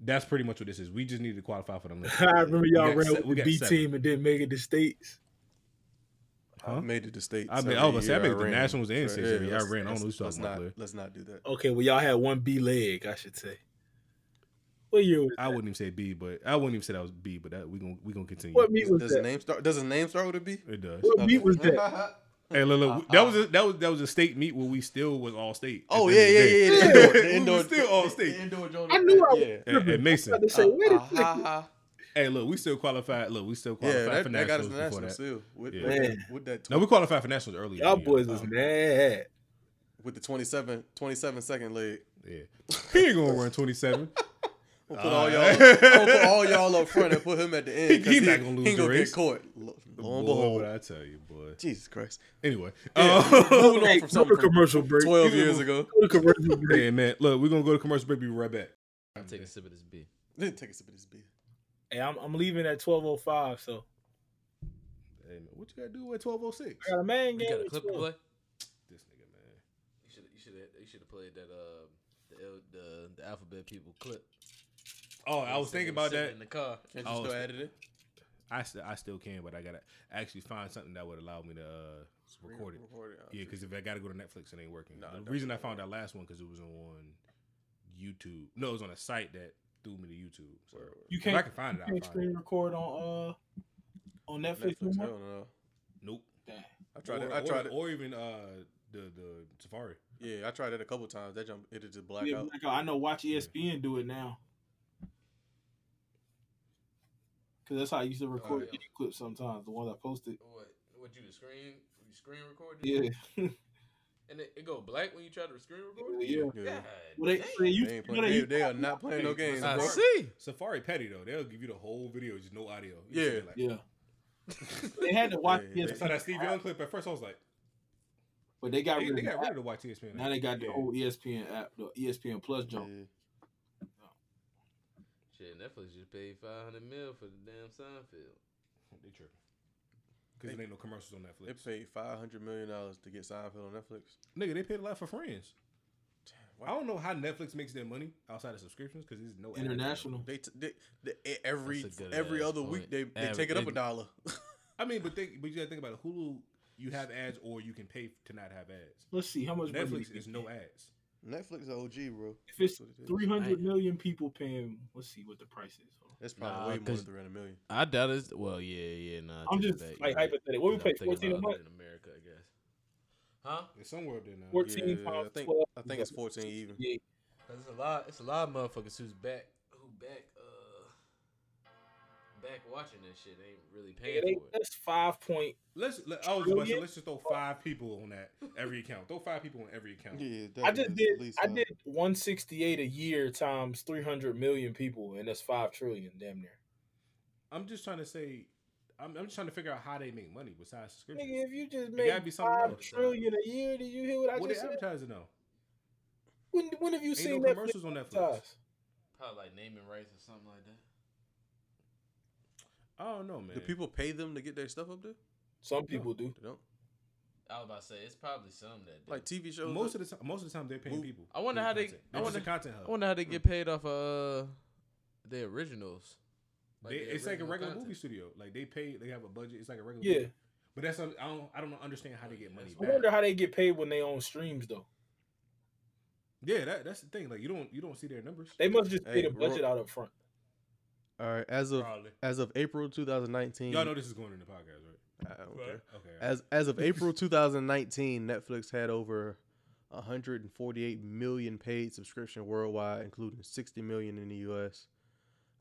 A: that's pretty much what this is. We just needed to qualify for the Olympics.
B: I remember y'all
A: got
B: ran
A: se-
B: with
A: we
B: the
A: got
B: B
A: seven.
B: team and didn't make it to states.
A: Huh?
C: I made it to states.
A: I made-
C: every
A: I was about to say, I
C: year
A: made the
C: ran.
A: nationals and
C: So,
A: states every year. I
C: let's-
A: ran. I don't
C: let's-
A: know who's talking
C: let's
A: about,
C: not-
A: player.
C: Let's not do that.
B: Okay, well y'all had one B leg, I should say. What year was
A: I wouldn't even say B, but I wouldn't even say that was B, but that we gonna we gonna continue.
B: what meet was
C: Does the
B: that?
C: name start? Does the name start with a B?
A: It does.
B: What meet was that?
A: Hey, look, look, that was a, that was that was a state meet where we still was all state. at
C: Uh, Oh
A: the end
C: yeah,
A: of the
C: yeah,
A: day.
C: yeah. The indoor,
A: We
C: the indoor
A: was still all state.
C: the indoor Jordan.
B: I knew I was
C: Yeah,
A: At, at Mason.
B: I was about to say, wait a second.
C: Aha.
A: Hey, look, we still qualified. Look, we still
C: yeah.
A: qualified for
C: That, that got us
A: nationals
C: the
A: before
C: national
A: that.
C: seal with,
A: Yeah.
C: with,
B: Man.
C: the- with that
A: No, we qualified for nationals earlier. Oh.
B: Y'all
A: yeah.
B: boys was mad.
C: with the 27, 27 second leg.
A: Yeah, he ain't gonna run twenty seven.
C: We'll put all y'all.
A: Alright.
C: we'll put all y'all up front and put him at the end.
A: Ah. He-
C: 'cause
A: he not gonna lose
C: he
A: the
C: gonna
A: race.
C: get caught. Lo, lo and
A: Boy,
C: behold.
A: what I tell you, boy.
C: Jesus Christ.
A: Anyway,
C: Yeah,
A: um,
C: moving on
B: Hey,
C: from
B: go to
C: something from
B: commercial break. Go
C: twelve years ago.
B: to commercial break.
A: yeah, man. Look, we're gonna go to commercial break. Be right back.
D: I'll take a sip of this beer.
C: Didn't take a sip of this beer.
B: Hey, I'm, I'm leaving at 12:05, so
A: Hey, man, what you gotta do at twelve oh six?
B: I got a man
D: You
B: game.
D: got a
B: at
D: clip to
B: 12.
D: play?
A: This nigga, man.
D: You should you should you should have played that uh the L, the the alphabet people clip.
A: Oh, I was thinking about that.
D: in the car.
C: Can't
A: Oh,
C: you still
A: it's-
C: add it in?
A: I still I still can, but I gotta actually find something that would allow me to uh, record it.
C: Record it. Oh,
A: Yeah, because if I gotta go to Netflix, it ain't working.
C: Nah,
A: the
C: don't
A: reason I
C: do
A: found that last one because it was on YouTube. No, it was on a site that threw me to YouTube. So
C: Word, word.
B: You
A: if
B: can't,
A: I can find it.
B: you
A: I'll
B: can't
A: find
B: screen
A: it.
B: record on uh on Netflix.
C: Netflix.
B: no
C: I
B: more?
C: don't know.
A: Nope.
B: Damn.
C: I tried
A: or,
C: it. I tried
A: or,
C: it.
A: Or even uh, the the Safari.
C: Yeah, I tried it a couple times. That jump, it just black
B: Yeah,
C: out.
B: blackout. I know Watch E ESPN do it now. Cause that's how I
C: Oh,
B: used to record
D: yeah.
B: any clips sometimes. The ones I posted.
D: What what you the screen you screen recorded?
B: Yeah,
D: And it, it go black when you try to screen record.
B: yeah.
C: Yeah.
B: Well, they, they, used-
C: They, ain't
B: you
C: playing,
B: know, they
C: they,
B: used-
C: they are not playing no games.
A: I
C: bro.
A: see.
D: see.
A: Safari petty though. They'll give you the whole video, just no audio.
C: Yeah.
A: You're like-
B: yeah. They had to watch E
C: Yeah,
A: I saw
B: ESPN,
A: that Steve Young clip. At first, I was like,
B: but they got
A: they,
B: rid
A: they
B: of
A: got
B: that.
A: rid of the YTSPN.
B: Now they got the
A: Yeah.
B: whole ESPN app, the E ESPN Plus jump.
C: Yeah.
D: Shit, Netflix just paid five hundred mil for the damn Seinfeld.
A: They tripping. Because there ain't no commercials on Netflix.
C: They paid five hundred million dollars to get Seinfeld on Netflix.
A: Nigga, they paid a lot for Friends. I don't know how Netflix makes their money outside of subscriptions because there's no ad.
B: International.
C: They, t- they, they e- every
D: That's a good
C: every
D: ass
C: other
D: point.
C: week they, they
D: Every-
C: take it up a
D: it-
C: dollar.
A: I mean, but think, but you gotta think about it. Hulu, you have ads, or you can pay to not have ads.
B: Let's see how much money
A: Netflix
B: they
A: is
B: get.
A: no ads.
C: Netflix is OG, bro.
B: If it's
C: That's what it is.
B: three
D: Damn.
B: hundred million people paying, let's see what the price is. Hold on.
C: That's
D: Nah,
C: probably way more than
D: 'cause-
C: three hundred million.
D: I doubt it's well, yeah, yeah, nah.
B: I'm just like hypothetical. What we pay fourteen a month?
D: in America, I guess. Huh?
A: It's somewhere up there now.
B: Fourteen
C: Yeah, I
B: times
C: think
B: twelve.
C: I think it's fourteen even.
B: Yeah,
D: There's a lot. It's a lot of motherfuckers who's back, who back, uh, back watching this shit. Ain't really
B: Yeah,
D: paying
B: they,
D: for it.
B: that's five point.
A: Let's. Let, I was about to say,
B: Trillion?
A: let's just throw five people on that every account. Throw five people on every account.
C: Yeah,
B: I just did. I did one sixty eight a year times three hundred million people, and that's five trillion, damn near.
A: I'm just trying to say. I'm, I'm just trying to figure out how they make money besides subscriptions.
B: Nigga, if you just
A: gotta be
B: made
A: something
B: five
A: else.
B: trillion a year, did you hear what I
A: what
B: just
A: they
B: said?
A: advertising though?
B: When, when have you
A: Ain't
B: seen
A: no
B: that?
A: commercials on Netflix.
B: advertised?
D: Probably like naming rights or something like that.
A: I don't know, man.
C: Do people pay them to get their stuff up there?
B: Some people do.
C: They don't.
D: I was about to say it's probably some that do.
C: Like TV shows.
A: most of the time, most of the time they're paying
C: Who-
A: people.
D: I wonder
A: Through
D: how they-
A: content.
D: I
A: They're just
D: wonder-
A: a content hub.
D: I wonder how they
B: mm.
D: get paid off uh their originals.
A: They, it's like a
D: original
A: regular
D: content.
A: movie studio. Like they pay, they have a budget. It's like a regular.
B: Yeah.
A: movie. But that's I don't I don't understand how they get money
B: I
A: back.
B: wonder how they get paid when they own streams though.
A: yeah, that, that's the thing. Like you don't you don't see their numbers.
B: They must just
C: Hey,
B: pay the budget out up front.
C: all right, as of
A: Probably.
C: as of April 2019.
A: Y'all know this is going in the podcast, right?
C: I don't care.
A: Okay.
C: As as of April 2019, Netflix had over 148 million paid subscription worldwide, including 60 million in the U.S.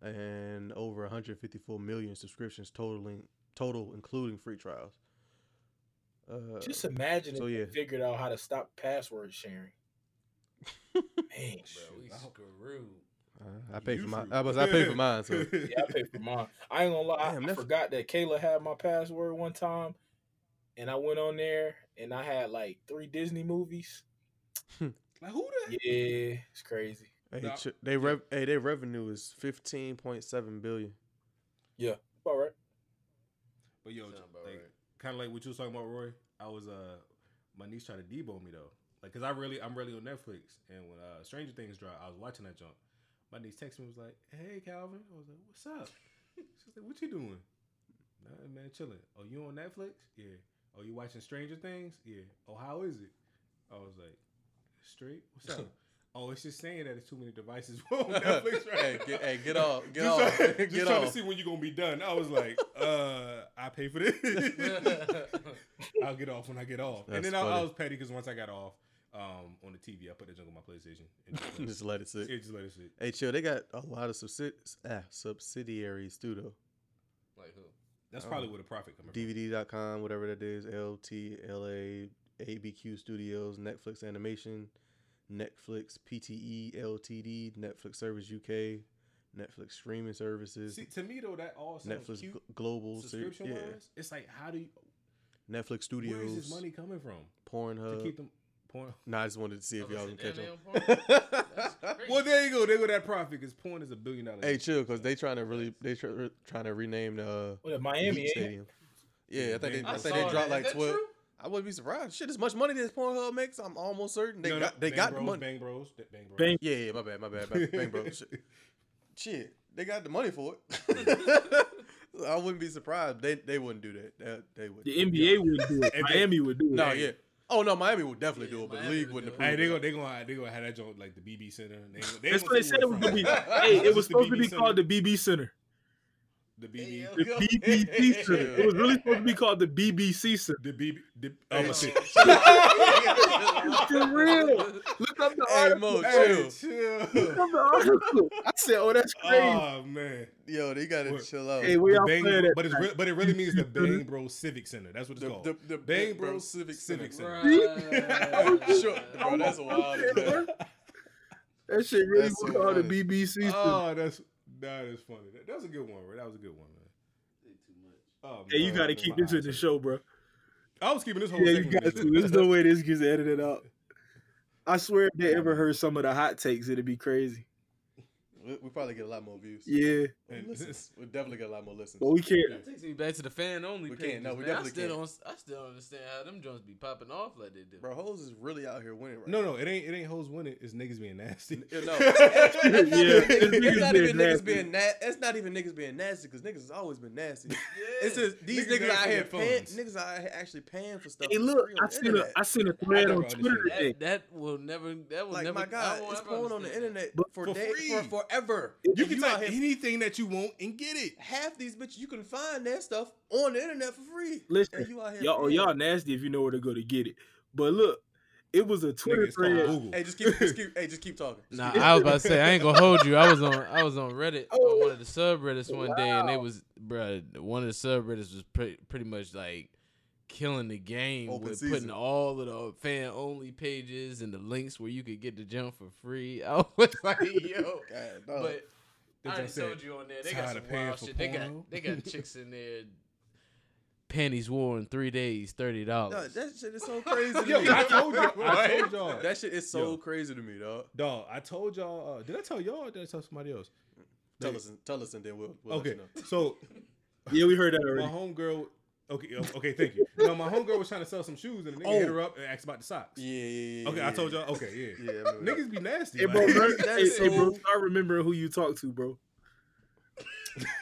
C: and over 154 million subscriptions totaling total, including free trials. Uh,
B: Just imagine
C: so
B: if
C: yeah.
B: they figured out how to stop password sharing. Man,
D: Bro, we
A: Shoot, I hope-
C: I-
D: screwed.
C: I paid for
A: You
C: mine.
A: screwed.
C: I, was, I paid for mine. So
B: yeah, I paid for mine. I ain't gonna lie, I-
C: Damn,
B: I
C: that's-
B: forgot that Kayla had my password one time, and I went on there and I had like three Disney movies.
A: like who the
B: Yeah, it's crazy.
C: hey,
A: Nah.
C: ch- they rev- hey, their revenue is 15.7 billion.
B: All right,
A: But yo,
D: Sound about
A: like,
D: right.
A: kind of like what you was talking about, Roy. I was uh, my niece tried to debo me though, like because I really I'm really on Netflix, and when uh, Stranger Things dropped, I was watching that junk. My niece texted me was like, "Hey Calvin," I was like, "What's up?" She's like, "What you doing?" Nah, man, chilling. Oh, you on Netflix? Yeah. Oh, you watching Stranger Things? Yeah. Oh, how is it? I was like, "Straight." What's up? oh, it's just saying that it's too many devices on Netflix right
C: hey, get, hey, get off, get
A: just
C: off,
A: trying, just
C: get
A: trying
C: off.
A: to see when you're gonna be done. I was like, uh, I pay for this. I'll get off when I get off. and
C: That's
A: then I, I
C: funny.
A: was petty because once I got off um, on the TV, I put the junk on my PlayStation. And just let it,
C: Just let it sit.
A: it just let it sit.
C: Hey, chill. They got a lot of subsidi- ah, subsidiaries too, though.
D: Like who?
A: That's probably where the profit comes from.
C: DVD.com, whatever that is, LTLA, ABQ Studios, Netflix Animation, Netflix E, PTE LTD, Netflix Service UK, Netflix Streaming Services,
A: See, to me though, that all sounds
C: Netflix
A: cute.
C: Gl- Global, ser-
A: Subscription
C: yeah,
A: wise, it's like, how do you?
C: Netflix Studios, Uh,
A: Where is this money coming from to
C: Pornhub.
A: keep them? Porn.
C: nah, I just wanted to see if
D: Oh,
C: y'all
D: they
C: can catch
D: said
C: on.
D: that on porn? That's crazy.
A: Well, there you go. There go that profit because porn is a billion dollar.
C: Hey, chill, cause they
D: Oh.
C: trying to really they try, trying to rename the uh,
B: What at
C: Heat
B: Miami? eh? ain't it?
C: Stadium. Yeah, I think they,
A: I
C: I think
D: saw
C: they
D: that.
C: dropped
D: Is
C: like
D: that
C: twelve.
D: true?
C: I wouldn't be surprised. Shit, as much money as Pornhub makes, I'm almost certain they
A: No, no,
C: got they
A: Bang
C: got
A: bros,
C: the money.
A: Bang Bros. that- Bang Bros.
B: Bang.
C: Yeah, yeah, my bad, my bad, my bad. Bang bro. Shit. Shit, they got the money for it. I wouldn't be surprised. They they wouldn't do that. That they would.
B: The NBA would do it. Miami would do it.
C: No, yeah. Oh no, Miami would definitely do
D: Yeah,
C: it, but the
D: Miami
C: league
D: would
C: wouldn't
D: do it.
A: Hey,
C: approve.
A: they
C: it.
A: gonna they gonna they gonna have that joint like the BB Center. They, gonna- they
B: That's
A: gonna
B: what they
A: see
B: said it
A: where
B: was
A: it's
B: gonna
A: from.
B: be. Hey, it was
A: Just the
B: supposed to
A: BB
B: be called the
A: Center.
B: BB Center.
A: the BB.
D: Hey, yo.
B: The BBC Center. It was really supposed to be called the BBC Center.
A: The BB. The,
C: Hey,
A: I'ma see.
B: For real. Look up the
C: Hey,
B: article.
C: Mo,
A: Hey,
C: chill.
A: chill.
B: Look up the article. I said, oh, that's crazy.
A: Oh man,
C: Yo, they gotta
A: What?
C: chill out.
B: hey, where
A: The
B: y'all
A: Bang,
B: playing
A: Bro-
B: at?
A: but it's re- but it really means the Bang Bro Civic Center. That's what it's
C: The-
A: called.
C: the- the
A: Bang
C: Bang Bro
A: Bro
C: Civic
A: Civic Center.
D: Right.
C: Sure, bro, that's
B: Oh,
C: wild. as hell.
B: that shit really
C: That's
B: was
C: so
B: called the
C: funny.
B: BBC Center.
A: Oh, that's that is funny. That, that was a good one, right? That was a good one, man. Oh,
B: hey, you
A: man,
B: got
A: man,
B: to keep
A: my
B: this in
A: eyes
B: the
A: hurt.
B: show, bro.
A: I was keeping this whole
B: Yeah, you
A: segment.
B: got to.
A: in.
B: There's no way this gets edited out. I swear, if they ever heard some of the hot takes, it'd be crazy.
C: We we probably get a lot more views.
B: Yeah,
C: And listens. We definitely get a lot more listens.
B: but we can't.
D: That takes me back to the fan only.
C: We can't. No,
D: pages,
C: we
D: man.
C: definitely
D: I still
C: can't.
D: Don't, I still don't understand how them drones be popping off like they do.
C: Bro, hoes is really out here winning right
A: No,
C: now.
A: no, it ain't. It ain't hoes winning. It's niggas being nasty.
C: Yeah, no.
B: niggas
C: it's not
B: being
C: even
B: nasty.
C: niggas being na- It's not even niggas being nasty because niggas has always been nasty. It's just these
A: Niggas
C: niggas,
A: ask
C: out
A: for
C: here
A: their
C: paying.
A: phones.
C: Niggas out here actually paying for stuff.
B: Hey,
C: for
B: look,
C: free
B: I
C: the
B: seen a
C: internet.
B: I seen a thread
A: never
B: on
A: understood
B: Twitter
A: that.
B: today.
D: that, that will never. That will
C: Like
D: never.
C: my
D: I
C: God,
D: won't
C: it's
D: ever
C: porn on the
D: understand that.
C: internet
B: But
C: for,
A: for
C: day,
A: free.
C: for forever.
A: You can
C: out
A: type
C: here-
A: anything that you want and get it.
C: half these bitches. You can find their stuff on the internet for free.
B: Listen,
C: And you out here
B: y'all, oh,
C: paying.
B: y'all nasty if you know where to go to get it. But look, it was a
A: Nigga,
B: Twitter
A: it's called
B: thread.
A: Google.
C: Hey, just keep, just keep, hey, just keep talking.
D: Nah, I was about to say I ain't gonna hold you. I was on I was on Reddit
C: Oh.
D: on one of the subreddits one day, and they was bro. One of the subreddits was pretty pretty much like killing the game
C: Open
D: with
C: season.
D: putting all of the fan only pages and the links where you could get the jump for free. I was like, yo,
C: God, dog.
D: but I already
A: said,
D: told you on there. They
A: "Tired
D: got some
A: of paying
D: wild
A: for
D: shit. They
A: porno."
D: got they got chicks in there. Panties wore in three days, thirty
C: Dog,
D: dollars.
C: that shit is so crazy. to
A: Yo,
C: me.
A: I told you. I told y'all.
C: That shit is so
A: Yo.
C: crazy to me, dog.
A: Dog, I told y'all. Uh, did I tell y'all or did I tell somebody else?
C: Tell
A: Nigga.
C: us, tell us, and then we'll, we'll
A: Okay,
C: let you know.
A: so
B: Yeah, we heard that
A: my
B: already.
A: homegirl. Okay, oh, okay, thank you. No, my homegirl was trying to sell some shoes and the nigga hit
C: Oh.
A: her up and asked about the socks.
C: Yeah, yeah, yeah.
A: okay,
C: yeah,
A: I told
C: yeah.
A: y'all. Okay, yeah.
C: Yeah, I remember that.
A: Niggas be nasty.
B: Hey, bro,
A: like-
B: learn-
C: That
B: hey,
C: is
B: hey, bro,
C: so-
B: start remembering who you talk to, bro.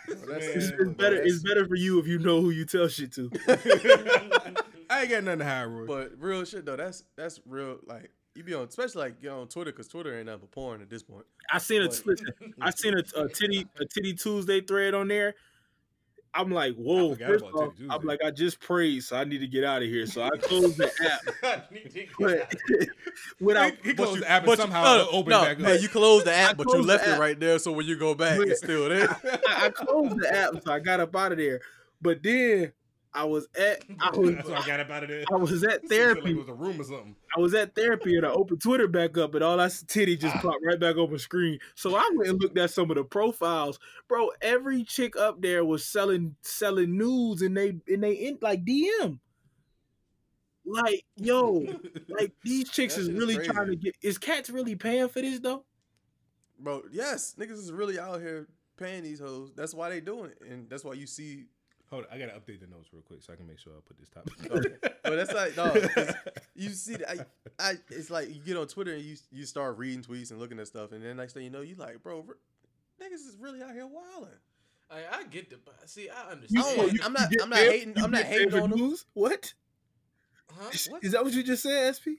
C: That's-
B: It's,
A: Man,
B: it's
A: look,
B: better.
C: that's-
B: It's better for you if you know who you tell shit to.
A: I ain't got nothing to hide, Roy.
C: But real shit though, that's that's real. Like you be on, especially like you on Twitter, cause Twitter ain't nothing but porn at this point.
B: I seen a
C: But-
B: listen, I seen a, a titty a titty Tuesday thread on there. I'm like, whoa!
A: forgot
B: First
A: about
B: off,
A: Titty
B: I'm
A: Tuesday.
B: like, I just prayed, so I need to get out of here. So I closed the app. But when I
A: he
C: But
A: closed
C: you-
A: the app and
C: but you-
A: somehow
C: no, no,
A: opened
C: no,
A: back
C: Hey,
A: up.
C: you closed the app, but you
B: closed the
C: left it
B: app.
C: right there. So when you go back,
B: But-
C: it's still there.
B: I closed the app, so I got up out of there. But then I was at I was
A: That's what I got about it.
B: I was at
A: Like it
B: therapy.
A: was a room or something.
B: I was at therapy and I opened Twitter back up and all that titty
C: Ah.
B: just popped right back open screen. So I went and looked at some of the profiles. Bro, every chick up there was selling selling nudes and they and they in like DM. Like, yo, like these chicks
C: That
B: is
C: shit is
B: really
C: crazy.
B: trying to get is cats really paying for this though?
C: Bro, yes, niggas is really out here paying these hoes. That's why they doing it, and that's why you see
A: Hold on, I gotta update the notes real quick so I can make sure I put this topic.
C: But that's like no. it's- You see, I, I, it's like you get on Twitter and you you start reading tweets and looking at stuff, and then next thing you know, you like, bro, r- niggas is really out here wilding.
D: I, I get the see. I
B: You-
D: understand.
C: Oh,
B: you-
C: I'm not-
B: you
C: I'm not
B: get
C: hating-
B: fav-
C: I'm
B: you
C: not
B: get
C: hating
B: favorite
C: on 'em.
B: news? What?
D: huh?
B: Is
D: What?
B: that what you just said, SP?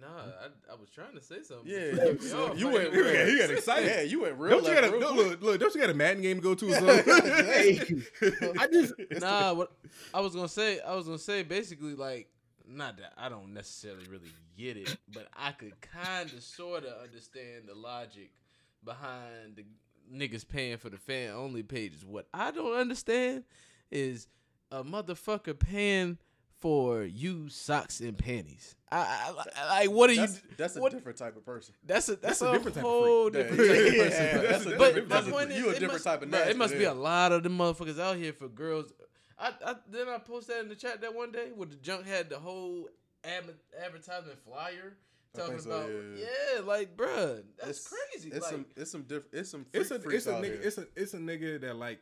D: Nah, I, I was trying to say something.
C: Yeah,
D: but you
C: you,
D: cut me off
C: you
D: like
C: went
D: it was-
A: real. He got excited.
C: Yeah, you went real.
A: don't you
C: left
A: got a
C: real
A: no,
C: quick.
A: look, look, don't you got a Madden game to go to? or
C: Hey.
A: something?
B: I just
D: Nah, what I was gonna say, I was gonna say basically like not that I don't necessarily really get it, but I could kind of sort of understand the logic behind the niggas paying for the fan only pages. What I don't understand is a motherfucker paying for you socks and panties. I, I, I like what are
C: That's,
D: you?
C: that's a
D: what,
C: different type of person.
D: That's a that's,
A: a
D: a,
A: different type of
D: whole
C: Yeah,
D: different.
C: yeah,
D: type of
C: yeah,
D: person.
C: that's a
D: But
C: different
D: my
C: type of-
D: point is,
C: you a
D: it
C: different
D: must,
C: type of
D: bruh,
C: nasty,
D: It must be
C: yeah.
D: a lot of the motherfuckers out here for girls. I, I then I posted that in the chat that one day where the junk had the whole ad, advertisement flyer
C: I
D: talking
C: think so,
D: about
C: yeah,
D: yeah, like bruh, that's crazy.
C: It's
D: like,
C: some it's some different it's some freak
A: it's a
C: freaks
A: it's a
C: out
A: nigga
C: here.
A: it's a it's a nigga that like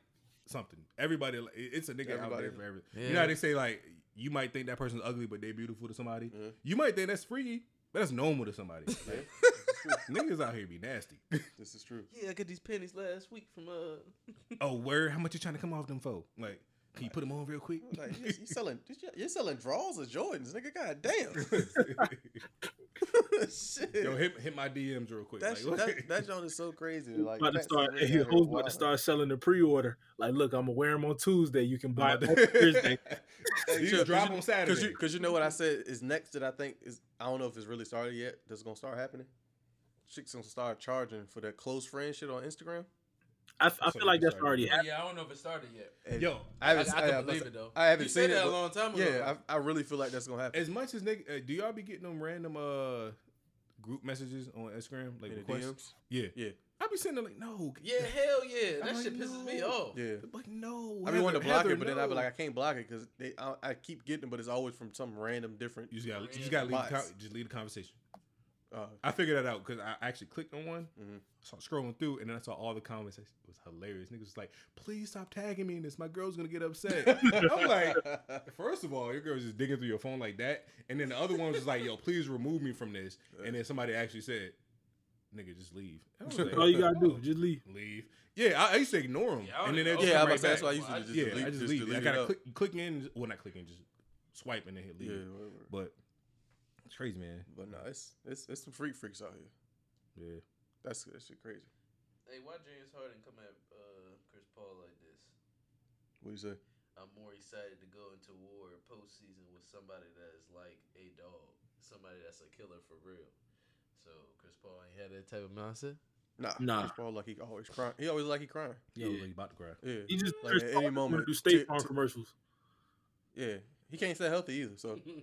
A: something. Everybody li- it's a nigga out
C: Everybody.
A: there for everything. You know
D: Yeah.
A: how they say like you might think that person's ugly but they beautiful to somebody.
C: Yeah.
A: You might think that's freaky, but that's normal to somebody.
C: Yeah,
A: Like, niggas out here be nasty.
C: this is true.
D: yeah, I got these panties last week from uh.
A: oh, where? How much you trying to come off them for? Like, can you put them on real quick?
C: Like you you selling you're selling draws or Jordans, nigga. God damn.
A: Yo,
C: Shit.
A: hit hit my DMs real quick.
C: that,
A: like,
C: shit- that, that joint is so crazy. Like
B: about to
C: that's
B: start.
C: really
B: Hey,
C: out here
B: Ho's about to
C: wild.
B: start selling the pre-order. Like, look, I'm gonna wear them on Tuesday. You can buy
A: About
B: them
A: to-
B: on Thursday.
C: Hey,
A: You
C: chill,
A: can drop
C: you-
A: on Saturday.
C: Cause you, cause you know what I said is next that I think is I don't know if it's really started yet. That's gonna start happening. Chicks gonna start charging for that close friend shit on Instagram.
B: I, I
A: So
B: feel like
A: you
B: that's
A: started.
B: already happened.
D: Yeah, I don't know if it started yet.
C: Hey,
A: Yo,
C: I
D: I, I,
C: haven't, I,
D: can
C: I-
D: believe it though.
C: I haven't
D: You
C: seen
D: said
C: it.
D: that a
C: but-
D: long time ago.
C: yeah, I, I really feel like that's gonna happen.
A: as much as nigga, uh, do y'all be getting them random uh group messages on Instagram like
C: In the
A: requests?
C: DMs?
A: Yeah,
C: Yeah.
A: I be sending like no,
D: yeah, hell yeah, that
A: I'm
D: shit
A: like,
D: pisses me
A: no.
D: off.
C: Yeah.
A: like no.
C: I be wanting to block
A: Heather,
C: it, but then I be
A: no.
C: like, I can't block it because they I, I keep getting, them, but it's always from some random different.
A: you just gotta, you
D: Yeah.
A: just gotta leave, the
C: Bots.
A: con- just leave the conversation.
C: Uh,
A: I figured that out because I actually clicked on one,
C: Mhm.
A: saw scrolling through, and then I saw all the comments. It was hilarious. Niggas was like, "Please stop tagging me in this. My girl's gonna get upset."
C: Uh,
A: I'm like, first of all, your girl's just digging through your phone like that, and then the other one was just like, "Yo, please remove me from this." And then somebody actually said, "Nigga, just leave." And I was like,
B: All you gotta do,
A: "Oh,
B: just leave.
A: leave. Yeah, I, I used to ignore them,
D: Yeah, I don't
A: and then
D: even
A: they
D: know.
A: just
C: yeah,
A: come
C: I'm about to
A: right
C: say,
A: back.
C: that's why I used to
D: Well,
C: just,
A: yeah,
C: delete,
A: I just, leave.
C: delete
A: I
C: it
A: gotta
C: up.
A: click, click in. Well, not click in, just swipe and then hit
C: Yeah,
A: leave.
C: whatever.
A: But it's crazy, man.
C: but no, it's it's it's some freak freaks out here.
A: Yeah.
C: That's that shit crazy.
D: Hey, why James Harden come at uh, Chris Paul like this?
C: What do you say?
D: I'm more excited to go into war postseason with somebody that is like a dog, somebody that's a killer for real. So Chris Paul ain't had that type of mindset.
C: Nah,
B: Nah.
C: Chris Paul like he always crying. He always like he crying.
A: Yo,
D: Yeah.
A: like, about to cry.
C: Yeah,
B: He just
C: Like,
B: Chris
C: at
B: Paul
C: any
B: is gonna
C: moment,
B: do
C: t-
B: State Farm
C: t-
B: commercials.
C: yeah. He can't stay healthy either. So
D: yeah,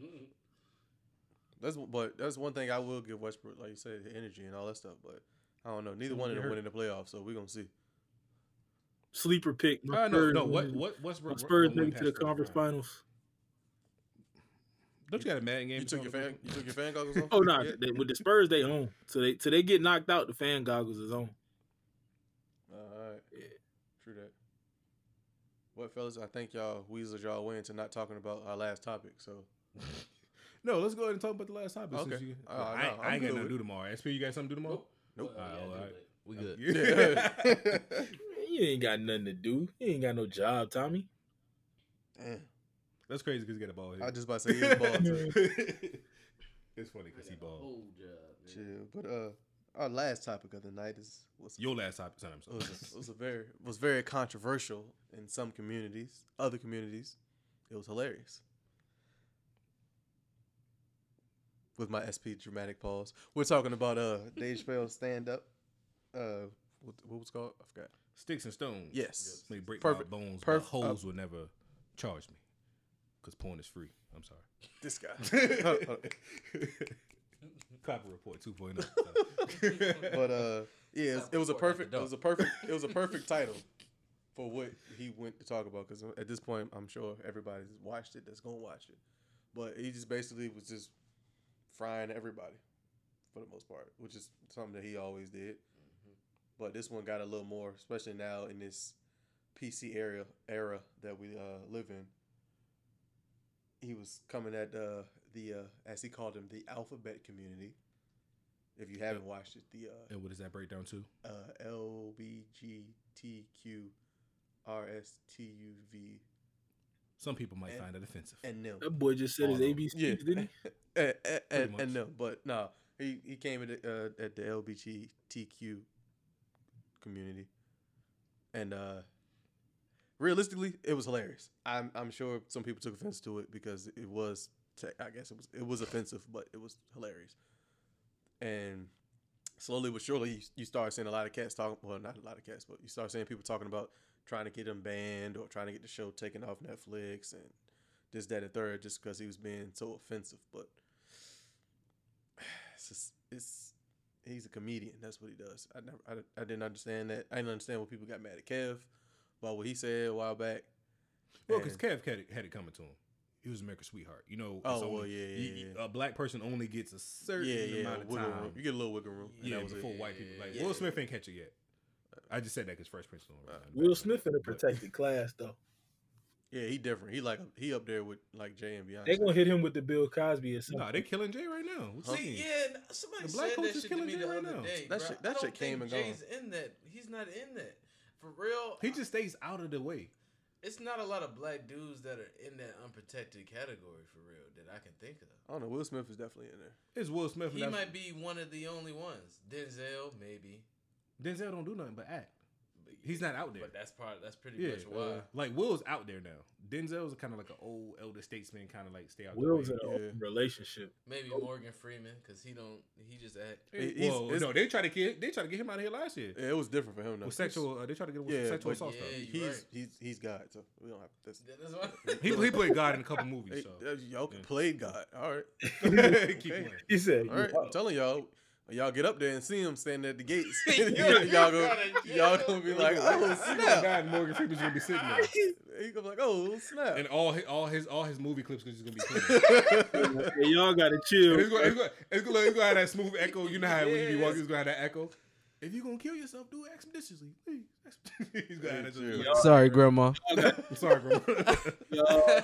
C: that's but that's one thing I will give Westbrook. Like you said, his energy and all that stuff. But I don't know. Neither
A: He
C: one of
A: get
C: them
A: hurt.
C: winning the playoffs, so we're gonna see.
B: Sleeper pick. My
A: Uh, no,
B: Spurs
A: no. What?
B: win.
A: What?
B: My
A: Westbrook?
B: Spurs
A: went
B: make it to the
A: past first
B: conference
A: round.
B: finals.
A: Don't you got a Madden game?
C: You
A: or
C: took your
A: something?
C: fan. You took your fan goggles off.
B: Oh no,
C: Yeah.
B: they, with the Spurs they own. So they till they get knocked out, the fan goggles is on.
C: All right.
B: Yeah.
C: True that. Well, fellas, I think y'all weaseled y'all way into not talking about our last topic. So
A: No, let's go ahead and talk about the last topic.
C: Okay.
A: Since you,
C: Uh,
A: I, ain't-
C: no,
A: I
C: I'm
A: ain't got
C: good
A: nothing
C: with
A: to do tomorrow. SP, you got something to do tomorrow?
C: Nope.
A: All right, all right.
D: We
H: Uh,
D: good.
A: Yeah.
B: You ain't got nothing to do. You ain't got no job, Tommy.
C: Damn.
A: That's crazy because he got a ball
C: I
A: head.
C: just about to say he's bald. too.
A: it's funny because he bald.
C: Chill. But uh, our last topic of the night is was
A: Your last topic. Sorry, I'm
C: was
A: sorry.
C: a, was a very was very controversial in some communities, other communities. It was hilarious. With my SP dramatic pause, we're talking about uh Dave Chappelle's stand up. Uh, what, what was it called? I forgot.
A: Sticks and stones.
C: Yes.
A: May break
C: Perfect.
A: my bones,
C: Perf- uh,
A: but holes will never charge me. Because porn is free. I'm sorry.
C: This guy.
A: Copper report oh. 2.0.
C: but uh, yeah, it was, it was a
D: Before I
C: perfect. It
D: had
C: was a perfect. It was a perfect title for what he went to talk about. Because at this point, I'm sure everybody's watched it. That's gonna watch it. But he just basically was just frying everybody for the most part, which is something that he always did. But this one got a little more, especially now in this PC era era that we uh, live in, he was coming at uh, the uh, as he called him the alphabet community. If you haven't watched it, the uh,
A: And what does that break down to?
C: uh, L B G T Q R S T U V
A: Some people might
C: And-
A: find that offensive.
C: and them.
B: That boy just
A: Oh,
B: said his
C: All of them.
B: ABCs,
C: Yeah,
B: didn't he?
C: and, and, Eh, and,
A: much.
C: them, but no, he he came at the, uh, at the LBGTQ community, and uh, realistically, it was hilarious. I'm I'm sure some people took offense to it because it was te- I guess it was it was offensive, but it was hilarious. And slowly but surely, you, you start seeing a lot of cats talking. Well, not a lot of cats, but you start seeing people talking about trying to get them banned or trying to get the show taken off Netflix and this, that, and third, just because he was being so offensive. But it's, just, it's he's a comedian. That's what he does. I never, I, I didn't understand that. I didn't understand when people got mad at Kev about what he said a while back.
A: Well, because
C: And-
A: Kev had it, had it coming to him. He was America's sweetheart. You know, it's
C: Oh, well,
A: only-
C: yeah,
A: you-
C: yeah,
A: you-
C: yeah.
A: a black person only gets a certain
C: yeah, yeah,
A: amount of
C: wiggle
A: time.
C: room. You get a little wiggle room. and
A: Yeah,
C: that was it.
A: before white people. Like
C: yeah,
A: Will
C: yeah.
A: Smith ain't catch it yet. I just said that because Fresh Prince is on. Right now.
B: Will Smith in a protected class though.
C: Yeah, he different. He like he up there with like Jay and Beyonce.
B: They gonna hit him with the Bill Cosby or something.
A: Nah, they killing Jay right now. What you
C: Huh?
A: mean?
H: Yeah, n- somebody
A: The black
H: said
A: coach
H: that shit
A: is
H: to
A: killing
H: me
A: Jay
H: the
A: right
H: other
A: now.
H: day.
C: That
H: bruh.
C: shit-
H: I
C: that
H: don't
C: shit came
H: think
C: and
H: Jay's in that. He's not in that. For real,
A: He just stays out of the way.
H: it's not a lot of black dudes that are in that unprotected category for real that I can think of.
C: I don't know. Will Smith is definitely in there.
A: It's Will Smith.
H: He
A: and that's-
H: might be one of the only ones. Denzel, maybe.
A: Denzel don't do nothing but act.
H: But
A: He's not out there.
H: But that's part. That's pretty
A: yeah,
H: much why.
A: uh, like Will's out there now. Denzel's kind of like an old elder statesman, kind of like stay out.
B: Will's
A: the
B: in
A: way.
B: a open relationship.
H: maybe
A: oh.
H: Morgan Freeman, because he don't. He just act.
A: Hey,
C: He's-
A: well,
C: it's-
A: no, they tried to get they tried to get him out of here last year
C: Yeah, it was different for him though.
A: with sexual. Uh, they tried to get him with
C: Yeah,
A: sexual
C: but-
A: assault stuff.
H: Yeah, you
C: He's
H: right.
C: he's he's God, so we don't have this.
H: That's why.
A: He, he played God in a couple movies.
C: Hey,
A: So
C: uh, y'all can
A: yeah.
C: play God. All right.
A: keep
C: Okay.
A: playing.
B: He said,
C: All right,
B: "You
C: I'm telling y'all, when y'all get up there and see him standing at the gates.
H: Yo,
C: y'all gonna,
H: gotta-
C: y'all gonna be like, oh
A: He gonna
C: snap!
A: die and Morgan Freeman's gonna be sitting there,
C: You gonna be like, oh snap!
A: and all his, all his all his movie clips is just gonna be. playing.
B: up. Hey, y'all gotta chill.
A: And it's, gonna, it's, gonna, it's, gonna, it's gonna have that smooth echo. You know how when you be walking, it's gonna have that echo. If you're gonna kill yourself, do it expeditiously, please. He's gonna have that just-
C: Yeah.
D: Sorry, grandma.
A: I'm sorry, bro.
B: Y'all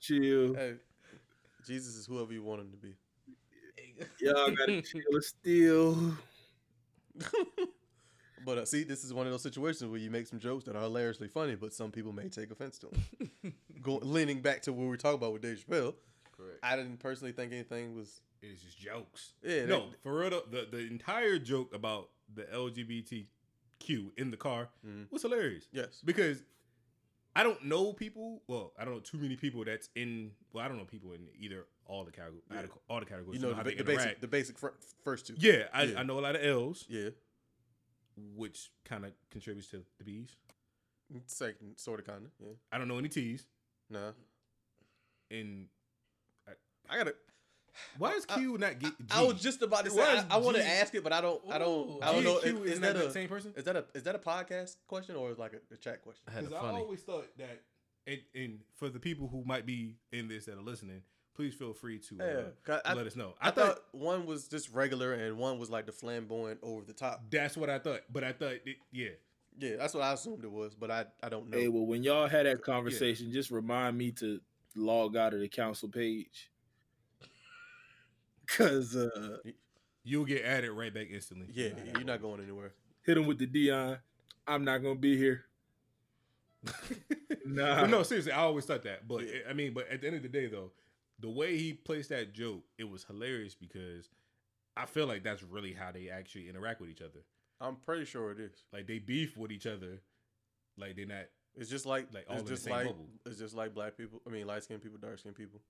B: chill.
C: Hey, Jesus is whoever you want him to be.
B: Y'all gotta chill. It's still
C: But uh, see, this is one of those situations where you make some jokes that are hilariously funny, but some people may take offense to them. Go, leaning back to what we were talking about with Dave Chappelle,
H: Correct.
C: I didn't personally think anything was.
A: it's just jokes.
C: Yeah,
A: no, for real, though, the, the entire joke about the LGBTQ in the car
C: Mhm.
A: was hilarious
C: Yes.
A: because I don't know people. Well, I don't know too many people that's in. Well, I don't know people in either all the category,
C: Yeah.
A: all the categories.
C: You know,
A: how
C: the,
A: they
C: the basic,
A: interact.
C: the basic fir- first two.
A: yeah, I,
C: Yeah.
A: I know a lot of L's,
C: Yeah.
A: which kind of contributes to the B's.
C: Second, sort of, kind of. Yeah.
A: I don't know any T's.
C: Nah.
A: And
C: I gotta.
A: why is
C: I-
A: Q not get? G?
C: I was just about to say.
A: Why
C: I,
A: is
C: I want
A: G-
C: to ask it, but I don't. I don't. I don't
A: G
C: know.
A: and Q
C: Is,
A: is,
C: is
A: not
C: that
A: the
C: a
A: same person?
C: is that a is that a podcast question or like a, a chat question?
D: I had a
A: Because I
D: funny.
A: always thought that, and, and for the people who might be in this that are listening, please feel free to uh,
C: Yeah, 'cause I,
A: let us know.
C: I, thought one was just regular and one was like the flamboyant over the top.
A: that's what I thought, but I thought, it, yeah,
C: Yeah, that's what I assumed it was, but I I don't know.
B: Hey, well, when y'all had that conversation, just remind me to log out of the council page. Cause uh,
A: you'll get added right back instantly.
C: yeah, you're not going anywhere.
B: hit him with the Dion. I'm not gonna be here. Nah.
A: But no, seriously, I always thought that. But
C: Yeah.
A: I mean, but at the end of the day, though, the way he placed that joke, it was hilarious because I feel like that's really how they actually interact with each other.
C: I'm pretty sure it is.
A: Like they beef with each other, like they're not
C: It's just like,
A: Like, all
C: it's
A: in the
C: just
A: same
C: like
A: bubble.
C: it's just like black people. I mean, light skinned people, dark skinned people,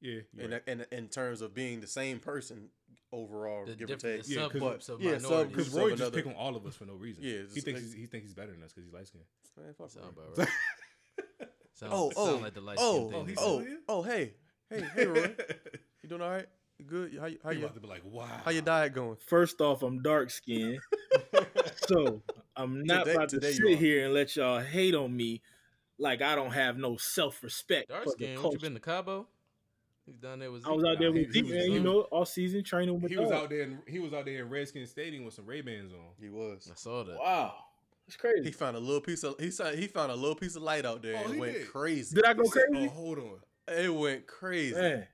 A: yeah. you're
C: and
A: right.
C: and in terms of being the same person overall,
H: The
C: give or
H: different
C: take.
A: Yeah, 'cause-
H: subgroups of
C: yeah,
H: minorities.
A: Because
C: subgroups
A: Roy
C: of
A: just
C: another-
A: pick on all of us for no reason.
C: Yeah,
A: he
C: just
A: thinks
C: like-
A: he's, he thinks he's better than us because he's light skinned.
C: Man, fuck
D: Sound
C: Roy.
D: about right. Sound,
C: Oh,
D: sound
C: oh,
D: like the light
C: oh,
D: skin thing.
A: he's
C: oh,
A: still here?
C: oh, hey, hey, hey, Roy, you doing all right? You Good. How you how
A: He
C: you
A: about to be like, wow.
C: how your diet going?
B: First off, I'm dark skinned. so I'm not
C: Today-
B: about to
C: today you
B: sit
C: are.
B: here and let y'all hate on me like I don't have no self respect.
H: Dark skin. What you been to Cabo? He's down there with.
B: I was
H: Zeke.
B: out there
A: Nah,
B: with
A: he-
B: Zeke,
A: he was
B: man, you
A: zooming.
B: know, all season training with
A: He was
B: us.
A: out there. In, he was out there in Redskins Stadium with some Ray Bans on.
C: He was.
D: I saw that.
B: Wow. It's crazy.
C: He found a little piece of he saw, he found a little piece of light out there
A: Oh,
C: and
A: he
C: went
A: did.
C: crazy.
B: Did I go
A: Oh,
B: crazy?
A: hold on.
C: It went crazy.
B: Man,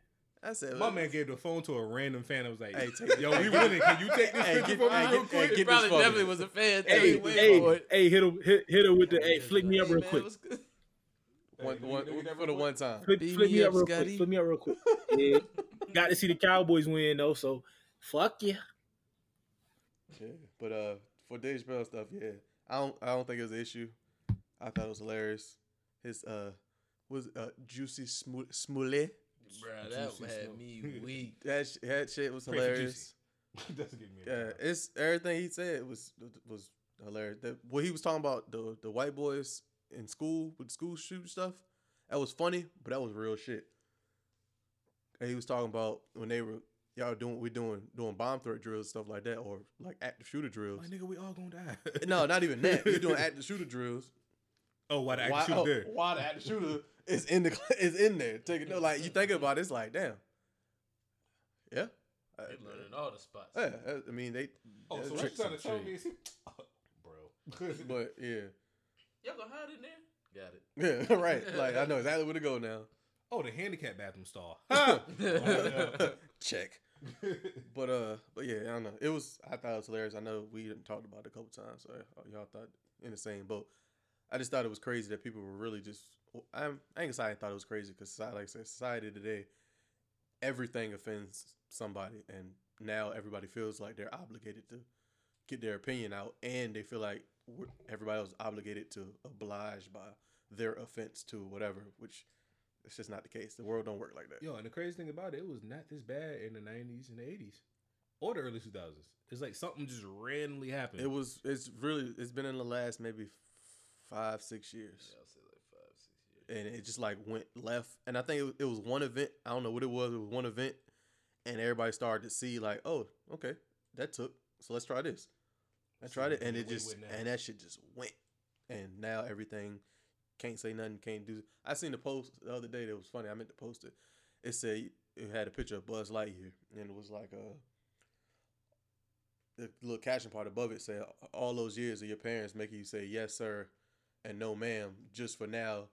C: I said,
A: My man gave the phone to a random fan. I was like,
C: Hey, take-
A: "Yo, we winning. Can you take this
C: Hey,
A: picture
C: get-
A: for me
C: hey,
A: real
C: get- hey,
A: quick?"
C: get-
D: He
C: this
D: probably
C: fucking-
D: definitely was a fan.
B: hey,
D: too.
B: hey, hey, hit him, hit, hit her with the hey, flick me up
H: Hey,
B: real
H: man,
B: quick.
H: what's good?
C: one,
A: Hey,
C: one,
A: did we get that
C: for the
A: real
C: one time.
B: Flip,
D: Beat
B: flip
D: me
B: me
D: up,
B: up real
D: Scotty.
B: quick. Flip me up real quick. Yeah. Got to see the Cowboys win though, so fuck yeah.
C: Yeah, but uh, for Dave Chappelle stuff, yeah, I don't, I don't think it was an issue. I thought it was hilarious. His uh, was uh, juicy Smoo- Smollett.
H: Bruh, that
A: Juicy
H: had
A: smoke.
H: me weak.
C: That sh- that shit was
A: Pray for
C: hilarious. Uh,
A: Doesn't give me. a
C: Yeah,
A: job.
C: it's everything he said was was hilarious. That what he was talking about the the white boys in school with school shoot stuff. That was funny, but that was real shit. And he was talking about when they were y'all doing we doing doing bomb threat drills stuff like that or like active shooter drills.
A: Like, nigga, we all gonna die.
C: No, not even that. You're doing active shooter drills.
A: Oh, why the
C: Why-
A: action
C: oh,
A: shoot there?
C: Why the active shooter is in the is in there? Taking no, like you thinking about it, it's like damn. Yeah. Uh,
H: They learning all the spots.
C: Yeah, uh, I mean they.
A: Oh,
C: that's
A: so what you
C: tricks
A: trying
C: in
A: to
C: the
A: tell
C: trade.
A: me is he, "Oh, bro?
C: But yeah,
H: Y'all gonna hide in there? Got it.
C: yeah, right. Like I know exactly where to go now.
A: oh, the handicap bathroom stall. Ha!
C: Check. But uh, but yeah, I don't know. It was I thought it was hilarious. I know we done talked about it a couple times, so uh, y'all thought in the same boat. I just thought it was crazy that people were really just. I'm I ain't excited. Thought it was crazy because like I said, society today, everything offends somebody, and now everybody feels like they're obligated to get their opinion out, and they feel like we're- everybody else is obligated to oblige by their offense to whatever, which it's just not the case. The world don't work like that.
A: Yo, and the crazy thing about it, it was not this bad in the '90s and the '80s, or the early 2000s. It's like something just randomly happened.
C: It was. It's really. It's been in the last maybe five, six years,
H: I'll say like five, six years.
C: and it just like went left. And I think it was, it was one event. I don't know what it was. It was one event, and everybody started to see like, oh, okay, that took. So let's try this. I
A: Let's see
C: tried it,
A: what-
C: and
A: what
C: it
A: we
C: just
A: with now.
C: and that shit just went. And now everything can't say nothing, can't do. I seen the post the other day that was funny. I meant to post it. It said it had a picture of Buzz Lightyear, and it was like a the little caption part above it said, "All those years of your parents making you say yes, sir, and no, ma'am, just for now,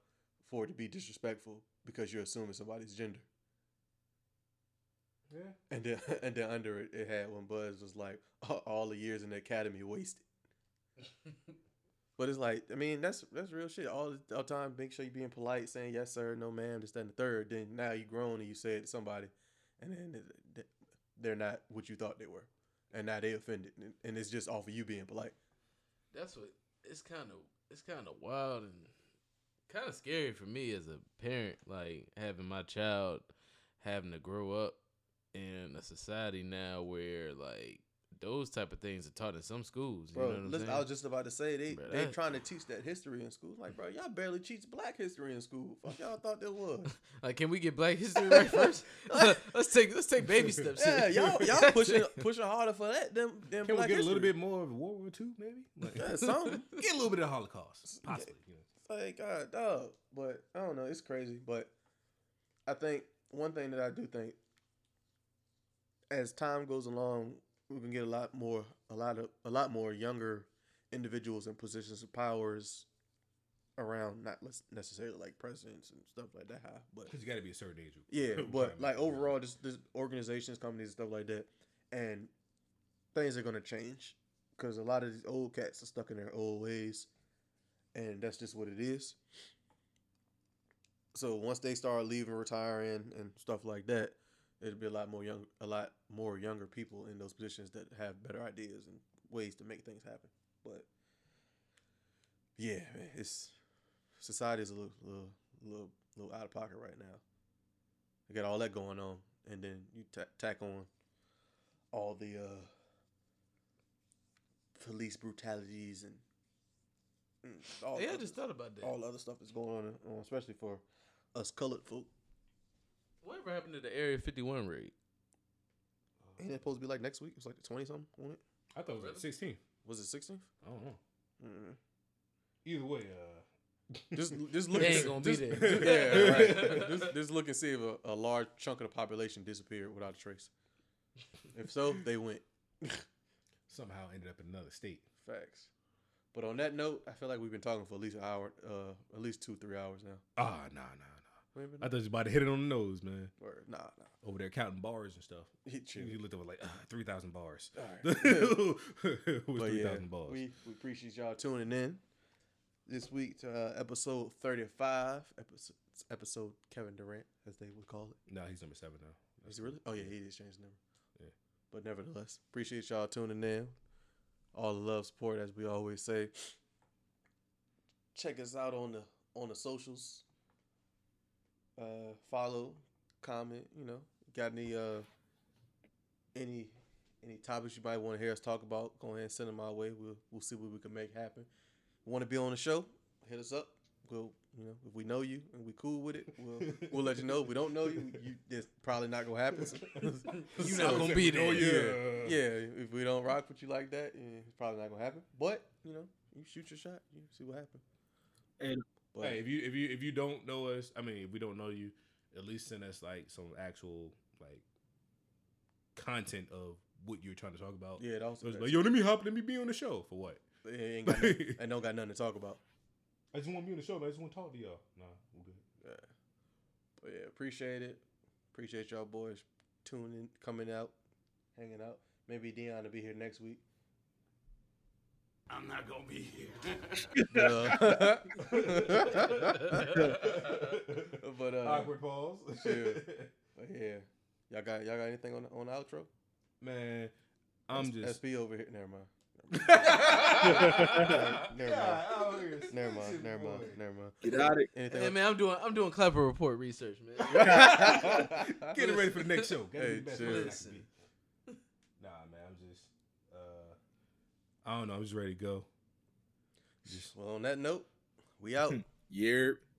C: for it to be disrespectful because you're assuming somebody's gender."
A: yeah.
C: And then and then under it, it had when Buzz was like, "All- "All the years in the academy wasted." But it's like, I mean, that's that's real shit. All the- all the time, make sure you're being polite, saying yes sir, no ma'am, this, that, and the third. Then now you grown and you say it to somebody, and then it- th- they're not what you thought they were, and now they offended, and, and it's just off of you being polite.
H: That's what it's kind of
D: it's kind of wild and kind of scary for me as a parent, like having my child having to grow up in a society now where like those type of things are taught in some schools. You
C: Bro,
D: know what I'm
C: listen,
D: saying?
C: I was just about to say they
D: Bro,
C: they
D: that-
C: trying to teach that history in school. Like, bro, y'all barely teach Black history in school. Fuck, y'all thought there was.
D: like, can we get Black History right first? let's take let's take baby steps.
C: yeah,
D: here.
C: y'all y'all pushing pushing harder for that than, than
A: Can we
C: Black
A: get a little
C: history.
A: bit more of World War II, maybe? Like,
C: Yeah, something.
A: Get a little bit of Holocaust, possibly. You know.
C: like God, dog. But I don't know. It's crazy. But I think one thing that I do think, as time goes along, we can get a lot more, a lot of, a lot more younger individuals in positions of powers around. Not less- necessarily like presidents and stuff like that, high, but
A: Because you got to be a certain age.
C: yeah, but
A: Retirement.
C: like overall, just this organizations, companies, stuff like that, and things are gonna change because a lot of these old cats are stuck in their old ways, and that's just what it is. So once they start leaving, retiring, and stuff like that, it'll be a lot more young, a lot more younger people in those positions that have better ideas and ways to make things happen. But yeah, man, it's society is a little, little, little, little out of pocket right now. I got all that going on, and then you ta tack on all the uh, police brutalities and, and all
H: yeah. I
C: other-
H: just thought about that.
C: all other stuff that's going on, uh, especially for us colored folk.
H: Uh-huh.
D: Whatever happened to the Area 51 raid?
C: Ain't it supposed to be like next week? It was like the twenty something, wasn't it?
A: I thought it was like 16.
C: Was it sixteenth?
A: I don't know. Either way, uh,
C: Just, just look.
D: They
C: and
D: ain't
C: see-
D: gonna be
C: just-
D: there.
C: yeah, right. just, just look and see if a, a large chunk of the population disappeared without a trace. If so, they went.
A: somehow ended up in another state.
C: Facts. But on that note, I feel like we've been talking for at least an hour, uh, at least two, three hours now.
A: Ah, nah, nah, nah.
C: We ain't been-
A: I thought you was about to hit it on the nose, man.
C: or- Nah, nah.
A: Over there counting bars and stuff.
C: He chill.
A: You looked up like uh, three thousand bars.
C: All right.
A: it was
C: But
A: three
C: yeah,
A: thousand bars.
C: We, we appreciate y'all tuning in this week to uh, episode 35, episode, episode Kevin Durant, as they would call it.
A: nah, he's number seven now.
C: Is it really? Oh, yeah, he did change the number.
A: Yeah.
C: But nevertheless, appreciate y'all tuning in. All the love, support, as we always say. Check us out on the on the socials. Uh, follow, comment. You know, got any uh, any any topics you might want to hear us talk about? Go ahead and send them our way. We'll we'll see what we can make happen. Want to be on the show? Hit us up. We'll you know if we know you and we cool with it, we'll we'll let you know. If we don't know you, you it's probably not gonna happen.
D: You not gonna be there.
C: Oh, Yeah. yeah, if we don't rock with you like that, yeah, it's probably not gonna happen. But you know, you shoot your shot, you see what happens.
B: And-
C: but,
A: Hey, if you if you if you don't know us, I mean, if we don't know you, at least send us like some actual like content of what you're trying to talk about.
C: yeah, that was
A: So it's like, yo, let me hop, let me be on the show for what?
C: it ain't got nothing, and don't got nothing to talk about.
A: I just want to be on the show, man. I just want to talk to y'all. Nah, we're good.
C: But yeah, appreciate it. Appreciate y'all boys tuning, coming out, hanging out. Maybe Dion will be here next week.
G: I'm not gonna be here.
C: Uh, but uh,
A: Awkward pause.
C: yeah. but yeah, y'all got y'all got anything on on the outro?
A: man, I'm just.
C: SP over here. Never mind. Never
A: mind.
C: mind. Never mind. Never mind. Never mind.
B: Get out of it.
C: Anything?
D: Hey
C: else?
D: man, I'm doing I'm doing Clapper report research, man.
A: Getting ready for the next show. Gotta
C: Hey,
A: be the best
C: chill.
A: person I can
H: Listen.
A: be. Nah, man, I'm just. Uh, I don't know. I'm just ready to go.
C: well, on that note, we out.
B: Yerp.